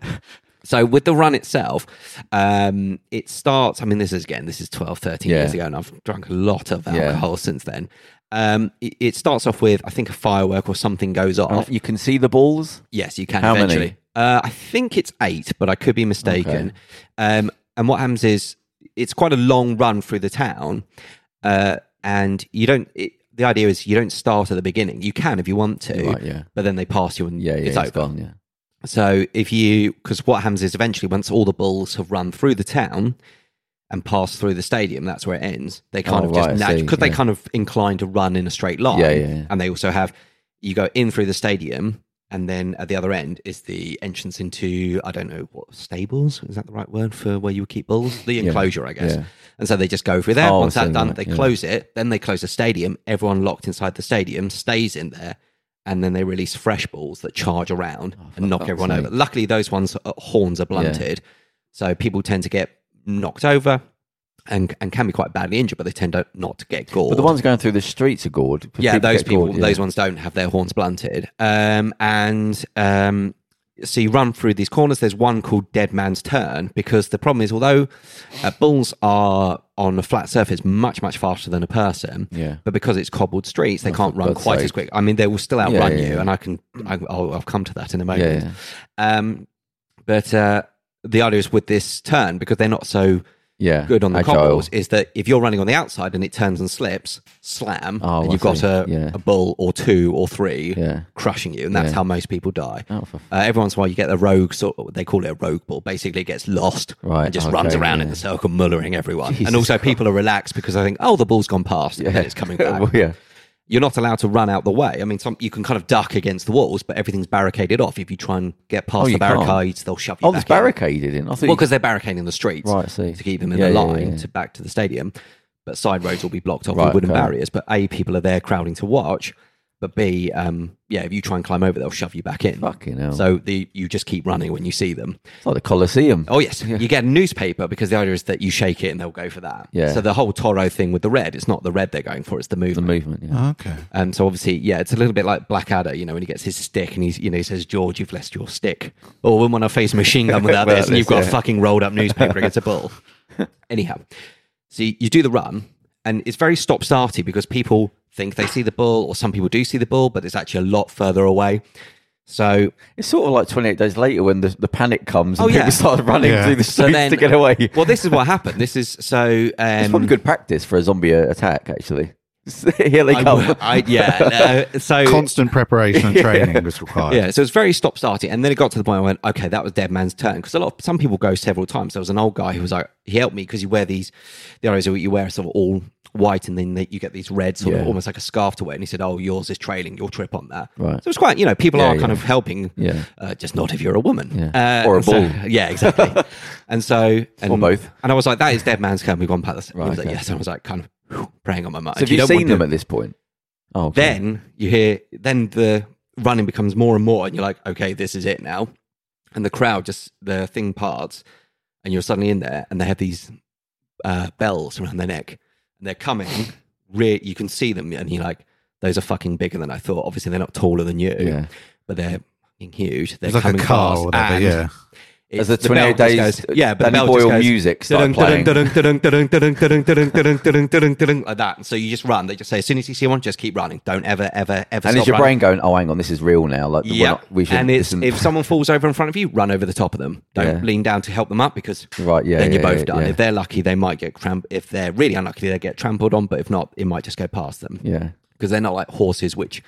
[SPEAKER 2] so with the run itself, um, it starts. I mean, this is again, this is 12, 13 years
[SPEAKER 4] Yeah.
[SPEAKER 2] ago, and I've drunk a lot of
[SPEAKER 4] Yeah.
[SPEAKER 2] alcohol since then. Um, it, it starts off with I think a firework or something goes off.
[SPEAKER 4] And you can see the balls.
[SPEAKER 2] Yes, you can
[SPEAKER 4] How many?
[SPEAKER 2] eventually. Uh, I think it's eight, but I could be mistaken. Um, and what happens is it's quite a long run through the town, uh, and you don't. It, the idea is you don't start at the beginning. You can if you want to,
[SPEAKER 4] Right, yeah.
[SPEAKER 2] but then they pass you and
[SPEAKER 4] Yeah, yeah,
[SPEAKER 2] it's
[SPEAKER 4] it's,
[SPEAKER 2] over.
[SPEAKER 4] gone. Yeah.
[SPEAKER 2] So if you, because what happens is eventually, once all the bulls have run through the town and passed through the stadium, that's where it ends. They kind
[SPEAKER 4] Oh,
[SPEAKER 2] of
[SPEAKER 4] right, I
[SPEAKER 2] just
[SPEAKER 4] see,
[SPEAKER 2] because they
[SPEAKER 4] yeah.
[SPEAKER 2] kind of incline to run in a straight line.
[SPEAKER 4] Yeah, yeah, yeah.
[SPEAKER 2] And they also have you go in through the stadium, and then at the other end is the entrance into I don't know what stables is that the right word for where you would keep bulls? The enclosure, I guess.
[SPEAKER 4] yeah.
[SPEAKER 2] And so they just go through there.
[SPEAKER 4] Oh, I
[SPEAKER 2] Once
[SPEAKER 4] see,
[SPEAKER 2] that's done,
[SPEAKER 4] right,
[SPEAKER 2] they
[SPEAKER 4] yeah.
[SPEAKER 2] close it. Then they close the stadium. Everyone locked inside the stadium stays in there. And then they release fresh balls that charge around and knock
[SPEAKER 4] Oh, fuck's
[SPEAKER 2] everyone
[SPEAKER 4] sake.
[SPEAKER 2] over. Luckily, those ones' uh, horns are blunted. So people tend to get knocked over and, and can be quite badly injured, but they tend to not to get gored.
[SPEAKER 4] But the ones going through the streets are gored.
[SPEAKER 2] yeah, those
[SPEAKER 4] get
[SPEAKER 2] people,
[SPEAKER 4] gored, yeah.
[SPEAKER 2] those ones don't have their horns blunted. Um, and um, so you run through these corners. There's one called Dead Man's Turn because the problem is, although uh, bulls are on a flat surface much, much faster than a person,
[SPEAKER 4] Yeah.
[SPEAKER 2] but because it's cobbled streets, they can't run
[SPEAKER 4] God's
[SPEAKER 2] quite
[SPEAKER 4] sake.
[SPEAKER 2] as quick. I mean, they will still outrun
[SPEAKER 4] yeah,
[SPEAKER 2] you,
[SPEAKER 4] yeah.
[SPEAKER 2] and I can, I, I'll, I'll come to that in a moment.
[SPEAKER 4] Yeah, yeah.
[SPEAKER 2] Um, but uh, the idea is with this turn because they're not so
[SPEAKER 4] Yeah.
[SPEAKER 2] good on the
[SPEAKER 4] Agile.
[SPEAKER 2] cobbles is that if you're running on the outside and it turns and slips, slam,
[SPEAKER 4] Oh,
[SPEAKER 2] and
[SPEAKER 4] I
[SPEAKER 2] you've got
[SPEAKER 4] see.
[SPEAKER 2] a,
[SPEAKER 4] Yeah.
[SPEAKER 2] a bull or two or three
[SPEAKER 4] Yeah.
[SPEAKER 2] crushing you, and that's
[SPEAKER 4] Yeah.
[SPEAKER 2] how most people die.
[SPEAKER 4] Oh, for f-
[SPEAKER 2] Uh, every once in a while, you get a rogue sort. Of, they call it a rogue ball. Basically, it gets lost
[SPEAKER 4] Right,
[SPEAKER 2] and just
[SPEAKER 4] okay,
[SPEAKER 2] runs around in
[SPEAKER 4] yeah.
[SPEAKER 2] the circle, mullering everyone.
[SPEAKER 4] Jesus
[SPEAKER 2] and also, people are relaxed because they think, "Oh, the ball's gone past," and then it's coming back.
[SPEAKER 4] well, yeah. [LAUGHS]
[SPEAKER 2] you're not allowed to run out the way. I mean, some you can kind of duck against the walls, but everything's barricaded off. If you try and get past
[SPEAKER 4] Oh, you
[SPEAKER 2] the
[SPEAKER 4] can't.
[SPEAKER 2] barricades, they'll shove you.
[SPEAKER 4] Oh,
[SPEAKER 2] back
[SPEAKER 4] it's
[SPEAKER 2] in.
[SPEAKER 4] barricaded in. I thought
[SPEAKER 2] Well,
[SPEAKER 4] you-
[SPEAKER 2] because they're barricading the streets
[SPEAKER 4] Right, I see.
[SPEAKER 2] to keep them in
[SPEAKER 4] Yeah,
[SPEAKER 2] a
[SPEAKER 4] yeah,
[SPEAKER 2] line
[SPEAKER 4] yeah.
[SPEAKER 2] to back to the stadium. But side roads will be blocked off
[SPEAKER 4] Right,
[SPEAKER 2] with wooden
[SPEAKER 4] okay.
[SPEAKER 2] barriers. But A, people are there crowding to watch. But B, um, yeah, if you try and climb over, they'll shove you back in.
[SPEAKER 4] Fucking hell.
[SPEAKER 2] So the, you just keep running when you see them.
[SPEAKER 4] it's like the Colosseum.
[SPEAKER 2] Oh, yes. You get a newspaper because the idea is that you shake it and they'll go for that.
[SPEAKER 4] Yeah.
[SPEAKER 2] So the whole Toro thing with the red, it's not the red they're going for, it's the
[SPEAKER 4] The
[SPEAKER 2] movement.
[SPEAKER 4] movement. Yeah.
[SPEAKER 3] Okay.
[SPEAKER 2] Um, so obviously, yeah, it's a little bit like Blackadder, you know, when he gets his stick and he's, you know, he says, "George, you've lost your stick," or "Wouldn't want to face a machine gun
[SPEAKER 4] [LAUGHS]
[SPEAKER 2] without
[SPEAKER 3] Without
[SPEAKER 2] this," and
[SPEAKER 3] this,
[SPEAKER 2] you've got
[SPEAKER 3] yeah.
[SPEAKER 2] a fucking rolled up newspaper against a bull. Anyhow, so you, you do the run, and it's very stop starty because people think they see the bull, or some people do see the bull, but it's actually a lot further away. So
[SPEAKER 4] It's sort of like 28 days later when the, the panic comes and
[SPEAKER 2] Oh,
[SPEAKER 4] people
[SPEAKER 2] yeah.
[SPEAKER 4] start running
[SPEAKER 3] Yeah.
[SPEAKER 4] through
[SPEAKER 2] [LAUGHS]
[SPEAKER 4] the
[SPEAKER 2] so
[SPEAKER 4] streets to get away.
[SPEAKER 2] Well, this is what happened. This is so.
[SPEAKER 4] it's
[SPEAKER 2] Um,
[SPEAKER 4] probably good practice for a zombie uh, attack, actually. [LAUGHS] Here they
[SPEAKER 2] I,
[SPEAKER 4] come.
[SPEAKER 2] I, yeah. no,
[SPEAKER 4] [LAUGHS]
[SPEAKER 2] so
[SPEAKER 3] Constant preparation
[SPEAKER 2] [LAUGHS]
[SPEAKER 3] and training was required.
[SPEAKER 2] Yeah, so it was very stop starting, and then it got to the point where I went, okay, that was dead man's turn because a lot of some people go several times. There was an old guy who was like, he helped me because you wear these, the areas you wear are sort of all white, and then they- you get these red sort
[SPEAKER 4] Yeah.
[SPEAKER 2] of almost like a scarf to wear, and he said, oh, yours is trailing, you'll trip on that.
[SPEAKER 4] Right.
[SPEAKER 2] So it's quite, you know, people
[SPEAKER 4] Yeah,
[SPEAKER 2] are
[SPEAKER 4] yeah.
[SPEAKER 2] kind of helping,
[SPEAKER 4] Yeah.
[SPEAKER 2] uh, just not if you're a woman
[SPEAKER 4] Yeah.
[SPEAKER 2] Uh,
[SPEAKER 4] Or a
[SPEAKER 2] and so- [LAUGHS]
[SPEAKER 4] bull.
[SPEAKER 2] yeah,
[SPEAKER 4] [LAUGHS]
[SPEAKER 2] exactly. and so and,
[SPEAKER 4] Or both.
[SPEAKER 2] and I was like, that is dead man's turn. We've gone past this. And
[SPEAKER 4] Right,
[SPEAKER 2] he was like,
[SPEAKER 4] okay.
[SPEAKER 2] yes, and I was like, kind of whew, praying on my mind.
[SPEAKER 4] so have
[SPEAKER 2] You
[SPEAKER 4] you
[SPEAKER 2] don't want
[SPEAKER 4] seen
[SPEAKER 2] to-
[SPEAKER 4] them at this point? Oh, okay.
[SPEAKER 2] then you hear then the running becomes more and more and you're like okay this is it now and the crowd just the thing parts and you're suddenly in there and they have these uh, bells around their neck and they're
[SPEAKER 3] [LAUGHS]
[SPEAKER 2] coming re- you can see them and you're like those are fucking bigger than i thought obviously they're not taller than you
[SPEAKER 4] Yeah.
[SPEAKER 2] but they're fucking huge they're
[SPEAKER 3] It's like a
[SPEAKER 2] coming
[SPEAKER 3] car
[SPEAKER 2] past
[SPEAKER 3] or whatever.
[SPEAKER 2] and
[SPEAKER 3] Yeah.
[SPEAKER 2] it's-
[SPEAKER 4] As the
[SPEAKER 2] bell
[SPEAKER 4] 28
[SPEAKER 2] just
[SPEAKER 4] days,
[SPEAKER 2] goes- yeah but the
[SPEAKER 4] Danny
[SPEAKER 2] bell
[SPEAKER 4] Boyle
[SPEAKER 2] just goes,
[SPEAKER 4] music started playing.
[SPEAKER 2] like that. And so you just run. They just say, as soon as you see one, just keep running. Don't ever, ever, ever. stop
[SPEAKER 4] And is your
[SPEAKER 2] running.
[SPEAKER 4] brain going, oh, hang on, this is real now? Like, we're
[SPEAKER 2] Yeah,
[SPEAKER 4] not- we should.
[SPEAKER 2] and it's
[SPEAKER 4] this isn't-
[SPEAKER 2] if someone falls over in front of you, run over the top of them. Don't
[SPEAKER 4] Yeah.
[SPEAKER 2] lean down to help them up because
[SPEAKER 4] Right, yeah,
[SPEAKER 2] then you're
[SPEAKER 4] yeah,
[SPEAKER 2] both
[SPEAKER 4] yeah,
[SPEAKER 2] done.
[SPEAKER 4] yeah.
[SPEAKER 2] If they're lucky, they might get tramp. If they're really unlucky, they get trampled on. But if not, it might just go past them because
[SPEAKER 4] [LAUGHS] yeah.
[SPEAKER 2] they're not like horses, which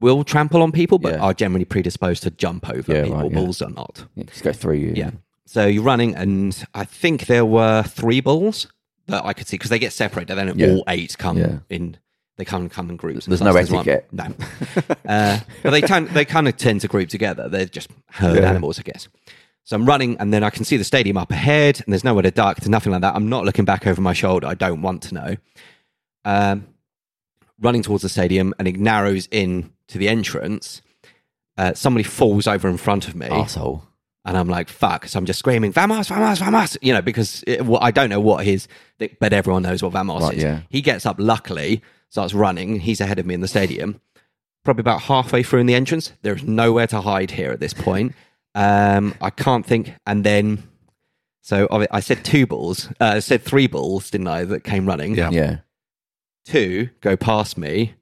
[SPEAKER 2] will trample on people, but
[SPEAKER 4] Yeah.
[SPEAKER 2] are generally predisposed to jump over
[SPEAKER 4] Yeah,
[SPEAKER 2] people.
[SPEAKER 4] right, yeah.
[SPEAKER 2] Bulls are not.
[SPEAKER 4] yeah. Just go through you.
[SPEAKER 2] Yeah. So you're running, and I think there were three balls that I could see because they get separated. Then
[SPEAKER 4] Yeah.
[SPEAKER 2] all eight come
[SPEAKER 4] Yeah.
[SPEAKER 2] in. They come and come in groups.
[SPEAKER 4] There's no
[SPEAKER 2] Plus one.
[SPEAKER 4] etiquette. [LAUGHS]
[SPEAKER 2] No, uh, but they tend, they kind of tend to group together. They're just herd
[SPEAKER 4] Yeah.
[SPEAKER 2] animals, I guess. So I'm running, and then I can see the stadium up ahead, and there's nowhere to duck, there's nothing like that. I'm not looking back over my shoulder. I don't want to know. Um, running towards the stadium, and it narrows in to the entrance. Uh, somebody falls over in front of me.
[SPEAKER 4] Asshole.
[SPEAKER 2] And I'm like, fuck. So I'm just screaming, Vamos, Vamos, Vamos, you know, because it, well, I don't know what his, but everyone knows what Vamos
[SPEAKER 4] Right,
[SPEAKER 2] is.
[SPEAKER 4] yeah.
[SPEAKER 2] He gets up, luckily, starts running. He's ahead of me in the stadium. Probably about halfway through in the entrance. There's nowhere to hide here at this point. Um, I can't think. And then, so I I said two balls, uh, I said three balls, didn't I, that came running.
[SPEAKER 3] Yeah.
[SPEAKER 4] Yeah.
[SPEAKER 2] Two go past me,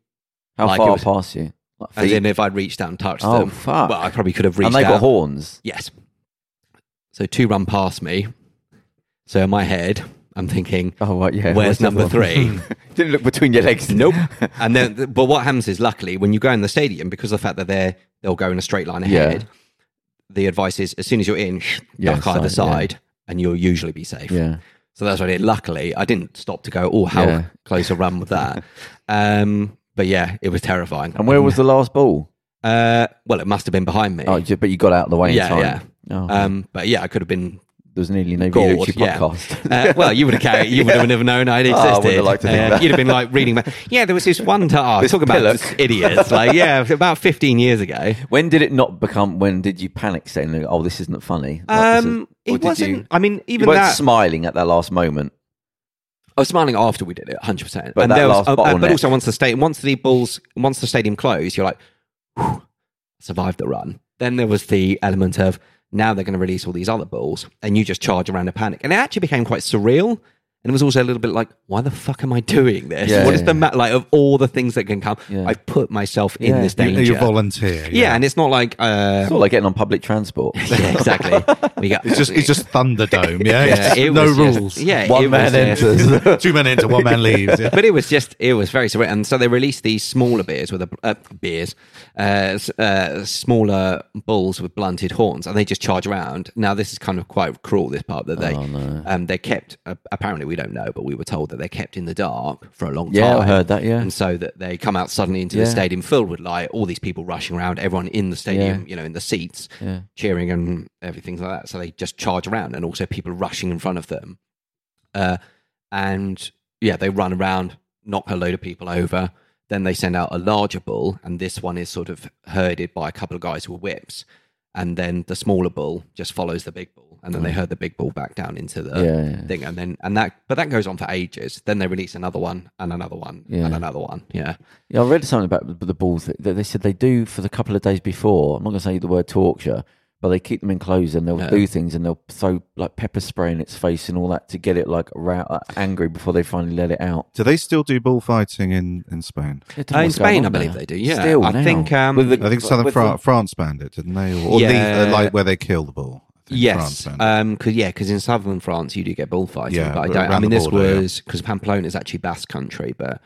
[SPEAKER 4] How
[SPEAKER 2] Like it
[SPEAKER 4] far
[SPEAKER 2] was-
[SPEAKER 4] past you? Like
[SPEAKER 2] as
[SPEAKER 4] feet?
[SPEAKER 2] in if I'd reached out and touched
[SPEAKER 4] Oh,
[SPEAKER 2] them.
[SPEAKER 4] fuck.
[SPEAKER 2] Well, I probably could have reached
[SPEAKER 4] and they
[SPEAKER 2] out.
[SPEAKER 4] got horns.
[SPEAKER 2] Yes. So two run past me. So in my head, I'm thinking,
[SPEAKER 4] Oh, right, yeah.
[SPEAKER 2] where's
[SPEAKER 4] the other
[SPEAKER 2] number
[SPEAKER 4] one?
[SPEAKER 2] three?
[SPEAKER 4] [LAUGHS] Didn't look between your legs. [LAUGHS]
[SPEAKER 2] nope. And then, but what happens is, luckily, when you go in the stadium, because of the fact that they're they'll go in a straight line
[SPEAKER 4] Yeah.
[SPEAKER 2] ahead. The advice is, as soon as you're in,
[SPEAKER 4] Yeah,
[SPEAKER 2] duck either
[SPEAKER 4] side, yeah.
[SPEAKER 2] side, and you'll usually be safe.
[SPEAKER 4] Yeah.
[SPEAKER 2] So that's what I did. Luckily, I didn't stop to go. Oh, how
[SPEAKER 4] Yeah.
[SPEAKER 2] close a run with
[SPEAKER 4] [LAUGHS]
[SPEAKER 2] that! um, but yeah, it was terrifying.
[SPEAKER 4] And where was the last ball?
[SPEAKER 2] Uh, well, it must have been behind me.
[SPEAKER 4] Oh, ju- but you got out of the way
[SPEAKER 2] yeah,
[SPEAKER 4] in time.
[SPEAKER 2] yeah.
[SPEAKER 4] Oh,
[SPEAKER 2] Um, but yeah, I could have been
[SPEAKER 4] there was nearly no
[SPEAKER 2] God,
[SPEAKER 4] Vilucci
[SPEAKER 2] yeah.
[SPEAKER 4] podcast. [LAUGHS] Oh,
[SPEAKER 2] Uh, well, you would have carried. You would have never known I'd
[SPEAKER 4] I
[SPEAKER 2] existed. Uh,
[SPEAKER 4] wouldn't have liked to think that.
[SPEAKER 2] You'd have been like reading. About, yeah, there was this one time.
[SPEAKER 4] This
[SPEAKER 2] talk about
[SPEAKER 4] pillock.
[SPEAKER 2] this idiots. Like, yeah, about fifteen years ago.
[SPEAKER 4] When did it not become? When did you panic, saying, "Oh, this isn't funny"? Like, this is-
[SPEAKER 2] Um,
[SPEAKER 4] or
[SPEAKER 2] it
[SPEAKER 4] did
[SPEAKER 2] wasn't.
[SPEAKER 4] You,
[SPEAKER 2] I mean,
[SPEAKER 4] you
[SPEAKER 2] even
[SPEAKER 4] weren't
[SPEAKER 2] that.
[SPEAKER 4] smiling at that last moment.
[SPEAKER 2] I was smiling after we did it, hundred percent.
[SPEAKER 4] But that last bottleneck.
[SPEAKER 2] but also once the stadium, once the balls, once the stadium closed, you're like, "Whew, survived the run. Then there was the element of now they're going to release all these other balls, and you just charge around a panic, and it actually became quite surreal. And it was also a little bit like, why the fuck am I doing this?
[SPEAKER 4] Yeah,
[SPEAKER 2] What is
[SPEAKER 4] yeah,
[SPEAKER 2] the ma- like of all the things that can come?
[SPEAKER 4] Yeah.
[SPEAKER 2] I've put myself
[SPEAKER 4] Yeah.
[SPEAKER 2] in this
[SPEAKER 3] You,
[SPEAKER 2] danger.
[SPEAKER 3] you volunteer.
[SPEAKER 2] yeah. and it's not like uh,
[SPEAKER 4] It's all like getting on public transport.
[SPEAKER 2] [LAUGHS] yeah, exactly. We got,
[SPEAKER 3] It's just it's just Thunderdome. Yeah.
[SPEAKER 2] [LAUGHS]
[SPEAKER 3] It's
[SPEAKER 2] yeah,
[SPEAKER 3] just
[SPEAKER 2] it
[SPEAKER 3] no
[SPEAKER 2] was just-
[SPEAKER 3] rules.
[SPEAKER 2] yeah, it
[SPEAKER 4] One
[SPEAKER 2] was,
[SPEAKER 4] man
[SPEAKER 2] uh, [LAUGHS]
[SPEAKER 3] [LAUGHS]
[SPEAKER 4] enters.
[SPEAKER 3] Two men enter, one man leaves. Yeah.
[SPEAKER 2] but it was just it was very surreal. And so they released these smaller beers with a uh, beers, uh, s- uh, smaller bulls with blunted
[SPEAKER 4] Oh,
[SPEAKER 2] horns, and they just charge around. Now this is kind of quite cruel. This part that they um, they kept uh, apparently we we don't know, but we were told that they're kept in the dark for a long
[SPEAKER 4] Yeah,
[SPEAKER 2] time.
[SPEAKER 4] I heard that. Yeah,
[SPEAKER 2] And so that they come out suddenly into the
[SPEAKER 4] Yeah.
[SPEAKER 2] stadium filled with light, all these people rushing around, everyone in the stadium,
[SPEAKER 4] Yeah.
[SPEAKER 2] you know, in the seats,
[SPEAKER 4] yeah.
[SPEAKER 2] cheering and everything like that. So they just charge around, and also people rushing in front of them. Uh, and yeah, they run around, knock a load of people over. Then they send out a larger bull, and this one is sort of herded by a couple of guys with whips. And then the smaller bull just follows the big bull, and then
[SPEAKER 3] Mm.
[SPEAKER 2] they herd the big bull back down into the
[SPEAKER 4] Yeah, yeah.
[SPEAKER 2] thing. And then and that, but that goes on for ages. Then they release another one, and another one,
[SPEAKER 4] Yeah.
[SPEAKER 2] and another one. Yeah,
[SPEAKER 4] Yeah, I read something about the, the balls that that they said they do for the couple of days before. I'm not going to say the word torture, but they keep them enclosed and they'll
[SPEAKER 2] Yeah.
[SPEAKER 4] do things and they'll throw like pepper spray in its face and all that to get it like ra- uh, angry before they finally let it out.
[SPEAKER 3] Do they still do bullfighting in, in Spain?
[SPEAKER 4] I don't know
[SPEAKER 2] Oh, in
[SPEAKER 4] what's going
[SPEAKER 2] Spain,
[SPEAKER 4] on
[SPEAKER 2] I believe
[SPEAKER 4] there.
[SPEAKER 2] they do. Yeah,
[SPEAKER 4] Still
[SPEAKER 2] I
[SPEAKER 4] now.
[SPEAKER 2] think um,
[SPEAKER 4] With the-
[SPEAKER 3] I think Southern
[SPEAKER 4] with
[SPEAKER 3] Fra-
[SPEAKER 4] the-
[SPEAKER 3] France banned it, didn't they? Or, or
[SPEAKER 2] Yeah.
[SPEAKER 3] the, like where they kill the bull. I think
[SPEAKER 2] Yes,
[SPEAKER 3] France banned
[SPEAKER 4] uh,
[SPEAKER 3] it.
[SPEAKER 2] um, cause yeah, because in southern France you do get bullfighting,
[SPEAKER 3] Yeah,
[SPEAKER 2] but I
[SPEAKER 3] but
[SPEAKER 2] don't. I
[SPEAKER 3] around
[SPEAKER 2] mean,
[SPEAKER 3] the
[SPEAKER 2] this
[SPEAKER 3] border, yeah.
[SPEAKER 2] was because Pamplona is actually Basque country, but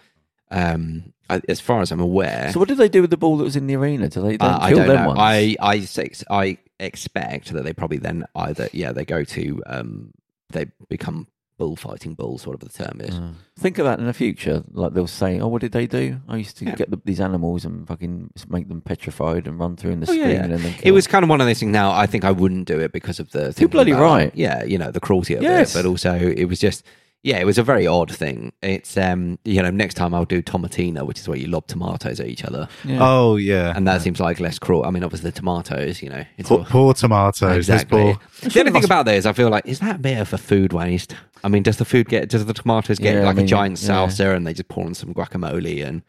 [SPEAKER 2] um, I, as far as I'm aware,
[SPEAKER 4] So what did they do with the ball that was in the arena? Do they, they
[SPEAKER 2] uh, I
[SPEAKER 4] kill
[SPEAKER 2] don't
[SPEAKER 4] them
[SPEAKER 2] know.
[SPEAKER 4] ones?
[SPEAKER 2] I I sex- I expect that they probably then either yeah they go to um, they become bullfighting bulls, whatever the term is.
[SPEAKER 4] Uh, Think of that in the future. Like they'll say, "Oh, what did they do? I used to
[SPEAKER 2] Yeah.
[SPEAKER 4] get the, these animals and fucking make them petrified and run through in the
[SPEAKER 2] Oh, yeah,
[SPEAKER 4] stream
[SPEAKER 2] yeah.
[SPEAKER 4] and then
[SPEAKER 2] It
[SPEAKER 4] kill
[SPEAKER 2] was kind of one of those things. Now I think I wouldn't do it because of the thinking
[SPEAKER 4] bloody
[SPEAKER 2] about,
[SPEAKER 4] right.
[SPEAKER 2] Yeah, you know the cruelty of
[SPEAKER 4] Yes.
[SPEAKER 2] it, but also it was just yeah, it was a very odd thing. It's um you know next time I'll do tomatina, which is where you lob tomatoes at each other,
[SPEAKER 4] Yeah.
[SPEAKER 3] Oh, yeah.
[SPEAKER 2] and that seems like less cruel. I mean, obviously the tomatoes, you know, it's
[SPEAKER 3] poor,
[SPEAKER 2] all-
[SPEAKER 3] poor tomatoes.
[SPEAKER 2] exactly.
[SPEAKER 3] This poor.
[SPEAKER 2] The only thing about this, I feel like, is that better for food waste? I mean, does the food get does the tomatoes get
[SPEAKER 4] Yeah, I
[SPEAKER 2] like
[SPEAKER 4] mean,
[SPEAKER 2] a giant
[SPEAKER 4] yeah.
[SPEAKER 2] salsa and they just pour on some guacamole and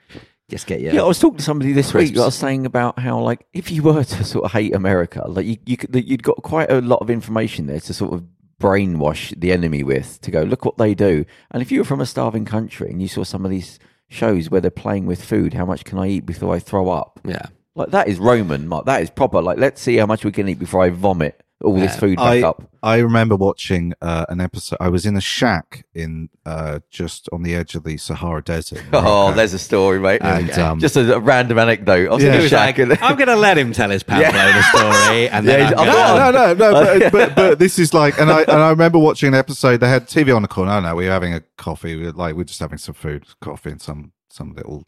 [SPEAKER 2] just get your
[SPEAKER 4] Yeah, I was talking to somebody this week.
[SPEAKER 2] Crisps.
[SPEAKER 4] that I was saying about how, like, if you were to sort of hate America, like you, you could, that you'd got quite a lot of information there to sort of brainwash the enemy with to go look what they do. And if you were from a starving country and you saw some of these shows where they're playing with food, how much can I eat before I throw up?
[SPEAKER 2] yeah.
[SPEAKER 4] Like that is Roman, Mark. That is proper. Like, let's see how much we can eat before I vomit all this
[SPEAKER 2] Yeah.
[SPEAKER 4] food
[SPEAKER 3] I,
[SPEAKER 4] back up.
[SPEAKER 3] I remember watching uh, an episode. I was in a shack in uh, just on the edge of the Sahara
[SPEAKER 4] [LAUGHS]
[SPEAKER 3] Desert. in
[SPEAKER 4] Oh,
[SPEAKER 3] Morocco.
[SPEAKER 4] there's a story, mate.
[SPEAKER 3] And, Okay. um,
[SPEAKER 4] Just a, a random anecdote. I was
[SPEAKER 3] Yeah.
[SPEAKER 4] in
[SPEAKER 3] It
[SPEAKER 4] a
[SPEAKER 3] was
[SPEAKER 4] shack and-
[SPEAKER 2] I'm gonna let him tell his Pamplona story, and then
[SPEAKER 4] Yeah,
[SPEAKER 2] I'm
[SPEAKER 4] he's- "Oh,
[SPEAKER 2] gonna-
[SPEAKER 4] I'm
[SPEAKER 3] No, no, no, no.
[SPEAKER 4] [LAUGHS]
[SPEAKER 3] But, but, but this is like, and I and I remember watching an episode. They had TV on the corner. No, no, we were having a coffee. We were like, we are just having some food, coffee, and some some little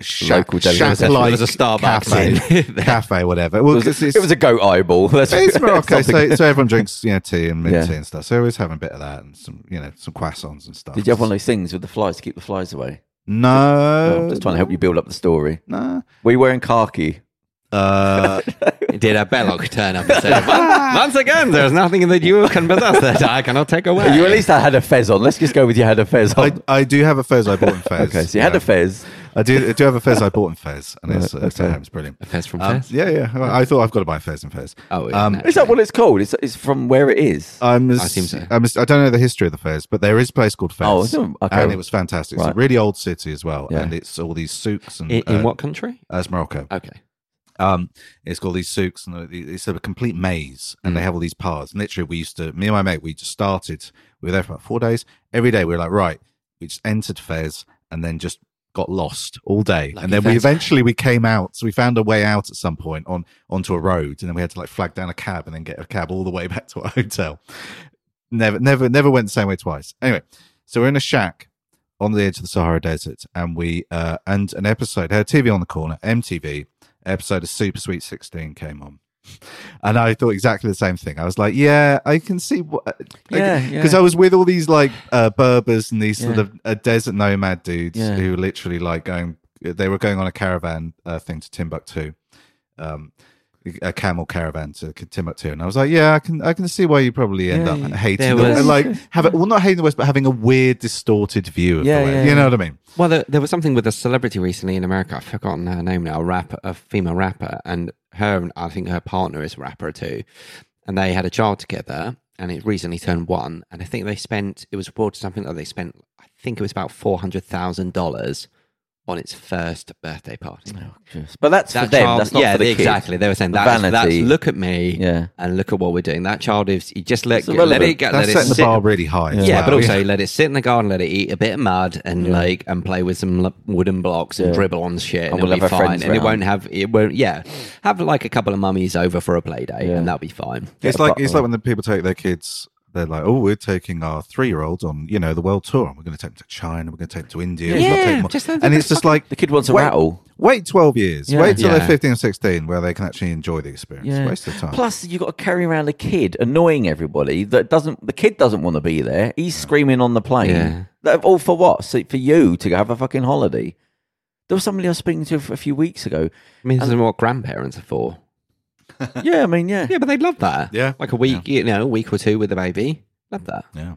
[SPEAKER 3] shack,
[SPEAKER 4] Local
[SPEAKER 3] shack
[SPEAKER 4] delicacy.
[SPEAKER 3] like
[SPEAKER 2] There's a Starbucks
[SPEAKER 3] cafe,
[SPEAKER 2] in there.
[SPEAKER 3] [LAUGHS] cafe, whatever. Well,
[SPEAKER 4] [LAUGHS] it, was,
[SPEAKER 3] 'cause it's,
[SPEAKER 4] it was a goat eyeball. [LAUGHS] That's
[SPEAKER 3] it's Morocco,
[SPEAKER 4] something.
[SPEAKER 3] so, so everyone drinks you know, tea and mint
[SPEAKER 4] Yeah.
[SPEAKER 3] tea and stuff. So we was having a bit of that and some you know some croissants and stuff.
[SPEAKER 4] Did you have one of those things with the flies to keep the flies away?
[SPEAKER 3] No, Uh,
[SPEAKER 4] Oh, I'm just trying to help you build up the story.
[SPEAKER 3] No.
[SPEAKER 4] Were you wearing khaki?
[SPEAKER 3] Uh,
[SPEAKER 2] Did a Belloc turn up and say,
[SPEAKER 4] [LAUGHS]
[SPEAKER 2] "Once- "Once again, there's nothing that you can possess that I cannot take away"?
[SPEAKER 4] You at least had a fez on. Let's just go with you had a fez on.
[SPEAKER 3] I, I do have a fez I bought
[SPEAKER 4] [LAUGHS]
[SPEAKER 3] in Fez.
[SPEAKER 4] Oh. okay, so you had
[SPEAKER 3] Yeah.
[SPEAKER 4] a fez. Oh,
[SPEAKER 3] I do I do have a fez I bought in Fez,
[SPEAKER 4] [LAUGHS]
[SPEAKER 3] and it's, it's, it's brilliant.
[SPEAKER 2] Fez from
[SPEAKER 3] Um,
[SPEAKER 2] Fez?
[SPEAKER 3] yeah, yeah. I, I thought I've got to buy Fez and Fez.
[SPEAKER 2] Oh, yeah,
[SPEAKER 3] um,
[SPEAKER 2] no.
[SPEAKER 4] Is that what it's called? It's, it's from where it is.
[SPEAKER 3] I'm as, I,
[SPEAKER 2] assume so.
[SPEAKER 3] I'm as, I don't know the history of the Fez, but there is a place called Fez.
[SPEAKER 4] Oh, so- okay.
[SPEAKER 3] And it was fantastic. It's
[SPEAKER 4] Right.
[SPEAKER 3] a really old city as well,
[SPEAKER 4] Yeah.
[SPEAKER 3] and it's all these souks and
[SPEAKER 2] in, in
[SPEAKER 3] uh,
[SPEAKER 2] what country?
[SPEAKER 3] uh, it's Morocco.
[SPEAKER 2] Okay,
[SPEAKER 3] Um, it's got all these souks, and the- it's a complete maze,
[SPEAKER 2] Mm.
[SPEAKER 3] and they have all these paths. And literally, we used to, me and my mate, we just started. We were there for about four days. Every day, we were like, right, we just entered Fez, and then just got lost all day.
[SPEAKER 2] Lucky
[SPEAKER 3] and then we
[SPEAKER 2] Fez.
[SPEAKER 3] eventually we came out. So we found a way out at some point on onto a road, and then we had to like flag down a cab and then get a cab all the way [LAUGHS] back to our hotel. Never, never, never went the same way twice. Anyway, so we're in a shack on the edge of the Sahara Desert, and we uh, and an episode had TV on the corner, MTV episode of Super Sweet Sixteen came on, [LAUGHS] and I thought exactly the same thing. I was like, yeah, I can see what
[SPEAKER 4] Yeah, yeah.
[SPEAKER 3] because I was with all these like uh, Berbers and these sort
[SPEAKER 4] Yeah.
[SPEAKER 3] of uh, desert nomad dudes
[SPEAKER 4] Yeah.
[SPEAKER 3] who were literally like going, they were going on a caravan uh, thing to Timbuktu. Um, a camel caravan to Timbuktu, and I was like, "Yeah, I can, I can see why you probably end
[SPEAKER 4] Yeah,
[SPEAKER 3] up
[SPEAKER 4] yeah.
[SPEAKER 2] There
[SPEAKER 3] hating, the,
[SPEAKER 2] was-
[SPEAKER 4] [LAUGHS]
[SPEAKER 3] like, have it, well, not hating the West, but having a weird, distorted view of
[SPEAKER 4] Yeah,
[SPEAKER 3] the West.
[SPEAKER 4] yeah,
[SPEAKER 3] you know
[SPEAKER 4] yeah.
[SPEAKER 3] what I mean?
[SPEAKER 2] Well, there, there was something with a celebrity recently in America. I've forgotten her name now. A rapper, a female rapper, and her and I think her partner is a rapper too. And they had a child together, and it recently turned one. And I think they spent. It was reported something that they spent. I think it was about four hundred thousand dollars on its first birthday party.
[SPEAKER 4] But that's for them. that's not
[SPEAKER 2] yeah,
[SPEAKER 4] for the kid.
[SPEAKER 2] exactly. They were saying
[SPEAKER 4] The
[SPEAKER 2] that's, that's
[SPEAKER 4] vanity.
[SPEAKER 2] look at me,
[SPEAKER 4] Yeah.
[SPEAKER 2] and look at what we're doing. That child is you just let
[SPEAKER 4] It's
[SPEAKER 2] let it
[SPEAKER 4] irrelevant.
[SPEAKER 2] get
[SPEAKER 3] That's
[SPEAKER 2] let it
[SPEAKER 3] setting the
[SPEAKER 2] sit
[SPEAKER 3] bar really high. as
[SPEAKER 2] yeah,
[SPEAKER 3] well.
[SPEAKER 2] but also let it sit in the garden, let it eat a bit of mud, and like and play with some l- wooden blocks and
[SPEAKER 4] Yeah.
[SPEAKER 2] dribble on shit, and,
[SPEAKER 4] And we'll
[SPEAKER 2] it'll be
[SPEAKER 4] have our
[SPEAKER 2] fine.
[SPEAKER 4] friends
[SPEAKER 2] And it
[SPEAKER 4] round.
[SPEAKER 2] won't have it won't yeah have like a couple of mummies over for a play day,
[SPEAKER 4] Yeah.
[SPEAKER 2] and that'll be fine.
[SPEAKER 3] It's
[SPEAKER 4] Yeah,
[SPEAKER 3] like
[SPEAKER 4] but-
[SPEAKER 3] it's like when the people take their kids They're like, oh, we're taking our three year olds on, you know, the world tour, and we're going to take them to China, we're going to take them to India, we're gonna
[SPEAKER 2] Yeah,
[SPEAKER 3] take them-
[SPEAKER 2] just let them
[SPEAKER 3] and it's just like
[SPEAKER 4] The kid wants a
[SPEAKER 3] Wait.
[SPEAKER 4] rattle.
[SPEAKER 3] wait twelve years,
[SPEAKER 4] Yeah.
[SPEAKER 3] wait till
[SPEAKER 2] Yeah.
[SPEAKER 3] they're fifteen or sixteen, where they can actually enjoy the experience. Waste of time.
[SPEAKER 4] Plus, you've got to carry around a kid annoying everybody that doesn't. The kid doesn't want to be there. He's screaming on the plane.
[SPEAKER 2] Yeah.
[SPEAKER 4] That- All for what? So for you to have a fucking holiday. There was somebody I was speaking to a few weeks ago.
[SPEAKER 2] I mean, this is what grandparents are for.
[SPEAKER 4] yeah, I mean, yeah,
[SPEAKER 2] Yeah, but they love that.
[SPEAKER 3] Yeah.
[SPEAKER 2] like a week, you know, a week or two with the baby. Love that.
[SPEAKER 3] yeah.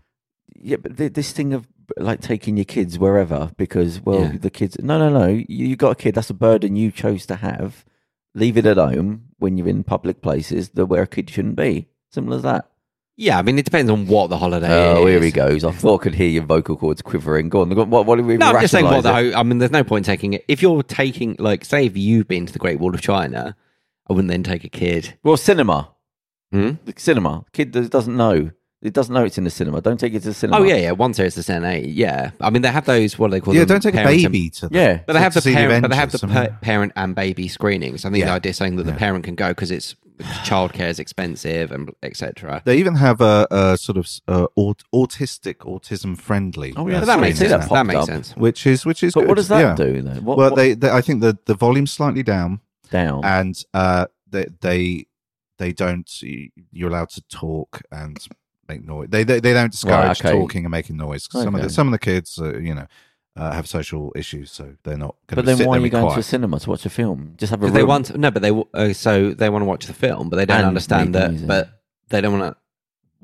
[SPEAKER 4] yeah. But th- this thing of like taking your kids wherever because well,
[SPEAKER 2] Yeah.
[SPEAKER 4] the kids. No, no, no. You, you got a kid. That's a burden you chose to have. Leave it at home when you're in public places that where a kid shouldn't be. Simple as that.
[SPEAKER 2] Yeah, I mean, it depends on what the holiday is.
[SPEAKER 4] Oh, here he goes. I thought I could hear your vocal cords quivering. Go on. go on. What, what are we
[SPEAKER 2] No, I'm just saying what the.
[SPEAKER 4] rationalise it?
[SPEAKER 2] ho- I mean, there's no point taking it. If you're taking, like, say, if you've been to the Great Wall of China, I wouldn't then take a kid.
[SPEAKER 4] Well, cinema.
[SPEAKER 2] Hmm?
[SPEAKER 4] The cinema. Kid that doesn't know. It doesn't know it's in the cinema. Don't take it to the cinema.
[SPEAKER 2] Oh yeah, yeah. Once it's the Sen Eight, yeah. I mean, they have those. What do they call
[SPEAKER 3] Yeah,
[SPEAKER 2] them?
[SPEAKER 3] don't take a
[SPEAKER 2] Parent and-
[SPEAKER 3] baby to that.
[SPEAKER 4] Yeah.
[SPEAKER 2] But they
[SPEAKER 3] to
[SPEAKER 2] have the
[SPEAKER 3] see the
[SPEAKER 2] parent. But they have the
[SPEAKER 3] Avengers,
[SPEAKER 2] pa-
[SPEAKER 3] I mean.
[SPEAKER 2] parent and baby screenings. I think the
[SPEAKER 3] Yeah.
[SPEAKER 2] idea is saying that the parent can go because it's childcare is expensive and etc.
[SPEAKER 3] They even have a, a sort of uh, aut- autistic, autism friendly.
[SPEAKER 4] Oh, yeah,
[SPEAKER 2] But that
[SPEAKER 4] I
[SPEAKER 2] makes
[SPEAKER 4] see
[SPEAKER 2] sense. That,
[SPEAKER 4] that popped
[SPEAKER 2] makes
[SPEAKER 4] up.
[SPEAKER 2] sense.
[SPEAKER 3] which is which is.
[SPEAKER 4] But
[SPEAKER 3] good.
[SPEAKER 4] what does that
[SPEAKER 3] yeah.
[SPEAKER 4] do though? What,
[SPEAKER 3] well,
[SPEAKER 4] what-
[SPEAKER 3] they, they I think the the volume's slightly down,
[SPEAKER 4] down.
[SPEAKER 3] and uh, they they they don't. You're allowed to talk and make noise. They they, they don't discourage
[SPEAKER 4] okay.
[SPEAKER 3] talking and making noise. 'cause Some of the
[SPEAKER 4] Okay.
[SPEAKER 3] some of the kids, uh, you know, uh, have social issues, so they're not. Gonna
[SPEAKER 4] but then
[SPEAKER 3] sit
[SPEAKER 4] why
[SPEAKER 3] there
[SPEAKER 4] are you
[SPEAKER 3] and
[SPEAKER 4] going to a
[SPEAKER 3] quiet.
[SPEAKER 4] cinema to watch a film? Just have a
[SPEAKER 2] Because
[SPEAKER 4] room.
[SPEAKER 2] they want no, but they w- uh, so they want to watch the film, but they don't
[SPEAKER 4] And
[SPEAKER 2] understand
[SPEAKER 4] make
[SPEAKER 2] that.
[SPEAKER 4] music.
[SPEAKER 2] But they don't want to.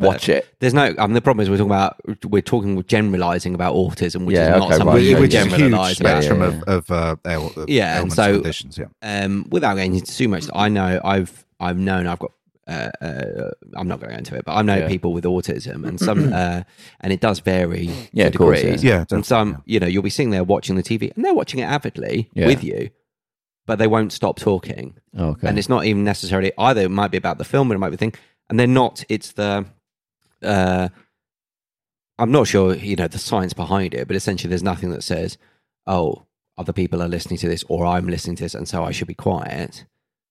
[SPEAKER 4] watch it.
[SPEAKER 2] There's no. I mean, the problem is we're talking about we're talking generalizing about autism, which
[SPEAKER 4] Yeah,
[SPEAKER 2] is not
[SPEAKER 4] okay,
[SPEAKER 2] something
[SPEAKER 4] right,
[SPEAKER 2] you
[SPEAKER 4] yeah,
[SPEAKER 2] can
[SPEAKER 3] Which
[SPEAKER 4] yeah.
[SPEAKER 3] is a huge
[SPEAKER 2] generalize about.
[SPEAKER 3] spectrum
[SPEAKER 4] yeah,
[SPEAKER 3] of, of uh, ail- of
[SPEAKER 2] Yeah, and
[SPEAKER 3] ailments
[SPEAKER 2] so-
[SPEAKER 3] and conditions. Yeah,
[SPEAKER 2] um, without getting into too much, I know I've I've known I've got uh, uh, I'm not going to go into it, but I know
[SPEAKER 4] Yeah.
[SPEAKER 2] people with autism and some uh, and it does vary
[SPEAKER 4] Yeah,
[SPEAKER 2] to
[SPEAKER 4] of course,
[SPEAKER 2] degrees.
[SPEAKER 3] yeah,
[SPEAKER 2] and
[SPEAKER 3] definitely,
[SPEAKER 2] some
[SPEAKER 3] yeah.
[SPEAKER 2] you know you'll be sitting there watching the TV and they're watching it avidly
[SPEAKER 4] Yeah.
[SPEAKER 2] with you, but they won't stop talking,
[SPEAKER 4] Oh, okay.
[SPEAKER 2] and it's not even necessarily either. It might be about the film, and it might be thing, and they're not. It's the uh, I'm not sure, you know, the science behind it, but essentially there's nothing that says, oh, other people are listening to this or I'm listening to this and so I should be quiet.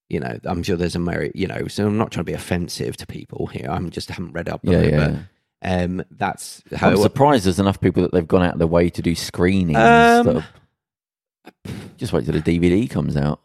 [SPEAKER 2] You know, I'm sure there's a merit, you know, so I'm not trying to be offensive to people here. I'm just haven't read up on
[SPEAKER 4] Mm. Yeah,
[SPEAKER 2] it,
[SPEAKER 4] yeah,
[SPEAKER 2] but um, that's how
[SPEAKER 4] I'm
[SPEAKER 2] it works.
[SPEAKER 4] surprised there's enough people that they've gone out of their way to do screenings.
[SPEAKER 2] Um,
[SPEAKER 4] that are- just wait till the DVD comes out.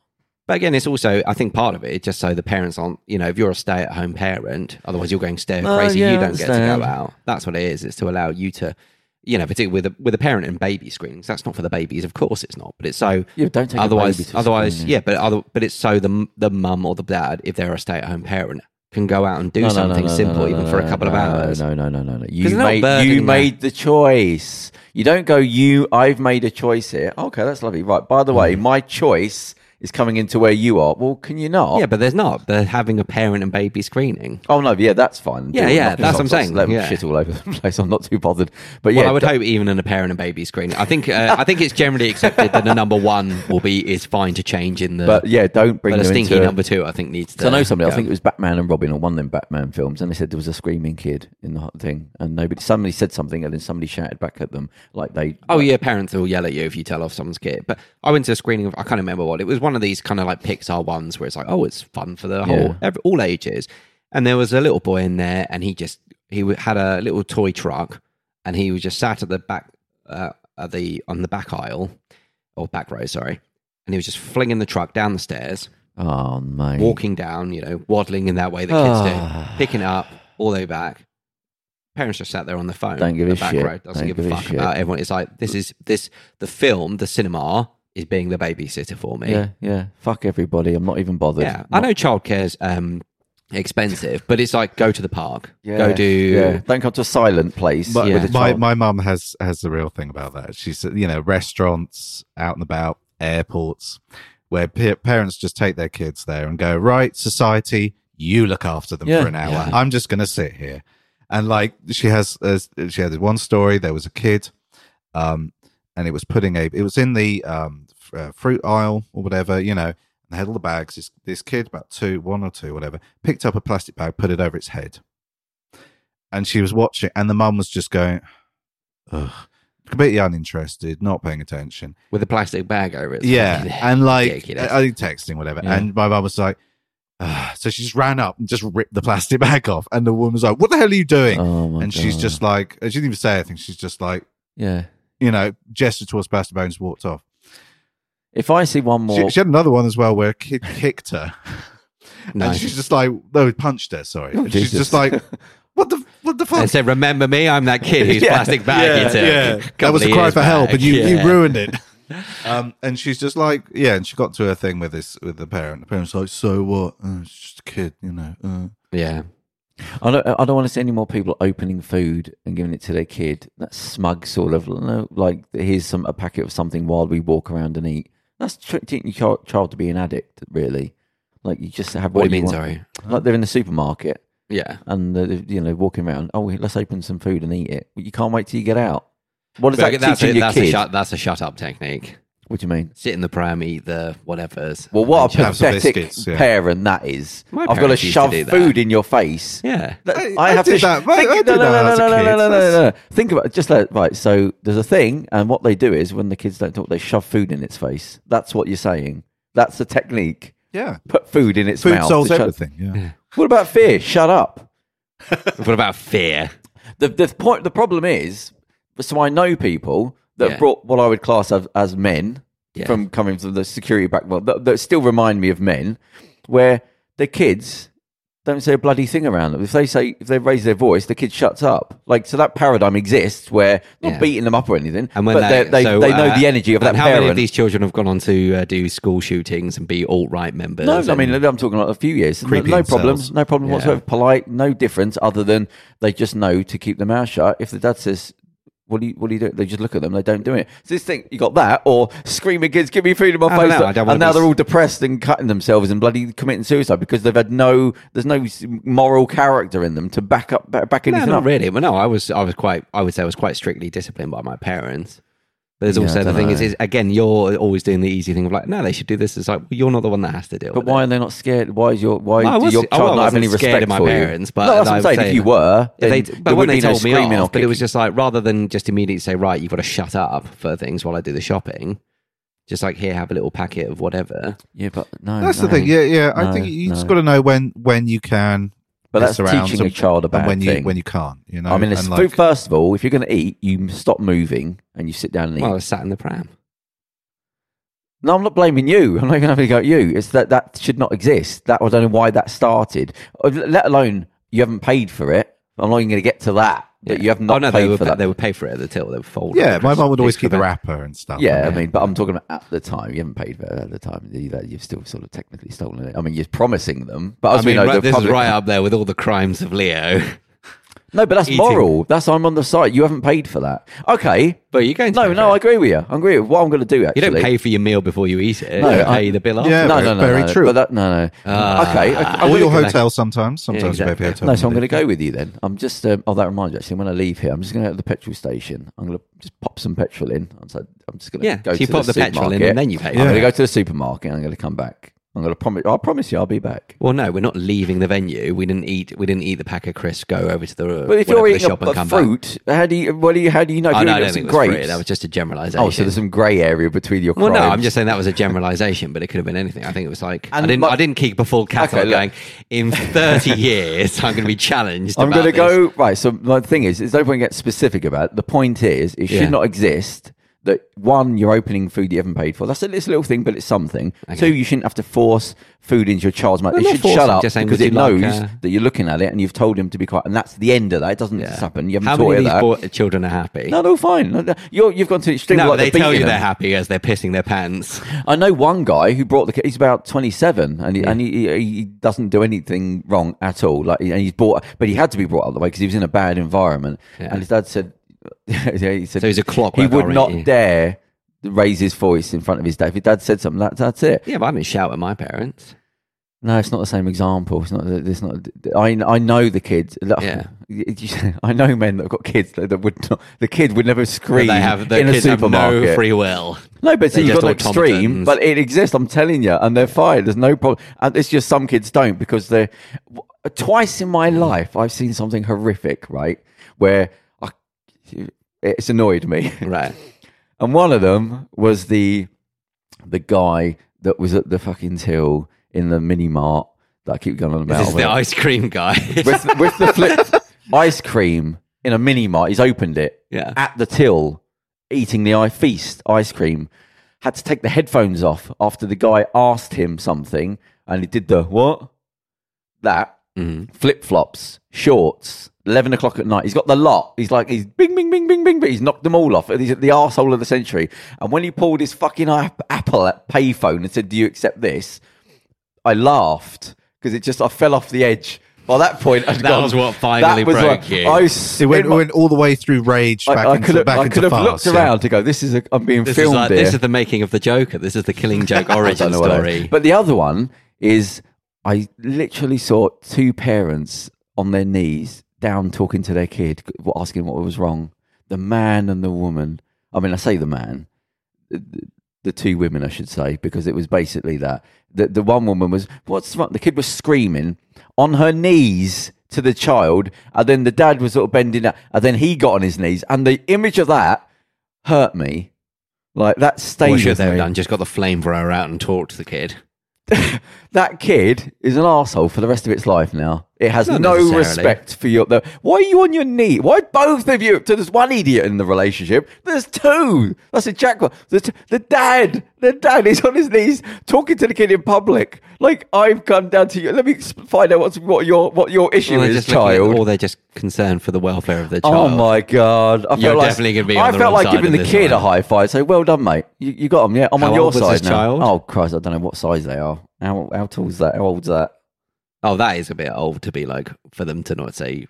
[SPEAKER 2] But again, it's also, I think part of it, just so the parents aren't, you know, if you're a stay at home parent, otherwise you're going stay
[SPEAKER 4] Oh,
[SPEAKER 2] crazy,
[SPEAKER 4] yeah,
[SPEAKER 2] you
[SPEAKER 4] I
[SPEAKER 2] don't get to
[SPEAKER 4] understand.
[SPEAKER 2] go out. That's what it is. It's to allow you to, you know, particularly with a, with a parent and baby screenings, that's not for the babies, of course it's not, but it's so
[SPEAKER 4] Yeah, but don't take a baby
[SPEAKER 2] otherwise
[SPEAKER 4] to a
[SPEAKER 2] otherwise
[SPEAKER 4] screening.
[SPEAKER 2] yeah but other but it's so the the mum or the dad if they're a stay-at-home parent can go out and do
[SPEAKER 4] No, no, no,
[SPEAKER 2] something
[SPEAKER 4] no, no,
[SPEAKER 2] simple
[SPEAKER 4] no,
[SPEAKER 2] even
[SPEAKER 4] no,
[SPEAKER 2] for a
[SPEAKER 4] no,
[SPEAKER 2] couple of
[SPEAKER 4] no,
[SPEAKER 2] hours
[SPEAKER 4] No, no, no, no, no.
[SPEAKER 2] they're
[SPEAKER 4] You
[SPEAKER 2] not
[SPEAKER 4] made
[SPEAKER 2] burdening
[SPEAKER 4] you
[SPEAKER 2] them.
[SPEAKER 4] made the choice. You don't go. You I've made a choice here. Okay, that's lovely. Right. By the
[SPEAKER 2] Mm.
[SPEAKER 4] way, my choice is coming into where you are. Well, can you not?
[SPEAKER 2] yeah but there's not they're having a parent and baby screening
[SPEAKER 4] Oh no, yeah, that's fine.
[SPEAKER 2] Yeah,
[SPEAKER 4] Do
[SPEAKER 2] yeah, that's
[SPEAKER 4] nothing.
[SPEAKER 2] what I'm
[SPEAKER 4] I'll just
[SPEAKER 2] saying.
[SPEAKER 4] Let them
[SPEAKER 2] Yeah.
[SPEAKER 4] shit all over the [LAUGHS] place. I'm not too bothered. But yeah,
[SPEAKER 2] well, I would
[SPEAKER 4] d-
[SPEAKER 2] hope even in a parent and baby screening. I think uh, I think it's generally accepted that a number one will be is fine to change in the
[SPEAKER 4] but yeah, don't bring
[SPEAKER 2] but a
[SPEAKER 4] them
[SPEAKER 2] stinky
[SPEAKER 4] into.
[SPEAKER 2] number two I think needs to.
[SPEAKER 4] So I know somebody.
[SPEAKER 2] go.
[SPEAKER 4] I think it was Batman and Robin or one of them Batman films, and they said there was a screaming kid in the hot thing, and nobody. Somebody said something, and then somebody shouted back at them like they.
[SPEAKER 2] Oh yeah, parents will yell at you if you tell off someone's kid. But I went to a screening of I can't remember what it was. One of these kind of like Pixar ones where it's like, oh, it's fun for the whole every, all ages. And there was a little boy in there, and he just he w- had a little toy truck, and he was just sat at the back uh, at the on the back aisle or back row, sorry. And he was just flinging the truck down the stairs,
[SPEAKER 4] Oh mate.
[SPEAKER 2] walking down, you know, waddling in that way that kids
[SPEAKER 4] Ah.
[SPEAKER 2] do, picking it up all the way back. Parents just sat there on the phone.
[SPEAKER 4] Don't give
[SPEAKER 2] the
[SPEAKER 4] a
[SPEAKER 2] back
[SPEAKER 4] shit.
[SPEAKER 2] row doesn't
[SPEAKER 4] Don't
[SPEAKER 2] give,
[SPEAKER 4] give
[SPEAKER 2] a
[SPEAKER 4] a
[SPEAKER 2] fuck
[SPEAKER 4] shit.
[SPEAKER 2] about everyone. It's like this is this the film, the cinema is being the babysitter for me.
[SPEAKER 4] Yeah, yeah. Fuck everybody. I'm not even bothered.
[SPEAKER 2] Yeah. I know childcare's um, expensive, but it's like go to the park, go do
[SPEAKER 4] Don't come to a silent place.
[SPEAKER 3] But
[SPEAKER 4] with a
[SPEAKER 3] my
[SPEAKER 4] child.
[SPEAKER 3] my mum has has the real thing about that. She's you know restaurants, out and about, airports, where pa- parents just take their kids there and go right society. You look after them
[SPEAKER 4] Yeah.
[SPEAKER 3] for an hour.
[SPEAKER 2] Yeah.
[SPEAKER 3] I'm just gonna sit here, and like she has uh, she had one story. There was a kid, um, and it was putting a it was in the um f- uh, fruit aisle or whatever you know. And they had all the bags. This, this kid, about two, one or two, whatever, picked up a plastic bag, put it over its head, and she was watching. And the mum was just going, Ugh. Completely uninterested, not paying attention.
[SPEAKER 2] with a plastic bag over it.
[SPEAKER 4] [LAUGHS]
[SPEAKER 3] yeah, and like
[SPEAKER 2] ridiculous.
[SPEAKER 3] I, I think texting, whatever.
[SPEAKER 4] Yeah.
[SPEAKER 3] And my mum was like, "Ah." so she just ran up and just ripped the plastic [LAUGHS] bag off. And the woman's like, what the hell are you doing?
[SPEAKER 4] Oh my
[SPEAKER 3] and she's
[SPEAKER 4] God.
[SPEAKER 3] just like, she didn't even say anything. She's just like,
[SPEAKER 4] yeah.
[SPEAKER 3] you know, gestured towards plastic bags, walked off.
[SPEAKER 4] If I see one more,
[SPEAKER 3] She, she had another one as well where a
[SPEAKER 4] [LAUGHS]
[SPEAKER 3] kid kicked her.
[SPEAKER 2] No.
[SPEAKER 3] And she's just like, no, punched her, sorry. And she's
[SPEAKER 4] Oh, Jesus.
[SPEAKER 3] just
[SPEAKER 4] [LAUGHS]
[SPEAKER 3] like, what the, what the
[SPEAKER 2] They
[SPEAKER 3] fuck?
[SPEAKER 2] said, "Remember me? I'm that kid
[SPEAKER 3] [LAUGHS]
[SPEAKER 2] whose
[SPEAKER 4] Yeah,
[SPEAKER 2] plastic bag
[SPEAKER 4] yeah,
[SPEAKER 2] you took."
[SPEAKER 3] yeah.
[SPEAKER 2] a
[SPEAKER 3] That
[SPEAKER 2] couple
[SPEAKER 3] was
[SPEAKER 2] of
[SPEAKER 3] a cry
[SPEAKER 2] years
[SPEAKER 3] for help,
[SPEAKER 2] back."
[SPEAKER 3] and you,
[SPEAKER 2] Yeah.
[SPEAKER 3] you ruined
[SPEAKER 4] [LAUGHS]
[SPEAKER 3] it. Um, and she's just like, yeah, and she got to her thing with this with the parent. The parent's like, so what? Uh, it's just a kid, you know. Uh.
[SPEAKER 2] Yeah,
[SPEAKER 4] I don't. I don't want to see any more people opening food and giving it to their kid. That smug sort of no, like here's some a packet of something while we walk around and eat. That's tr- teaching your child- child to be an addict, really. Like you just have
[SPEAKER 2] What
[SPEAKER 4] what,
[SPEAKER 2] do you mean,
[SPEAKER 4] want.
[SPEAKER 2] sorry?
[SPEAKER 4] Like they're in the supermarket
[SPEAKER 2] yeah.
[SPEAKER 4] and they're, they're, you know walking around. Oh, let's open some food and eat it. But you can't wait till you get out. What is
[SPEAKER 2] But
[SPEAKER 4] that
[SPEAKER 2] that's
[SPEAKER 4] teaching
[SPEAKER 2] a,
[SPEAKER 4] your
[SPEAKER 2] that's,
[SPEAKER 4] kid?
[SPEAKER 2] a shut, that's a shut up technique.
[SPEAKER 4] What do you mean?
[SPEAKER 2] Sit in the pram, eat the whatever's.
[SPEAKER 4] Well, what a
[SPEAKER 3] Have some
[SPEAKER 4] pathetic
[SPEAKER 3] biscuits, yeah.
[SPEAKER 4] parent that is.
[SPEAKER 2] My
[SPEAKER 4] I've got to
[SPEAKER 2] parents used to
[SPEAKER 4] shove
[SPEAKER 2] do that.
[SPEAKER 4] food in your face.
[SPEAKER 2] yeah,
[SPEAKER 4] I,
[SPEAKER 3] I
[SPEAKER 4] have
[SPEAKER 3] did
[SPEAKER 4] to sh-
[SPEAKER 3] that. I-
[SPEAKER 4] think,
[SPEAKER 3] I did
[SPEAKER 4] no, no,
[SPEAKER 3] that
[SPEAKER 4] no,
[SPEAKER 3] as
[SPEAKER 4] no,
[SPEAKER 3] a
[SPEAKER 4] no,
[SPEAKER 3] kid.
[SPEAKER 4] no, no, no, no, no. Think about it. Just let right. So there's a thing, and what they do is when the kids don't talk, they shove food in its face. That's what you're saying. That's the technique.
[SPEAKER 3] Yeah.
[SPEAKER 4] Put food in its
[SPEAKER 3] Food
[SPEAKER 4] mouth.
[SPEAKER 3] solves
[SPEAKER 4] to shut-
[SPEAKER 3] everything. Yeah.
[SPEAKER 4] What about fear? Shut up.
[SPEAKER 2] [LAUGHS] what about fear?
[SPEAKER 4] The the point. The problem is. So I know people that
[SPEAKER 2] Yeah.
[SPEAKER 4] have brought what I would class as, as men
[SPEAKER 2] Yeah.
[SPEAKER 4] from coming from the security background that, that still remind me of men, where the kids don't say a bloody thing around them. If they say if they raise their voice, the kid shuts up. Like so, that paradigm exists where not
[SPEAKER 2] Yeah.
[SPEAKER 4] beating them up or anything,
[SPEAKER 2] And when
[SPEAKER 4] but they, they,
[SPEAKER 2] so,
[SPEAKER 4] they know
[SPEAKER 2] uh,
[SPEAKER 4] the energy of that
[SPEAKER 2] and how many of
[SPEAKER 4] parent.
[SPEAKER 2] these children have gone on to uh, do school shootings and be alt right members?
[SPEAKER 4] no,
[SPEAKER 2] and,
[SPEAKER 4] I mean I'm talking like a few years. No,
[SPEAKER 3] Creepy
[SPEAKER 4] no problem,
[SPEAKER 3] incels.
[SPEAKER 4] no problem
[SPEAKER 2] Yeah.
[SPEAKER 4] whatsoever. Polite, no difference other than they just know to keep their mouth shut. If the dad says. What do you what do you do? They just look at them. They don't do it. So this thing you got that or screaming kids, give me food in my
[SPEAKER 2] I don't
[SPEAKER 4] face,
[SPEAKER 2] know, Oh, I don't wanna
[SPEAKER 4] and now
[SPEAKER 2] be-
[SPEAKER 4] they're all depressed and cutting themselves and bloody committing suicide because they've had no there's no s- moral character in them to back up back, back
[SPEAKER 2] no,
[SPEAKER 4] anything
[SPEAKER 2] not
[SPEAKER 4] up.
[SPEAKER 2] really. Well, no, I was, I was quite, I would say, I was quite strictly disciplined by my parents. There's
[SPEAKER 4] Yeah, I
[SPEAKER 2] also the
[SPEAKER 4] don't
[SPEAKER 2] thing is,
[SPEAKER 4] know.
[SPEAKER 2] is again, you're always doing the easy thing of like, no, they should do this. It's like well, you're not the one that has to deal.
[SPEAKER 4] But
[SPEAKER 2] with
[SPEAKER 4] why
[SPEAKER 2] It.
[SPEAKER 4] are they not scared? Why is your why
[SPEAKER 2] Well, I
[SPEAKER 4] do
[SPEAKER 2] was- oh,
[SPEAKER 4] your
[SPEAKER 2] I
[SPEAKER 4] child not have
[SPEAKER 2] wasn't
[SPEAKER 4] any
[SPEAKER 2] scared
[SPEAKER 4] respect
[SPEAKER 2] of my
[SPEAKER 4] for
[SPEAKER 2] parents,
[SPEAKER 4] you?
[SPEAKER 2] but
[SPEAKER 4] no, that's what I'm
[SPEAKER 2] I'm
[SPEAKER 4] saying. If
[SPEAKER 2] saying-
[SPEAKER 4] you were, then
[SPEAKER 2] They,
[SPEAKER 4] there
[SPEAKER 2] but when
[SPEAKER 4] would
[SPEAKER 2] they
[SPEAKER 4] be no
[SPEAKER 2] told me
[SPEAKER 4] screaming or
[SPEAKER 2] off, but it was
[SPEAKER 4] kicking.
[SPEAKER 2] just like rather than just immediately say, right, you've got to shut up for things while I do the shopping. Just like here, have a little packet of whatever.
[SPEAKER 4] yeah, but no,
[SPEAKER 3] That's
[SPEAKER 4] no.
[SPEAKER 3] the thing. Yeah, yeah. I
[SPEAKER 4] No,
[SPEAKER 3] think you just
[SPEAKER 4] no.
[SPEAKER 3] got to know when when you can.
[SPEAKER 4] But
[SPEAKER 3] mess
[SPEAKER 4] that's
[SPEAKER 3] around
[SPEAKER 4] teaching a
[SPEAKER 3] and-
[SPEAKER 4] child a
[SPEAKER 3] and
[SPEAKER 4] bad
[SPEAKER 3] when
[SPEAKER 4] thing.
[SPEAKER 3] you when you can't. You know.
[SPEAKER 4] I mean, it's
[SPEAKER 3] and
[SPEAKER 4] food, first of all, if you're going to eat, you m- stop moving and you sit down and eat.
[SPEAKER 2] Well, I was sat in the pram.
[SPEAKER 4] no, I'm not blaming you. [LAUGHS] I'm not even having a go at you. It's that that should not exist. That I don't know why that started. Uh, l- Let alone you haven't paid for it. I'm not even going to get to that. That you have not
[SPEAKER 2] oh no,
[SPEAKER 4] paid
[SPEAKER 2] they would,
[SPEAKER 4] for
[SPEAKER 2] pay-
[SPEAKER 4] that.
[SPEAKER 2] they would pay for it at the till. They would fold.
[SPEAKER 3] yeah,
[SPEAKER 2] it.
[SPEAKER 3] my mum would always
[SPEAKER 2] Just give
[SPEAKER 3] keep the
[SPEAKER 2] it-
[SPEAKER 3] wrapper and stuff.
[SPEAKER 4] Yeah, I mean, but I'm talking about at the time. You haven't paid for it at the time. You- That you've still sort of technically stolen it. I mean, you're promising them, but
[SPEAKER 2] I mean,
[SPEAKER 4] as we know,
[SPEAKER 2] right-
[SPEAKER 4] the
[SPEAKER 2] this
[SPEAKER 4] public,
[SPEAKER 2] is right up there with all the crimes of [LAUGHS] Leo.
[SPEAKER 4] No, but that's
[SPEAKER 2] eating.
[SPEAKER 4] moral. That's I'm on the site. You haven't paid for that. Okay.
[SPEAKER 2] But you're going to
[SPEAKER 4] No,
[SPEAKER 2] pay
[SPEAKER 4] no,
[SPEAKER 2] for
[SPEAKER 4] I
[SPEAKER 2] it.
[SPEAKER 4] agree with you. I agree with what I'm going to do. Actually,
[SPEAKER 2] you don't pay for your meal before you eat it.
[SPEAKER 4] No,
[SPEAKER 2] you
[SPEAKER 4] I-
[SPEAKER 2] pay the bill after.
[SPEAKER 3] Yeah,
[SPEAKER 4] No,
[SPEAKER 3] very-
[SPEAKER 4] no, no,
[SPEAKER 3] very
[SPEAKER 4] no,
[SPEAKER 3] true.
[SPEAKER 4] But that, no, no.
[SPEAKER 2] Ah.
[SPEAKER 4] okay, okay. I'm
[SPEAKER 3] Or
[SPEAKER 4] really
[SPEAKER 3] your
[SPEAKER 4] gonna-
[SPEAKER 3] hotel sometimes. Sometimes you pay for
[SPEAKER 2] exactly.
[SPEAKER 3] your hotel.
[SPEAKER 4] No, so I'm going
[SPEAKER 3] money.
[SPEAKER 4] to go with you then. I'm just. Um, oh, that reminds me. Actually, when I leave here, I'm just going to go to the petrol station. I'm going to just pop some petrol in. I'm, so, I'm just going
[SPEAKER 2] Yeah,
[SPEAKER 4] go
[SPEAKER 2] so you
[SPEAKER 4] to
[SPEAKER 2] pop
[SPEAKER 4] the,
[SPEAKER 2] the petrol in
[SPEAKER 4] supermarket.
[SPEAKER 2] and then you pay.
[SPEAKER 4] I'm
[SPEAKER 2] for
[SPEAKER 4] going to
[SPEAKER 2] it.
[SPEAKER 4] go to the supermarket. and I'm going to come back. I'm going to promise. I promise you, I'll be back.
[SPEAKER 2] Well, no, we're not leaving the venue. We didn't eat. We didn't eat the pack of crisps. Go over to the
[SPEAKER 4] But if
[SPEAKER 2] whatever
[SPEAKER 4] you're
[SPEAKER 2] the
[SPEAKER 4] eating a,
[SPEAKER 2] shop and
[SPEAKER 4] a
[SPEAKER 2] come back.
[SPEAKER 4] fruit, how do you? What do you? How do you know? If
[SPEAKER 2] Oh,
[SPEAKER 4] you're
[SPEAKER 2] no,
[SPEAKER 4] eating
[SPEAKER 2] I don't
[SPEAKER 4] some
[SPEAKER 2] think it was free.
[SPEAKER 4] grapes?
[SPEAKER 2] That was just a generalization.
[SPEAKER 4] oh, so there's some grey area between your.
[SPEAKER 2] Well,
[SPEAKER 4] crimes.
[SPEAKER 2] no, I'm just saying that was a generalization, but it could have been anything. I think it was like I
[SPEAKER 4] And
[SPEAKER 2] didn't.
[SPEAKER 4] my-
[SPEAKER 2] I didn't keep a full catalog.
[SPEAKER 4] Okay,
[SPEAKER 2] going
[SPEAKER 4] look.
[SPEAKER 2] in
[SPEAKER 4] [LAUGHS]
[SPEAKER 2] 30 years, I'm going to be challenged.
[SPEAKER 4] I'm
[SPEAKER 2] going to
[SPEAKER 4] go right. So my thing is, there's no point getting specific about it. The point is, it
[SPEAKER 2] Yeah.
[SPEAKER 4] should not exist. That one, you're opening food you haven't paid for. That's a it's a little thing, but it's something. Two, you shouldn't have to force food into your child's mouth.
[SPEAKER 2] No,
[SPEAKER 4] it
[SPEAKER 2] not
[SPEAKER 4] should
[SPEAKER 2] force
[SPEAKER 4] shut
[SPEAKER 2] it,
[SPEAKER 4] up
[SPEAKER 2] just saying,
[SPEAKER 4] because
[SPEAKER 2] would
[SPEAKER 4] it
[SPEAKER 2] you like
[SPEAKER 4] knows
[SPEAKER 2] a-
[SPEAKER 4] that you're looking at it and you've told him to be quiet, and that's the end of that. It doesn't just happen. You haven't
[SPEAKER 2] How
[SPEAKER 4] taught
[SPEAKER 2] many of
[SPEAKER 4] it
[SPEAKER 2] these
[SPEAKER 4] that.
[SPEAKER 2] bo- children are happy?
[SPEAKER 4] no, they're all fine. No, no, You're, you've gone to extreme.
[SPEAKER 2] No,
[SPEAKER 4] like
[SPEAKER 2] they
[SPEAKER 4] they're
[SPEAKER 2] tell you
[SPEAKER 4] beating
[SPEAKER 2] they're
[SPEAKER 4] them.
[SPEAKER 2] happy as they're pissing their pants.
[SPEAKER 4] I know one guy who brought the kid. He's about twenty seven, and he, and he, he he doesn't do anything wrong at all. Like, and he's brought, but he had to be brought up the way because he was in a bad environment.
[SPEAKER 2] Yeah.
[SPEAKER 4] And his dad said, [LAUGHS] he said,
[SPEAKER 2] So he's a clockwork
[SPEAKER 4] He would
[SPEAKER 2] orange,
[SPEAKER 4] not
[SPEAKER 2] yeah.
[SPEAKER 4] dare raise his voice in front of his dad. If his dad said something, that, that's it.
[SPEAKER 2] Yeah, but I didn't shout at my parents.
[SPEAKER 4] No, it's not the same example. It's not. It's not. I I know the kids. Look,
[SPEAKER 2] Yeah.
[SPEAKER 4] [LAUGHS] I know men that have got kids that, that would not. The kid would never
[SPEAKER 2] But
[SPEAKER 4] scream
[SPEAKER 2] they have the
[SPEAKER 4] in a
[SPEAKER 2] kids have
[SPEAKER 4] supermarket.
[SPEAKER 2] no free will.
[SPEAKER 4] No, but so
[SPEAKER 2] They're
[SPEAKER 4] you've
[SPEAKER 2] just
[SPEAKER 4] got an extreme,
[SPEAKER 2] automatons.
[SPEAKER 4] but it exists. I'm telling you, and they're fine. There's no problem. And it's just some kids don't because they're. w- Twice in my life, I've seen something horrific, right? Where I, it's
[SPEAKER 2] [LAUGHS]
[SPEAKER 4] annoyed me,
[SPEAKER 2] Right.
[SPEAKER 4] and one of them was the the guy that was at the fucking till in the mini mart that I keep going on about.
[SPEAKER 2] This is the ice cream
[SPEAKER 4] [LAUGHS]
[SPEAKER 2] guy.
[SPEAKER 4] with, with the flip ice cream in a mini mart. He's opened it
[SPEAKER 2] [LAUGHS] Yeah.
[SPEAKER 4] at the till, eating the I feast ice cream. Had to take the headphones off after the guy asked him something, and he did the what? That
[SPEAKER 2] Mhm.
[SPEAKER 4] flip flops, shorts. Eleven o'clock at night. He's got the lot. He's like he's bing bing bing bing bing, but he's knocked them all off. He's the arsehole of the century. And when he pulled his fucking app- Apple at payphone and said, "Do you accept this?" I laughed because it just I fell off the edge. By that point, i
[SPEAKER 2] That was what finally broke you.
[SPEAKER 4] I was
[SPEAKER 3] It went,
[SPEAKER 4] in my-
[SPEAKER 3] went all the way through rage
[SPEAKER 4] I,
[SPEAKER 3] back
[SPEAKER 4] I
[SPEAKER 3] into,
[SPEAKER 4] could have,
[SPEAKER 3] back
[SPEAKER 4] I
[SPEAKER 3] into
[SPEAKER 4] could have
[SPEAKER 3] farce,
[SPEAKER 4] looked
[SPEAKER 3] yeah.
[SPEAKER 4] around to go. This is a, I'm being
[SPEAKER 2] This is
[SPEAKER 4] filmed
[SPEAKER 2] like
[SPEAKER 4] here.
[SPEAKER 2] this is the making of the Joker. This is the
[SPEAKER 4] [LAUGHS]
[SPEAKER 2] Killing Joke origin
[SPEAKER 4] what I-
[SPEAKER 2] story.
[SPEAKER 4] But the other one is I literally saw two parents on their knees down talking to their kid, asking what was wrong. The man and the woman. I mean, I say the man, the, the two women, I should say, because it was basically that. The, the one woman was, what's wrong? The kid was screaming on her knees to the child. And then the dad was sort of bending down. And then he got on his knees. And the image of that hurt me. Like that stayed
[SPEAKER 2] what should
[SPEAKER 4] with
[SPEAKER 2] they have
[SPEAKER 4] me
[SPEAKER 2] done? Just got the flamethrower out and talked the kid.
[SPEAKER 4] that kid is an asshole for the rest of its life now. It has
[SPEAKER 2] Not
[SPEAKER 4] no
[SPEAKER 2] necessarily.
[SPEAKER 4] respect for your. The, why are you on your knee? Why both of you? So there's one idiot in the relationship. There's two. That's a jackpot. The, t- the dad, the dad is on his knees talking to the kid in public. Like I've come down to you. Let me exp- find out what's what your what your issue
[SPEAKER 2] Or they're
[SPEAKER 4] is,
[SPEAKER 2] just looking at-
[SPEAKER 4] child.
[SPEAKER 2] or they're just concerned for the welfare of their
[SPEAKER 4] Oh
[SPEAKER 2] child.
[SPEAKER 4] my god! I
[SPEAKER 2] You're
[SPEAKER 4] felt like,
[SPEAKER 2] definitely gonna be
[SPEAKER 4] I
[SPEAKER 2] on the wrong
[SPEAKER 4] felt like
[SPEAKER 2] side
[SPEAKER 4] giving
[SPEAKER 2] of
[SPEAKER 4] the
[SPEAKER 2] this
[SPEAKER 4] kid a
[SPEAKER 2] one.
[SPEAKER 4] high five. Say, well done, mate. You, you got him. Yeah, I'm
[SPEAKER 2] How
[SPEAKER 4] on your
[SPEAKER 2] old was
[SPEAKER 4] side
[SPEAKER 2] this
[SPEAKER 4] now.
[SPEAKER 2] child?
[SPEAKER 4] Oh Christ, I don't know what size they are. How how tall is that? How old's that?
[SPEAKER 2] Oh, that is a bit old to be like for them to not say.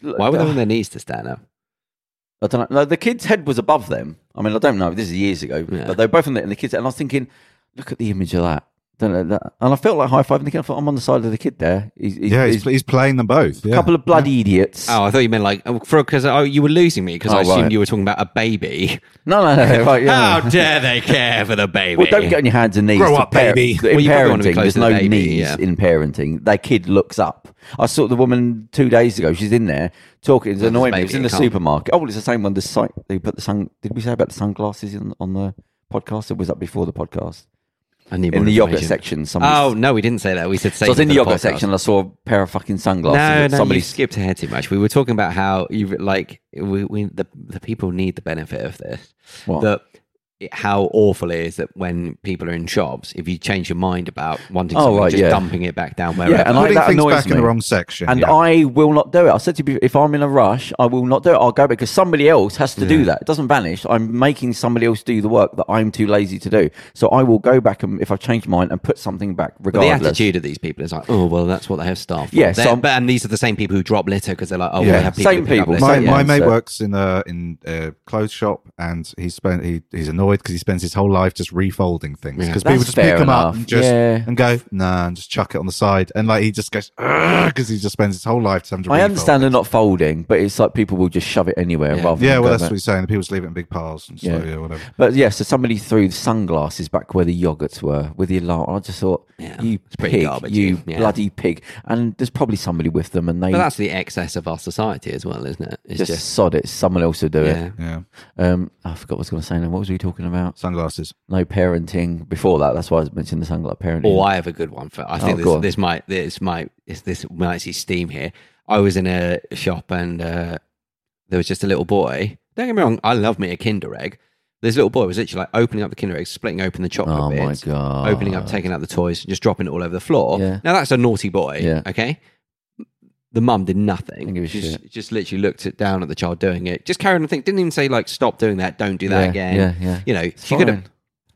[SPEAKER 2] Why were they on their knees to stand up?
[SPEAKER 4] I don't know. No, the kid's head was above them. I mean, I don't know. This is years ago,
[SPEAKER 2] Yeah.
[SPEAKER 4] but they were both in the, in the kids. And I was thinking, look at the image of that. Don't know that. And I felt like high fiving the kid. I thought I'm on the side of the kid there. He's, he's,
[SPEAKER 3] Yeah, he's,
[SPEAKER 4] he's
[SPEAKER 3] he's playing them both.
[SPEAKER 4] a
[SPEAKER 3] Yeah.
[SPEAKER 4] couple of bloody idiots.
[SPEAKER 2] Oh, I thought you meant like oh, for because oh, you were losing me because
[SPEAKER 4] Oh,
[SPEAKER 2] I assumed
[SPEAKER 4] right.
[SPEAKER 2] you were talking about a baby.
[SPEAKER 4] No, no, no.
[SPEAKER 2] [LAUGHS]
[SPEAKER 4] Right, yeah.
[SPEAKER 2] How dare they care for the baby?
[SPEAKER 4] Well, don't get on your hands and knees.
[SPEAKER 3] Grow
[SPEAKER 4] to
[SPEAKER 3] up, baby.
[SPEAKER 4] In
[SPEAKER 2] Well, you probably
[SPEAKER 4] parenting,
[SPEAKER 2] wanna be close
[SPEAKER 4] there's
[SPEAKER 2] to the
[SPEAKER 4] no
[SPEAKER 2] baby,
[SPEAKER 4] knees
[SPEAKER 2] yeah.
[SPEAKER 4] in parenting. Their kid looks up. I saw the woman two days ago. She's in there talking. It's annoying me.
[SPEAKER 2] baby,
[SPEAKER 4] It was in
[SPEAKER 2] you
[SPEAKER 4] the
[SPEAKER 2] can't-
[SPEAKER 4] supermarket. Oh, well, it's the same one. The site they put the sun. Did we say about the sunglasses in, on the podcast? Or was that before the podcast?
[SPEAKER 2] I need
[SPEAKER 4] In
[SPEAKER 2] more
[SPEAKER 4] the yogurt
[SPEAKER 2] information.
[SPEAKER 4] section.
[SPEAKER 2] Oh
[SPEAKER 4] Somebody's
[SPEAKER 2] no, we didn't say that. We said
[SPEAKER 4] So
[SPEAKER 2] save
[SPEAKER 4] I was
[SPEAKER 2] it for
[SPEAKER 4] in the yogurt
[SPEAKER 2] podcast.
[SPEAKER 4] section and I saw a pair of fucking sunglasses.
[SPEAKER 2] No,
[SPEAKER 4] that
[SPEAKER 2] no,
[SPEAKER 4] somebody
[SPEAKER 2] you skipped ahead too much. We were talking about how you like we, we the the people need the benefit of this.
[SPEAKER 4] What?
[SPEAKER 2] That it- how awful it is that when people are in shops, if you change your mind about wanting
[SPEAKER 4] Oh,
[SPEAKER 2] something,
[SPEAKER 4] right,
[SPEAKER 2] just
[SPEAKER 4] yeah.
[SPEAKER 2] dumping it back down wherever.
[SPEAKER 4] and I-
[SPEAKER 3] Putting
[SPEAKER 4] that
[SPEAKER 3] things
[SPEAKER 4] annoys
[SPEAKER 3] back in the
[SPEAKER 4] me.
[SPEAKER 3] wrong section.
[SPEAKER 4] and
[SPEAKER 3] yeah.
[SPEAKER 4] I will not do it. I said to you, if I'm in a rush, I will not do it. I'll go because somebody else has to do that. It doesn't vanish. I'm making somebody else do the work that I'm too lazy to do. So I will go back and if I've changed mine and put something back
[SPEAKER 2] But the
[SPEAKER 4] regardless.
[SPEAKER 2] attitude of these people is like, oh well, that's what they have staff. for.
[SPEAKER 4] Yeah,
[SPEAKER 2] They're-
[SPEAKER 4] some-
[SPEAKER 2] but and these are the same people who drop litter because they're like, oh,
[SPEAKER 3] Yeah.
[SPEAKER 2] we have people
[SPEAKER 4] Same
[SPEAKER 2] who pick up
[SPEAKER 4] people,
[SPEAKER 2] litter.
[SPEAKER 3] my,
[SPEAKER 4] same
[SPEAKER 3] my mate
[SPEAKER 4] mindset.
[SPEAKER 3] works in a in a clothes shop, and he spent he, he's annoyed because he spends his whole life just refolding things
[SPEAKER 2] Yeah.
[SPEAKER 3] because
[SPEAKER 4] That's
[SPEAKER 3] people just pick
[SPEAKER 4] fair
[SPEAKER 3] them up
[SPEAKER 4] enough,
[SPEAKER 3] and just
[SPEAKER 4] yeah.
[SPEAKER 3] and go nah and just chuck it on the side, and like he just goes because he just spends his whole life time to.
[SPEAKER 4] I
[SPEAKER 3] refold it.
[SPEAKER 4] understand they're not folding, but it's like people will just shove it anywhere
[SPEAKER 2] Yeah.
[SPEAKER 4] rather
[SPEAKER 3] Yeah, well,
[SPEAKER 4] than go
[SPEAKER 3] that's
[SPEAKER 4] back.
[SPEAKER 3] what he's saying. The people just leave it in big piles and so,
[SPEAKER 4] Yeah.
[SPEAKER 3] yeah. whatever.
[SPEAKER 4] But yeah, so somebody threw the sunglasses back where the yogurts were with the alarm. I just thought,
[SPEAKER 2] Yeah,
[SPEAKER 4] you
[SPEAKER 2] it's pretty
[SPEAKER 4] pig,
[SPEAKER 2] garbage,
[SPEAKER 4] you
[SPEAKER 2] yeah.
[SPEAKER 4] bloody pig. And there's probably somebody with them and they
[SPEAKER 2] But that's the excess of our society as well, isn't it? It's
[SPEAKER 4] just,
[SPEAKER 2] just,
[SPEAKER 4] sod it. Someone else will do
[SPEAKER 2] yeah.
[SPEAKER 3] Yeah,
[SPEAKER 4] it. Um, I forgot what I was going to say now. What was we talking about?
[SPEAKER 3] sunglasses.
[SPEAKER 4] No parenting. Before that, that's why I mentioned the sunglass parenting.
[SPEAKER 2] Or Oh, I have a good one for. I think
[SPEAKER 4] Oh, go
[SPEAKER 2] this,
[SPEAKER 4] on.
[SPEAKER 2] this might this might this, this might see steam here. I was in a shop and uh, there was just a little boy. Don't get me wrong, I love me a Kinder egg. This little boy was literally like opening up the Kinder egg, splitting open the chocolate
[SPEAKER 4] Oh my
[SPEAKER 2] bits,
[SPEAKER 4] god!
[SPEAKER 2] opening up, taking out the toys, and just dropping it all over the floor.
[SPEAKER 4] Yeah.
[SPEAKER 2] Now that's a naughty boy.
[SPEAKER 4] Yeah.
[SPEAKER 2] Okay. The mum did nothing.
[SPEAKER 4] Didn't give a
[SPEAKER 2] She
[SPEAKER 4] shit.
[SPEAKER 2] just, just literally looked at, down at the child doing it. Just carried on thinking. Didn't even say like stop doing that. Don't do that
[SPEAKER 4] Yeah,
[SPEAKER 2] again.
[SPEAKER 4] yeah, yeah.
[SPEAKER 2] You know, she could have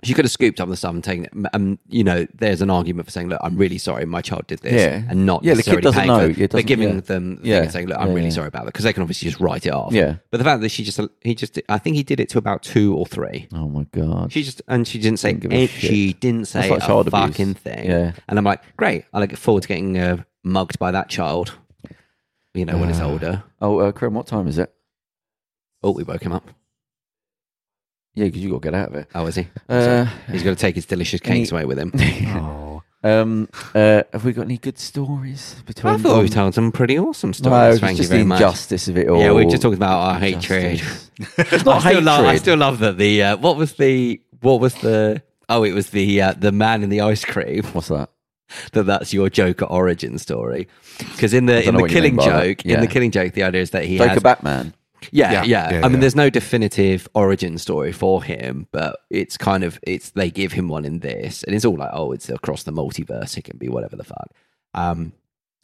[SPEAKER 2] she could have scooped up the stuff and taken it. Um, you know, there's an argument for saying, "Look, I'm really sorry, my child did this,"
[SPEAKER 4] Yeah.
[SPEAKER 2] and not
[SPEAKER 4] Yeah, the
[SPEAKER 2] necessarily
[SPEAKER 4] kid doesn't
[SPEAKER 2] paying
[SPEAKER 4] know.
[SPEAKER 2] for
[SPEAKER 4] It
[SPEAKER 2] but
[SPEAKER 4] doesn't-
[SPEAKER 2] giving
[SPEAKER 4] yeah.
[SPEAKER 2] them the
[SPEAKER 4] Yeah.
[SPEAKER 2] thing and saying, "Look, I'm
[SPEAKER 4] Yeah,
[SPEAKER 2] really
[SPEAKER 4] yeah.
[SPEAKER 2] sorry about that," because they can obviously just write it off.
[SPEAKER 4] Yeah.
[SPEAKER 2] But the fact that she just he just I think he did it to about two or three.
[SPEAKER 4] Oh my god!
[SPEAKER 2] She just and she didn't say
[SPEAKER 4] Didn't give a
[SPEAKER 2] eh,
[SPEAKER 4] shit.
[SPEAKER 2] she didn't say
[SPEAKER 4] That's like
[SPEAKER 2] a
[SPEAKER 4] child abuse.
[SPEAKER 2] fucking thing.
[SPEAKER 4] Yeah.
[SPEAKER 2] And I'm like, great. I look forward to getting uh, mugged by that child. You know,
[SPEAKER 4] [SIGHS]
[SPEAKER 2] when it's older.
[SPEAKER 4] Oh, uh, Karen, what time is it?
[SPEAKER 2] Oh, we woke him up.
[SPEAKER 4] Yeah, because you got to get out of it.
[SPEAKER 2] Oh, is he?
[SPEAKER 4] Uh,
[SPEAKER 2] He's got to take his delicious cakes away
[SPEAKER 4] [LAUGHS]
[SPEAKER 2] with him.
[SPEAKER 3] Oh,
[SPEAKER 4] um, uh, have we got any good stories between?
[SPEAKER 2] I thought we
[SPEAKER 4] them?
[SPEAKER 2] told some pretty awesome stories.
[SPEAKER 4] No, it's
[SPEAKER 2] Thank you
[SPEAKER 4] just
[SPEAKER 2] very
[SPEAKER 4] the
[SPEAKER 2] much.
[SPEAKER 4] injustice of it all.
[SPEAKER 2] Yeah, we were just talking about our hatred.
[SPEAKER 4] Injustice.
[SPEAKER 2] [LAUGHS]
[SPEAKER 4] it's not
[SPEAKER 2] I still,
[SPEAKER 4] hatred.
[SPEAKER 2] love, I still love that the uh, what was the what was the oh it was the uh, the man in the ice cream [LAUGHS]
[SPEAKER 4] What's that?
[SPEAKER 2] that that's your Joker origin story. Because in the
[SPEAKER 4] don't
[SPEAKER 2] in
[SPEAKER 4] know
[SPEAKER 2] the
[SPEAKER 4] what you mean
[SPEAKER 2] Killing
[SPEAKER 4] by that.
[SPEAKER 2] Joke, in
[SPEAKER 4] Yeah.
[SPEAKER 2] the Killing Joke, the idea is that he
[SPEAKER 4] Joker
[SPEAKER 2] has
[SPEAKER 4] Batman.
[SPEAKER 2] yeah, yeah,
[SPEAKER 3] Yeah, yeah,
[SPEAKER 2] I mean,
[SPEAKER 3] yeah.
[SPEAKER 2] there's no definitive origin story for him, but it's kind of it's they give him one in this, and it's all like, oh, it's across the multiverse. It can be whatever the fuck. Um,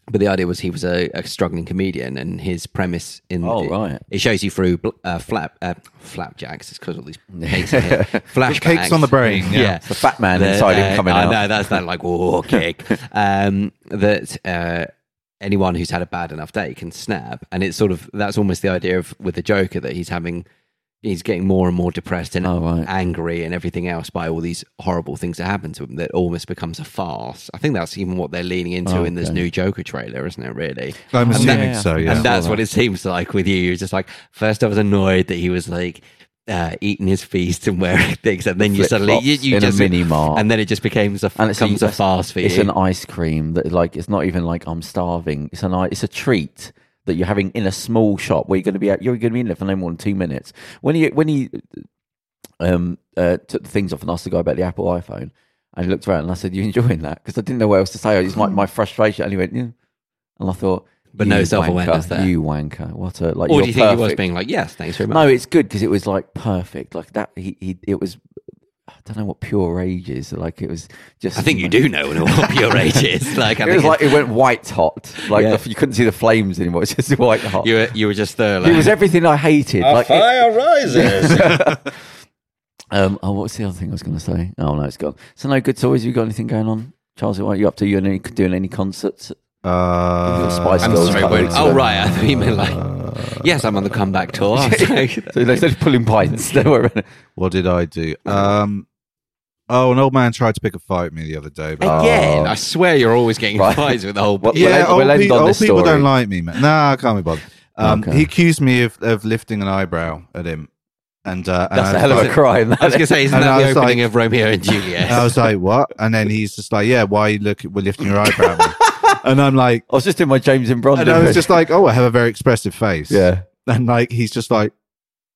[SPEAKER 2] but the idea was he was a, a struggling comedian, and his premise in
[SPEAKER 4] Oh,
[SPEAKER 2] it,
[SPEAKER 4] right.
[SPEAKER 2] it shows you through bl- uh, flap uh, flapjacks. It's because all
[SPEAKER 3] [LAUGHS]
[SPEAKER 2] these cakes, in here. flashbacks,
[SPEAKER 3] Cakes on the brain. Yeah.
[SPEAKER 2] yeah,
[SPEAKER 4] The fat man inside him coming
[SPEAKER 2] I
[SPEAKER 4] out.
[SPEAKER 2] know uh, that's
[SPEAKER 4] [LAUGHS]
[SPEAKER 2] that like war kick. Um, that uh, anyone who's had a bad enough day can snap, and it's sort of that's almost the idea of with the Joker that he's having, he's getting more and more depressed and
[SPEAKER 4] Oh, right.
[SPEAKER 2] angry and everything else by all these horrible things that happen to him. That almost becomes a farce. I think that's even what they're leaning into
[SPEAKER 4] Oh,
[SPEAKER 2] in this new Joker trailer, isn't it? Really,
[SPEAKER 3] I'm
[SPEAKER 2] And
[SPEAKER 3] assuming
[SPEAKER 4] that-
[SPEAKER 3] so. Yeah.
[SPEAKER 2] and that's what it seems like with you. You're just like, first I was annoyed that he was like uh, eating his feast and wearing [LAUGHS] things, and then you suddenly you,
[SPEAKER 4] Flip-flops
[SPEAKER 2] you
[SPEAKER 4] in a
[SPEAKER 2] just
[SPEAKER 4] mini mart.
[SPEAKER 2] and then it just becomes a
[SPEAKER 4] and it's
[SPEAKER 2] becomes a,
[SPEAKER 4] a,
[SPEAKER 2] fast for
[SPEAKER 4] It's
[SPEAKER 2] you.
[SPEAKER 4] an ice cream that like it's not even like I'm starving. It's an i- it's a treat that you're having in a small shop where you're going to be at, you're going to be in there for no more than two minutes. When he when he um uh, took the things off and asked the guy about the Apple iPhone, and he looked around and I said, "You enjoying that?" Because I didn't know what else to say. It's my my frustration. And he went, "Yeah," and I thought,
[SPEAKER 2] But no
[SPEAKER 4] "You
[SPEAKER 2] self-awareness
[SPEAKER 4] wanker,
[SPEAKER 2] there.
[SPEAKER 4] You wanker. What a like.
[SPEAKER 2] or
[SPEAKER 4] you're
[SPEAKER 2] do you think he was
[SPEAKER 4] perfect."
[SPEAKER 2] being like, yes, thanks very
[SPEAKER 4] No,
[SPEAKER 2] much?
[SPEAKER 4] it's good because it was like perfect. Like that, he, he it was. I don't know what pure rage is. Like it was just.
[SPEAKER 2] I think you do know what [LAUGHS] your age
[SPEAKER 4] [LAUGHS]
[SPEAKER 2] is. Like, I
[SPEAKER 4] it
[SPEAKER 2] think
[SPEAKER 4] was like it went white hot. Like
[SPEAKER 2] Yeah.
[SPEAKER 4] the, you couldn't see the flames anymore. [LAUGHS] It's just white hot.
[SPEAKER 2] you were you were just there.
[SPEAKER 4] it was everything I hated. like it-
[SPEAKER 3] rises.
[SPEAKER 4] [LAUGHS] um, oh, what's the other thing I was going to say? Oh no, it's gone. So no good toys. You got anything going on, Charles? What are you up to? You any, doing any concerts?
[SPEAKER 3] Uh,
[SPEAKER 4] Spice
[SPEAKER 3] I'm
[SPEAKER 4] Girls
[SPEAKER 3] sorry,
[SPEAKER 4] cut
[SPEAKER 3] wait,
[SPEAKER 4] into
[SPEAKER 2] oh
[SPEAKER 4] it.
[SPEAKER 2] right, I thought you meant like, yes, I'm on the comeback
[SPEAKER 4] [LAUGHS]
[SPEAKER 2] tour. [LAUGHS]
[SPEAKER 4] So they said pulling [LAUGHS] pints. They were.
[SPEAKER 3] What did I do? Um, oh, an old man tried to pick a fight with me the other day. But
[SPEAKER 2] Again, I swear you're always getting
[SPEAKER 4] Oh. Right.
[SPEAKER 2] fights with the whole.
[SPEAKER 4] What-
[SPEAKER 2] Yeah.
[SPEAKER 4] We'll
[SPEAKER 3] yeah,
[SPEAKER 4] end-
[SPEAKER 3] old,
[SPEAKER 4] we'll end
[SPEAKER 3] pe-
[SPEAKER 4] on
[SPEAKER 3] old
[SPEAKER 4] this
[SPEAKER 3] people
[SPEAKER 4] story.
[SPEAKER 3] don't like me, man. Nah, I can't be bothered. Um,
[SPEAKER 4] Okay.
[SPEAKER 3] He accused me of, of lifting an eyebrow at him, and, uh, and
[SPEAKER 4] That's
[SPEAKER 3] I
[SPEAKER 4] a hell of
[SPEAKER 3] was
[SPEAKER 4] a [LAUGHS] crime.
[SPEAKER 2] I was gonna say, isn't
[SPEAKER 3] And I
[SPEAKER 2] that the
[SPEAKER 3] was
[SPEAKER 2] opening
[SPEAKER 3] like-
[SPEAKER 2] of Romeo
[SPEAKER 4] [LAUGHS]
[SPEAKER 2] and
[SPEAKER 3] like- I
[SPEAKER 2] Juliet?
[SPEAKER 3] was like, "What?" And then he's just like, "Yeah, why you look? We're lifting your eyebrow." at me?" and I'm like,
[SPEAKER 4] I was just in my James and Bronson.
[SPEAKER 3] and I was just like, "Oh, I have a very expressive face."
[SPEAKER 4] yeah.
[SPEAKER 3] and like he's just like,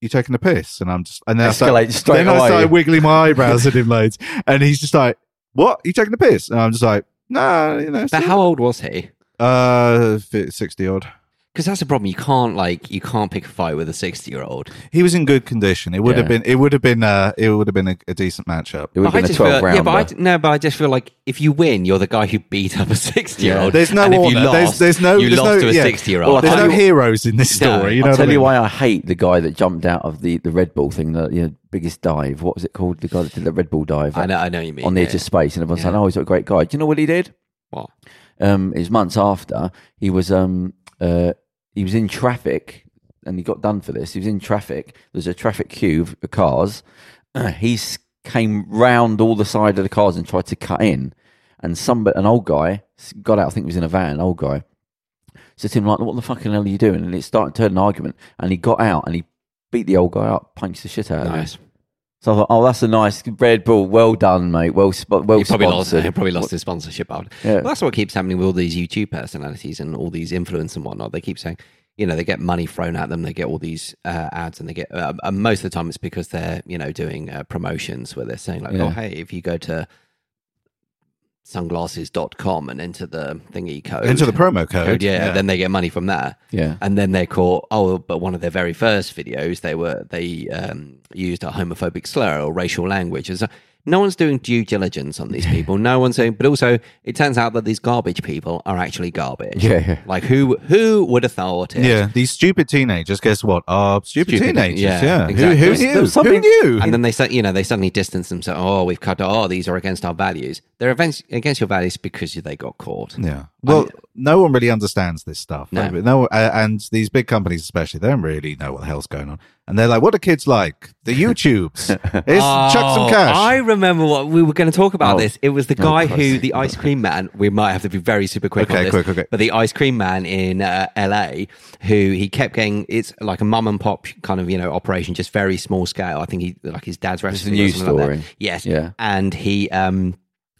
[SPEAKER 3] "You taking a piss?" And I'm just, and then I start-
[SPEAKER 4] Escalate straight
[SPEAKER 3] then I
[SPEAKER 4] away.
[SPEAKER 3] started wiggling my eyebrows at him loads, and he's just like, "What? You taking a piss?" And I'm just like, "Nah, you know."
[SPEAKER 2] But how old was he?
[SPEAKER 3] Uh, fi- sixty odd.
[SPEAKER 2] Because that's the problem. You can't like you can't pick a fight with a sixty-year-old.
[SPEAKER 3] He was in good condition. It would have
[SPEAKER 4] Yeah.
[SPEAKER 3] been. It would have been. Uh, it would have been a, a decent matchup.
[SPEAKER 4] It would have been a
[SPEAKER 2] just feel,
[SPEAKER 4] twelve round.
[SPEAKER 2] yeah, but I, d- no, but I just feel like if you win, you're the guy who beat up a sixty-year-old.
[SPEAKER 3] There's no
[SPEAKER 2] and if you
[SPEAKER 3] order. There's-
[SPEAKER 2] lost,
[SPEAKER 3] there's no-
[SPEAKER 2] you
[SPEAKER 3] there's
[SPEAKER 2] lost
[SPEAKER 3] no-
[SPEAKER 2] to a
[SPEAKER 3] yeah.
[SPEAKER 2] sixty-year-old.
[SPEAKER 4] Well, I
[SPEAKER 3] There's
[SPEAKER 4] I'll
[SPEAKER 3] no
[SPEAKER 4] tell you-
[SPEAKER 3] heroes in this
[SPEAKER 2] No.
[SPEAKER 3] story. you know
[SPEAKER 4] I'll
[SPEAKER 3] what I
[SPEAKER 4] tell you
[SPEAKER 3] mean?
[SPEAKER 4] why I hate the guy that jumped out of the, the Red Bull thing, the you know, biggest dive. What was it called? The guy that did the Red Bull dive
[SPEAKER 2] I know, I know what you mean.
[SPEAKER 4] on the
[SPEAKER 2] yeah.
[SPEAKER 4] edge of space, and everyone's
[SPEAKER 2] Yeah.
[SPEAKER 4] saying, "Oh, he's a great guy." Do you know what he did?
[SPEAKER 2] What?
[SPEAKER 4] Um, it was months after he was um uh he was in traffic, and he got done for this. He was in traffic. There's a traffic queue of cars. [CLEARS THROAT] Uh, he s- came round all the side of the cars and tried to cut in, and some an old guy s- got out. I think he was in a van. An old guy. So to him, like, what the fucking hell are you doing? And it started to turn an argument. And he got out and he beat the old guy up, punched the shit out of him.
[SPEAKER 2] Nice.
[SPEAKER 4] So I thought, oh, that's a nice Red Bull. Well done, mate. Well, spo- well
[SPEAKER 2] He probably lost.
[SPEAKER 4] sponsored.
[SPEAKER 2] He probably lost his sponsorship. Out.
[SPEAKER 4] Yeah.
[SPEAKER 2] Well, that's what keeps happening with all these YouTube personalities and all these influencers and whatnot. They keep saying, you know, they get money thrown at them. They get all these uh, ads, and they get. Uh, and most of the time, it's because they're you know doing uh, promotions where they're saying like, oh
[SPEAKER 4] Yeah.
[SPEAKER 2] hey, if you go to sunglasses.com and enter the thingy code
[SPEAKER 3] Into the promo code.
[SPEAKER 2] code, yeah, then they get money from that.
[SPEAKER 4] Yeah.
[SPEAKER 2] And then they're caught. Oh, but one of their very first videos, they were they um, used a homophobic slur or racial language. And so no one's doing due diligence
[SPEAKER 4] [LAUGHS]
[SPEAKER 2] on these people. No one's doing. But also, it turns out that these garbage people are actually garbage.
[SPEAKER 4] Yeah, yeah.
[SPEAKER 2] Like who who would have thought it?
[SPEAKER 3] yeah, these stupid teenagers. Guess what? Are stupid,
[SPEAKER 2] Stupid,
[SPEAKER 3] teenagers. Yeah,
[SPEAKER 2] yeah,
[SPEAKER 3] Who-
[SPEAKER 2] exactly.
[SPEAKER 3] Who,
[SPEAKER 2] There's-
[SPEAKER 3] knew?
[SPEAKER 4] there's
[SPEAKER 3] who
[SPEAKER 4] something-
[SPEAKER 3] knew?
[SPEAKER 2] And then they say, you know, they suddenly distance themselves. Oh, we've cut. Oh, these are against our values. They're against, against your values because they got caught.
[SPEAKER 3] Yeah. Well, no one really understands this stuff.
[SPEAKER 2] No.
[SPEAKER 3] no uh, and these big companies, especially, they don't really know what the hell's going on. And they're like, "What do kids like? The YouTubes. It's
[SPEAKER 2] [LAUGHS]
[SPEAKER 3] chuck some
[SPEAKER 2] Oh,
[SPEAKER 3] cash."
[SPEAKER 2] I remember what we were going to talk about
[SPEAKER 4] Oh.
[SPEAKER 2] this. It was the guy who,
[SPEAKER 4] Christ.
[SPEAKER 2] the ice cream man, we might have to be very super quick
[SPEAKER 3] Okay,
[SPEAKER 2] on this.
[SPEAKER 3] quick, okay.
[SPEAKER 2] But the ice cream man in uh, LA, who he kept getting, it's like a mum and pop kind of, you know, operation, just very small scale. I think he, like his dad's
[SPEAKER 4] is a
[SPEAKER 2] restaurant.
[SPEAKER 4] news story.
[SPEAKER 2] Yes.
[SPEAKER 4] Yeah.
[SPEAKER 2] And he, um,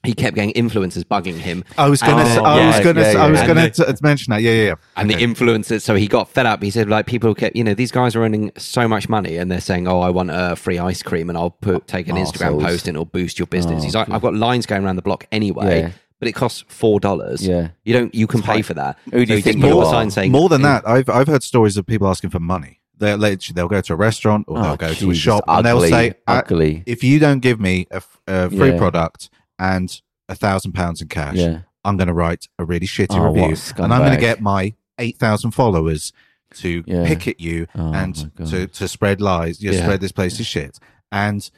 [SPEAKER 2] he kept getting influencers bugging him.
[SPEAKER 3] I was gonna.
[SPEAKER 2] And-
[SPEAKER 3] say, I
[SPEAKER 4] yeah,
[SPEAKER 3] was gonna.
[SPEAKER 4] yeah,
[SPEAKER 3] I
[SPEAKER 4] yeah.
[SPEAKER 3] was
[SPEAKER 2] And
[SPEAKER 3] gonna
[SPEAKER 2] they-
[SPEAKER 3] t- mention that. Yeah, yeah, yeah.
[SPEAKER 2] and the influencers. So he got fed up. He said, like, people kept, you know, these guys are earning so much money, and they're saying, "Oh, I want a free ice
[SPEAKER 4] Oh,
[SPEAKER 2] cream, and I'll put take an Instagram
[SPEAKER 4] Arseholes.
[SPEAKER 2] post, and it'll boost your business." He's like, "I've got lines going around the block anyway."
[SPEAKER 4] Oh, Yeah.
[SPEAKER 2] but it costs four dollars.
[SPEAKER 4] Yeah.
[SPEAKER 2] you don't. You can pay for that.
[SPEAKER 4] Who do
[SPEAKER 2] So
[SPEAKER 4] you
[SPEAKER 2] just
[SPEAKER 4] think
[SPEAKER 2] put
[SPEAKER 4] you
[SPEAKER 2] up a
[SPEAKER 4] are?
[SPEAKER 2] sign saying
[SPEAKER 3] More than that, I've I've heard stories of people asking for money. They literally they'll go to a restaurant or
[SPEAKER 4] Oh,
[SPEAKER 3] they'll go to a
[SPEAKER 4] Jesus,
[SPEAKER 3] shop and they'll
[SPEAKER 4] ugly,
[SPEAKER 3] say, "I-
[SPEAKER 4] ugly.
[SPEAKER 3] "If you don't give me a, f- a free
[SPEAKER 4] Yeah.
[SPEAKER 3] product and a thousand pounds in cash,
[SPEAKER 4] Yeah.
[SPEAKER 3] I'm going to write a really shitty
[SPEAKER 4] Oh, what a
[SPEAKER 3] review, and I'm going
[SPEAKER 4] scumbag.
[SPEAKER 3] to get my eight thousand followers to
[SPEAKER 4] Yeah.
[SPEAKER 3] pick at you
[SPEAKER 4] Oh,
[SPEAKER 3] and
[SPEAKER 4] my God.
[SPEAKER 3] to to spread lies. You
[SPEAKER 2] Yeah.
[SPEAKER 3] spread this place is shit." And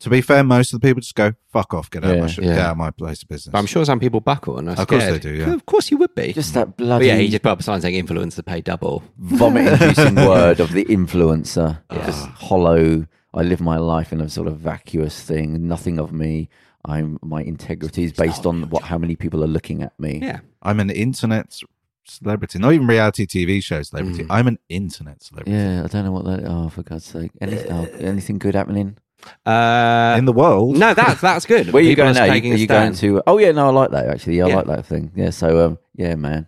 [SPEAKER 3] to be fair, most of the people just go, "Fuck off, get out, of my
[SPEAKER 4] Yeah,
[SPEAKER 3] sh-
[SPEAKER 2] yeah.
[SPEAKER 3] get out of my place of business."
[SPEAKER 2] But I'm sure some people buckle and are
[SPEAKER 3] Of course
[SPEAKER 2] scared.
[SPEAKER 3] they do, yeah.
[SPEAKER 2] Of course you would be.
[SPEAKER 4] Just
[SPEAKER 2] but
[SPEAKER 4] that bloody
[SPEAKER 2] yeah, he just put up a sign saying influencer pay double. [LAUGHS]
[SPEAKER 4] vomit-inducing word of the influencer.
[SPEAKER 2] Yeah.
[SPEAKER 4] Just hollow. I live my life in a sort of vacuous thing. Nothing of me. I'm my integrity is based on what how many people are looking at me.
[SPEAKER 2] Yeah.
[SPEAKER 3] I'm an internet celebrity, not even reality TV show celebrity.
[SPEAKER 2] Hmm.
[SPEAKER 3] I'm an internet celebrity
[SPEAKER 4] Yeah, I don't know what that. Oh, for God's sake! Any, oh, anything good happening?
[SPEAKER 2] Uh,
[SPEAKER 3] in the world.
[SPEAKER 2] no, that's that's good.
[SPEAKER 4] Where are you
[SPEAKER 2] People
[SPEAKER 4] going now?
[SPEAKER 2] taking
[SPEAKER 4] You, are
[SPEAKER 2] a
[SPEAKER 4] you going
[SPEAKER 2] stand.
[SPEAKER 4] to? Oh yeah, no, I like that actually. Yeah, I
[SPEAKER 2] Yeah.
[SPEAKER 4] like that thing. Yeah, so um, yeah, man,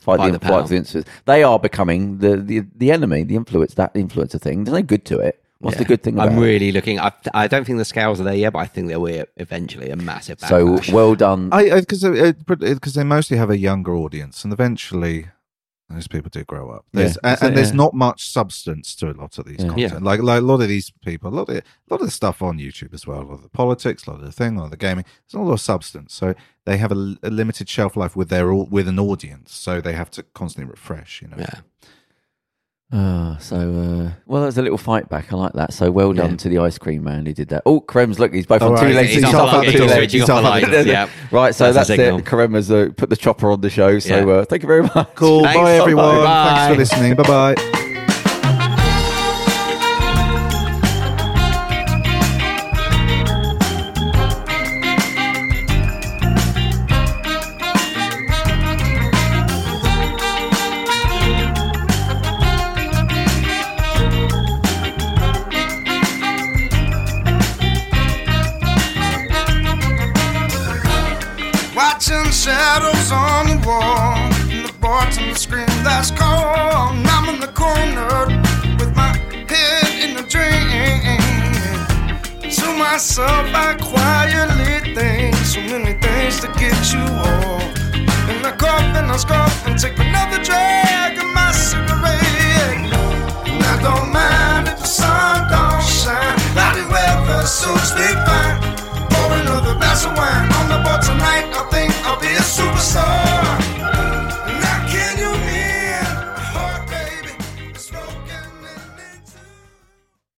[SPEAKER 4] fight,
[SPEAKER 2] Fight
[SPEAKER 4] the,
[SPEAKER 2] the
[SPEAKER 4] fight
[SPEAKER 2] power.
[SPEAKER 4] the influence. They are becoming the, the the enemy. The influence that influencer thing. There's no good to it. What's the
[SPEAKER 2] Yeah.
[SPEAKER 4] good thing about
[SPEAKER 2] I'm
[SPEAKER 4] it?
[SPEAKER 2] really looking. I, I don't think the scales are there yet, but I think there will be eventually a massive
[SPEAKER 4] So
[SPEAKER 2] backlash.
[SPEAKER 4] well done.
[SPEAKER 3] I uh, because because they mostly have a younger audience, and eventually those people do grow up. There's,
[SPEAKER 4] Yeah.
[SPEAKER 3] and,
[SPEAKER 4] So,
[SPEAKER 3] and there's
[SPEAKER 4] yeah.
[SPEAKER 3] not much substance to a lot of these
[SPEAKER 4] Yeah.
[SPEAKER 3] content.
[SPEAKER 2] Yeah.
[SPEAKER 3] Like like a lot of these people, a lot of the, a lot of the stuff on YouTube as well, a lot of the politics, a lot of the thing, a lot of the gaming. There's not a lot of substance, so they have a, l- a limited shelf life with their au- with an audience, so they have to constantly refresh. You know,
[SPEAKER 2] yeah.
[SPEAKER 4] Ah, so uh, well, there's a little fight back. I like that. So well done to the ice cream man who did that. Oh, Krem's look, he's both
[SPEAKER 3] All
[SPEAKER 4] on two
[SPEAKER 3] right,
[SPEAKER 4] legs.
[SPEAKER 3] he's
[SPEAKER 4] He's,
[SPEAKER 3] off up
[SPEAKER 4] off on
[SPEAKER 3] the
[SPEAKER 4] two
[SPEAKER 3] door,
[SPEAKER 4] legs.
[SPEAKER 3] he's off up the door.
[SPEAKER 2] Yeah.
[SPEAKER 4] Right, so
[SPEAKER 2] That's
[SPEAKER 4] that's,
[SPEAKER 2] a signal.
[SPEAKER 4] it. Krem has uh, put the chopper on the show. So
[SPEAKER 2] Yeah.
[SPEAKER 4] uh, thank you very much.
[SPEAKER 3] cool.
[SPEAKER 2] Thanks,
[SPEAKER 3] bye
[SPEAKER 2] bye-bye.
[SPEAKER 3] everyone. Thanks
[SPEAKER 2] Bye.
[SPEAKER 3] for listening. Bye bye.
[SPEAKER 5] Watching shadows on the wall. And the boards on the screen that's cold. I'm in the corner with my head in a dream. To myself, I quietly think so many things to get you off.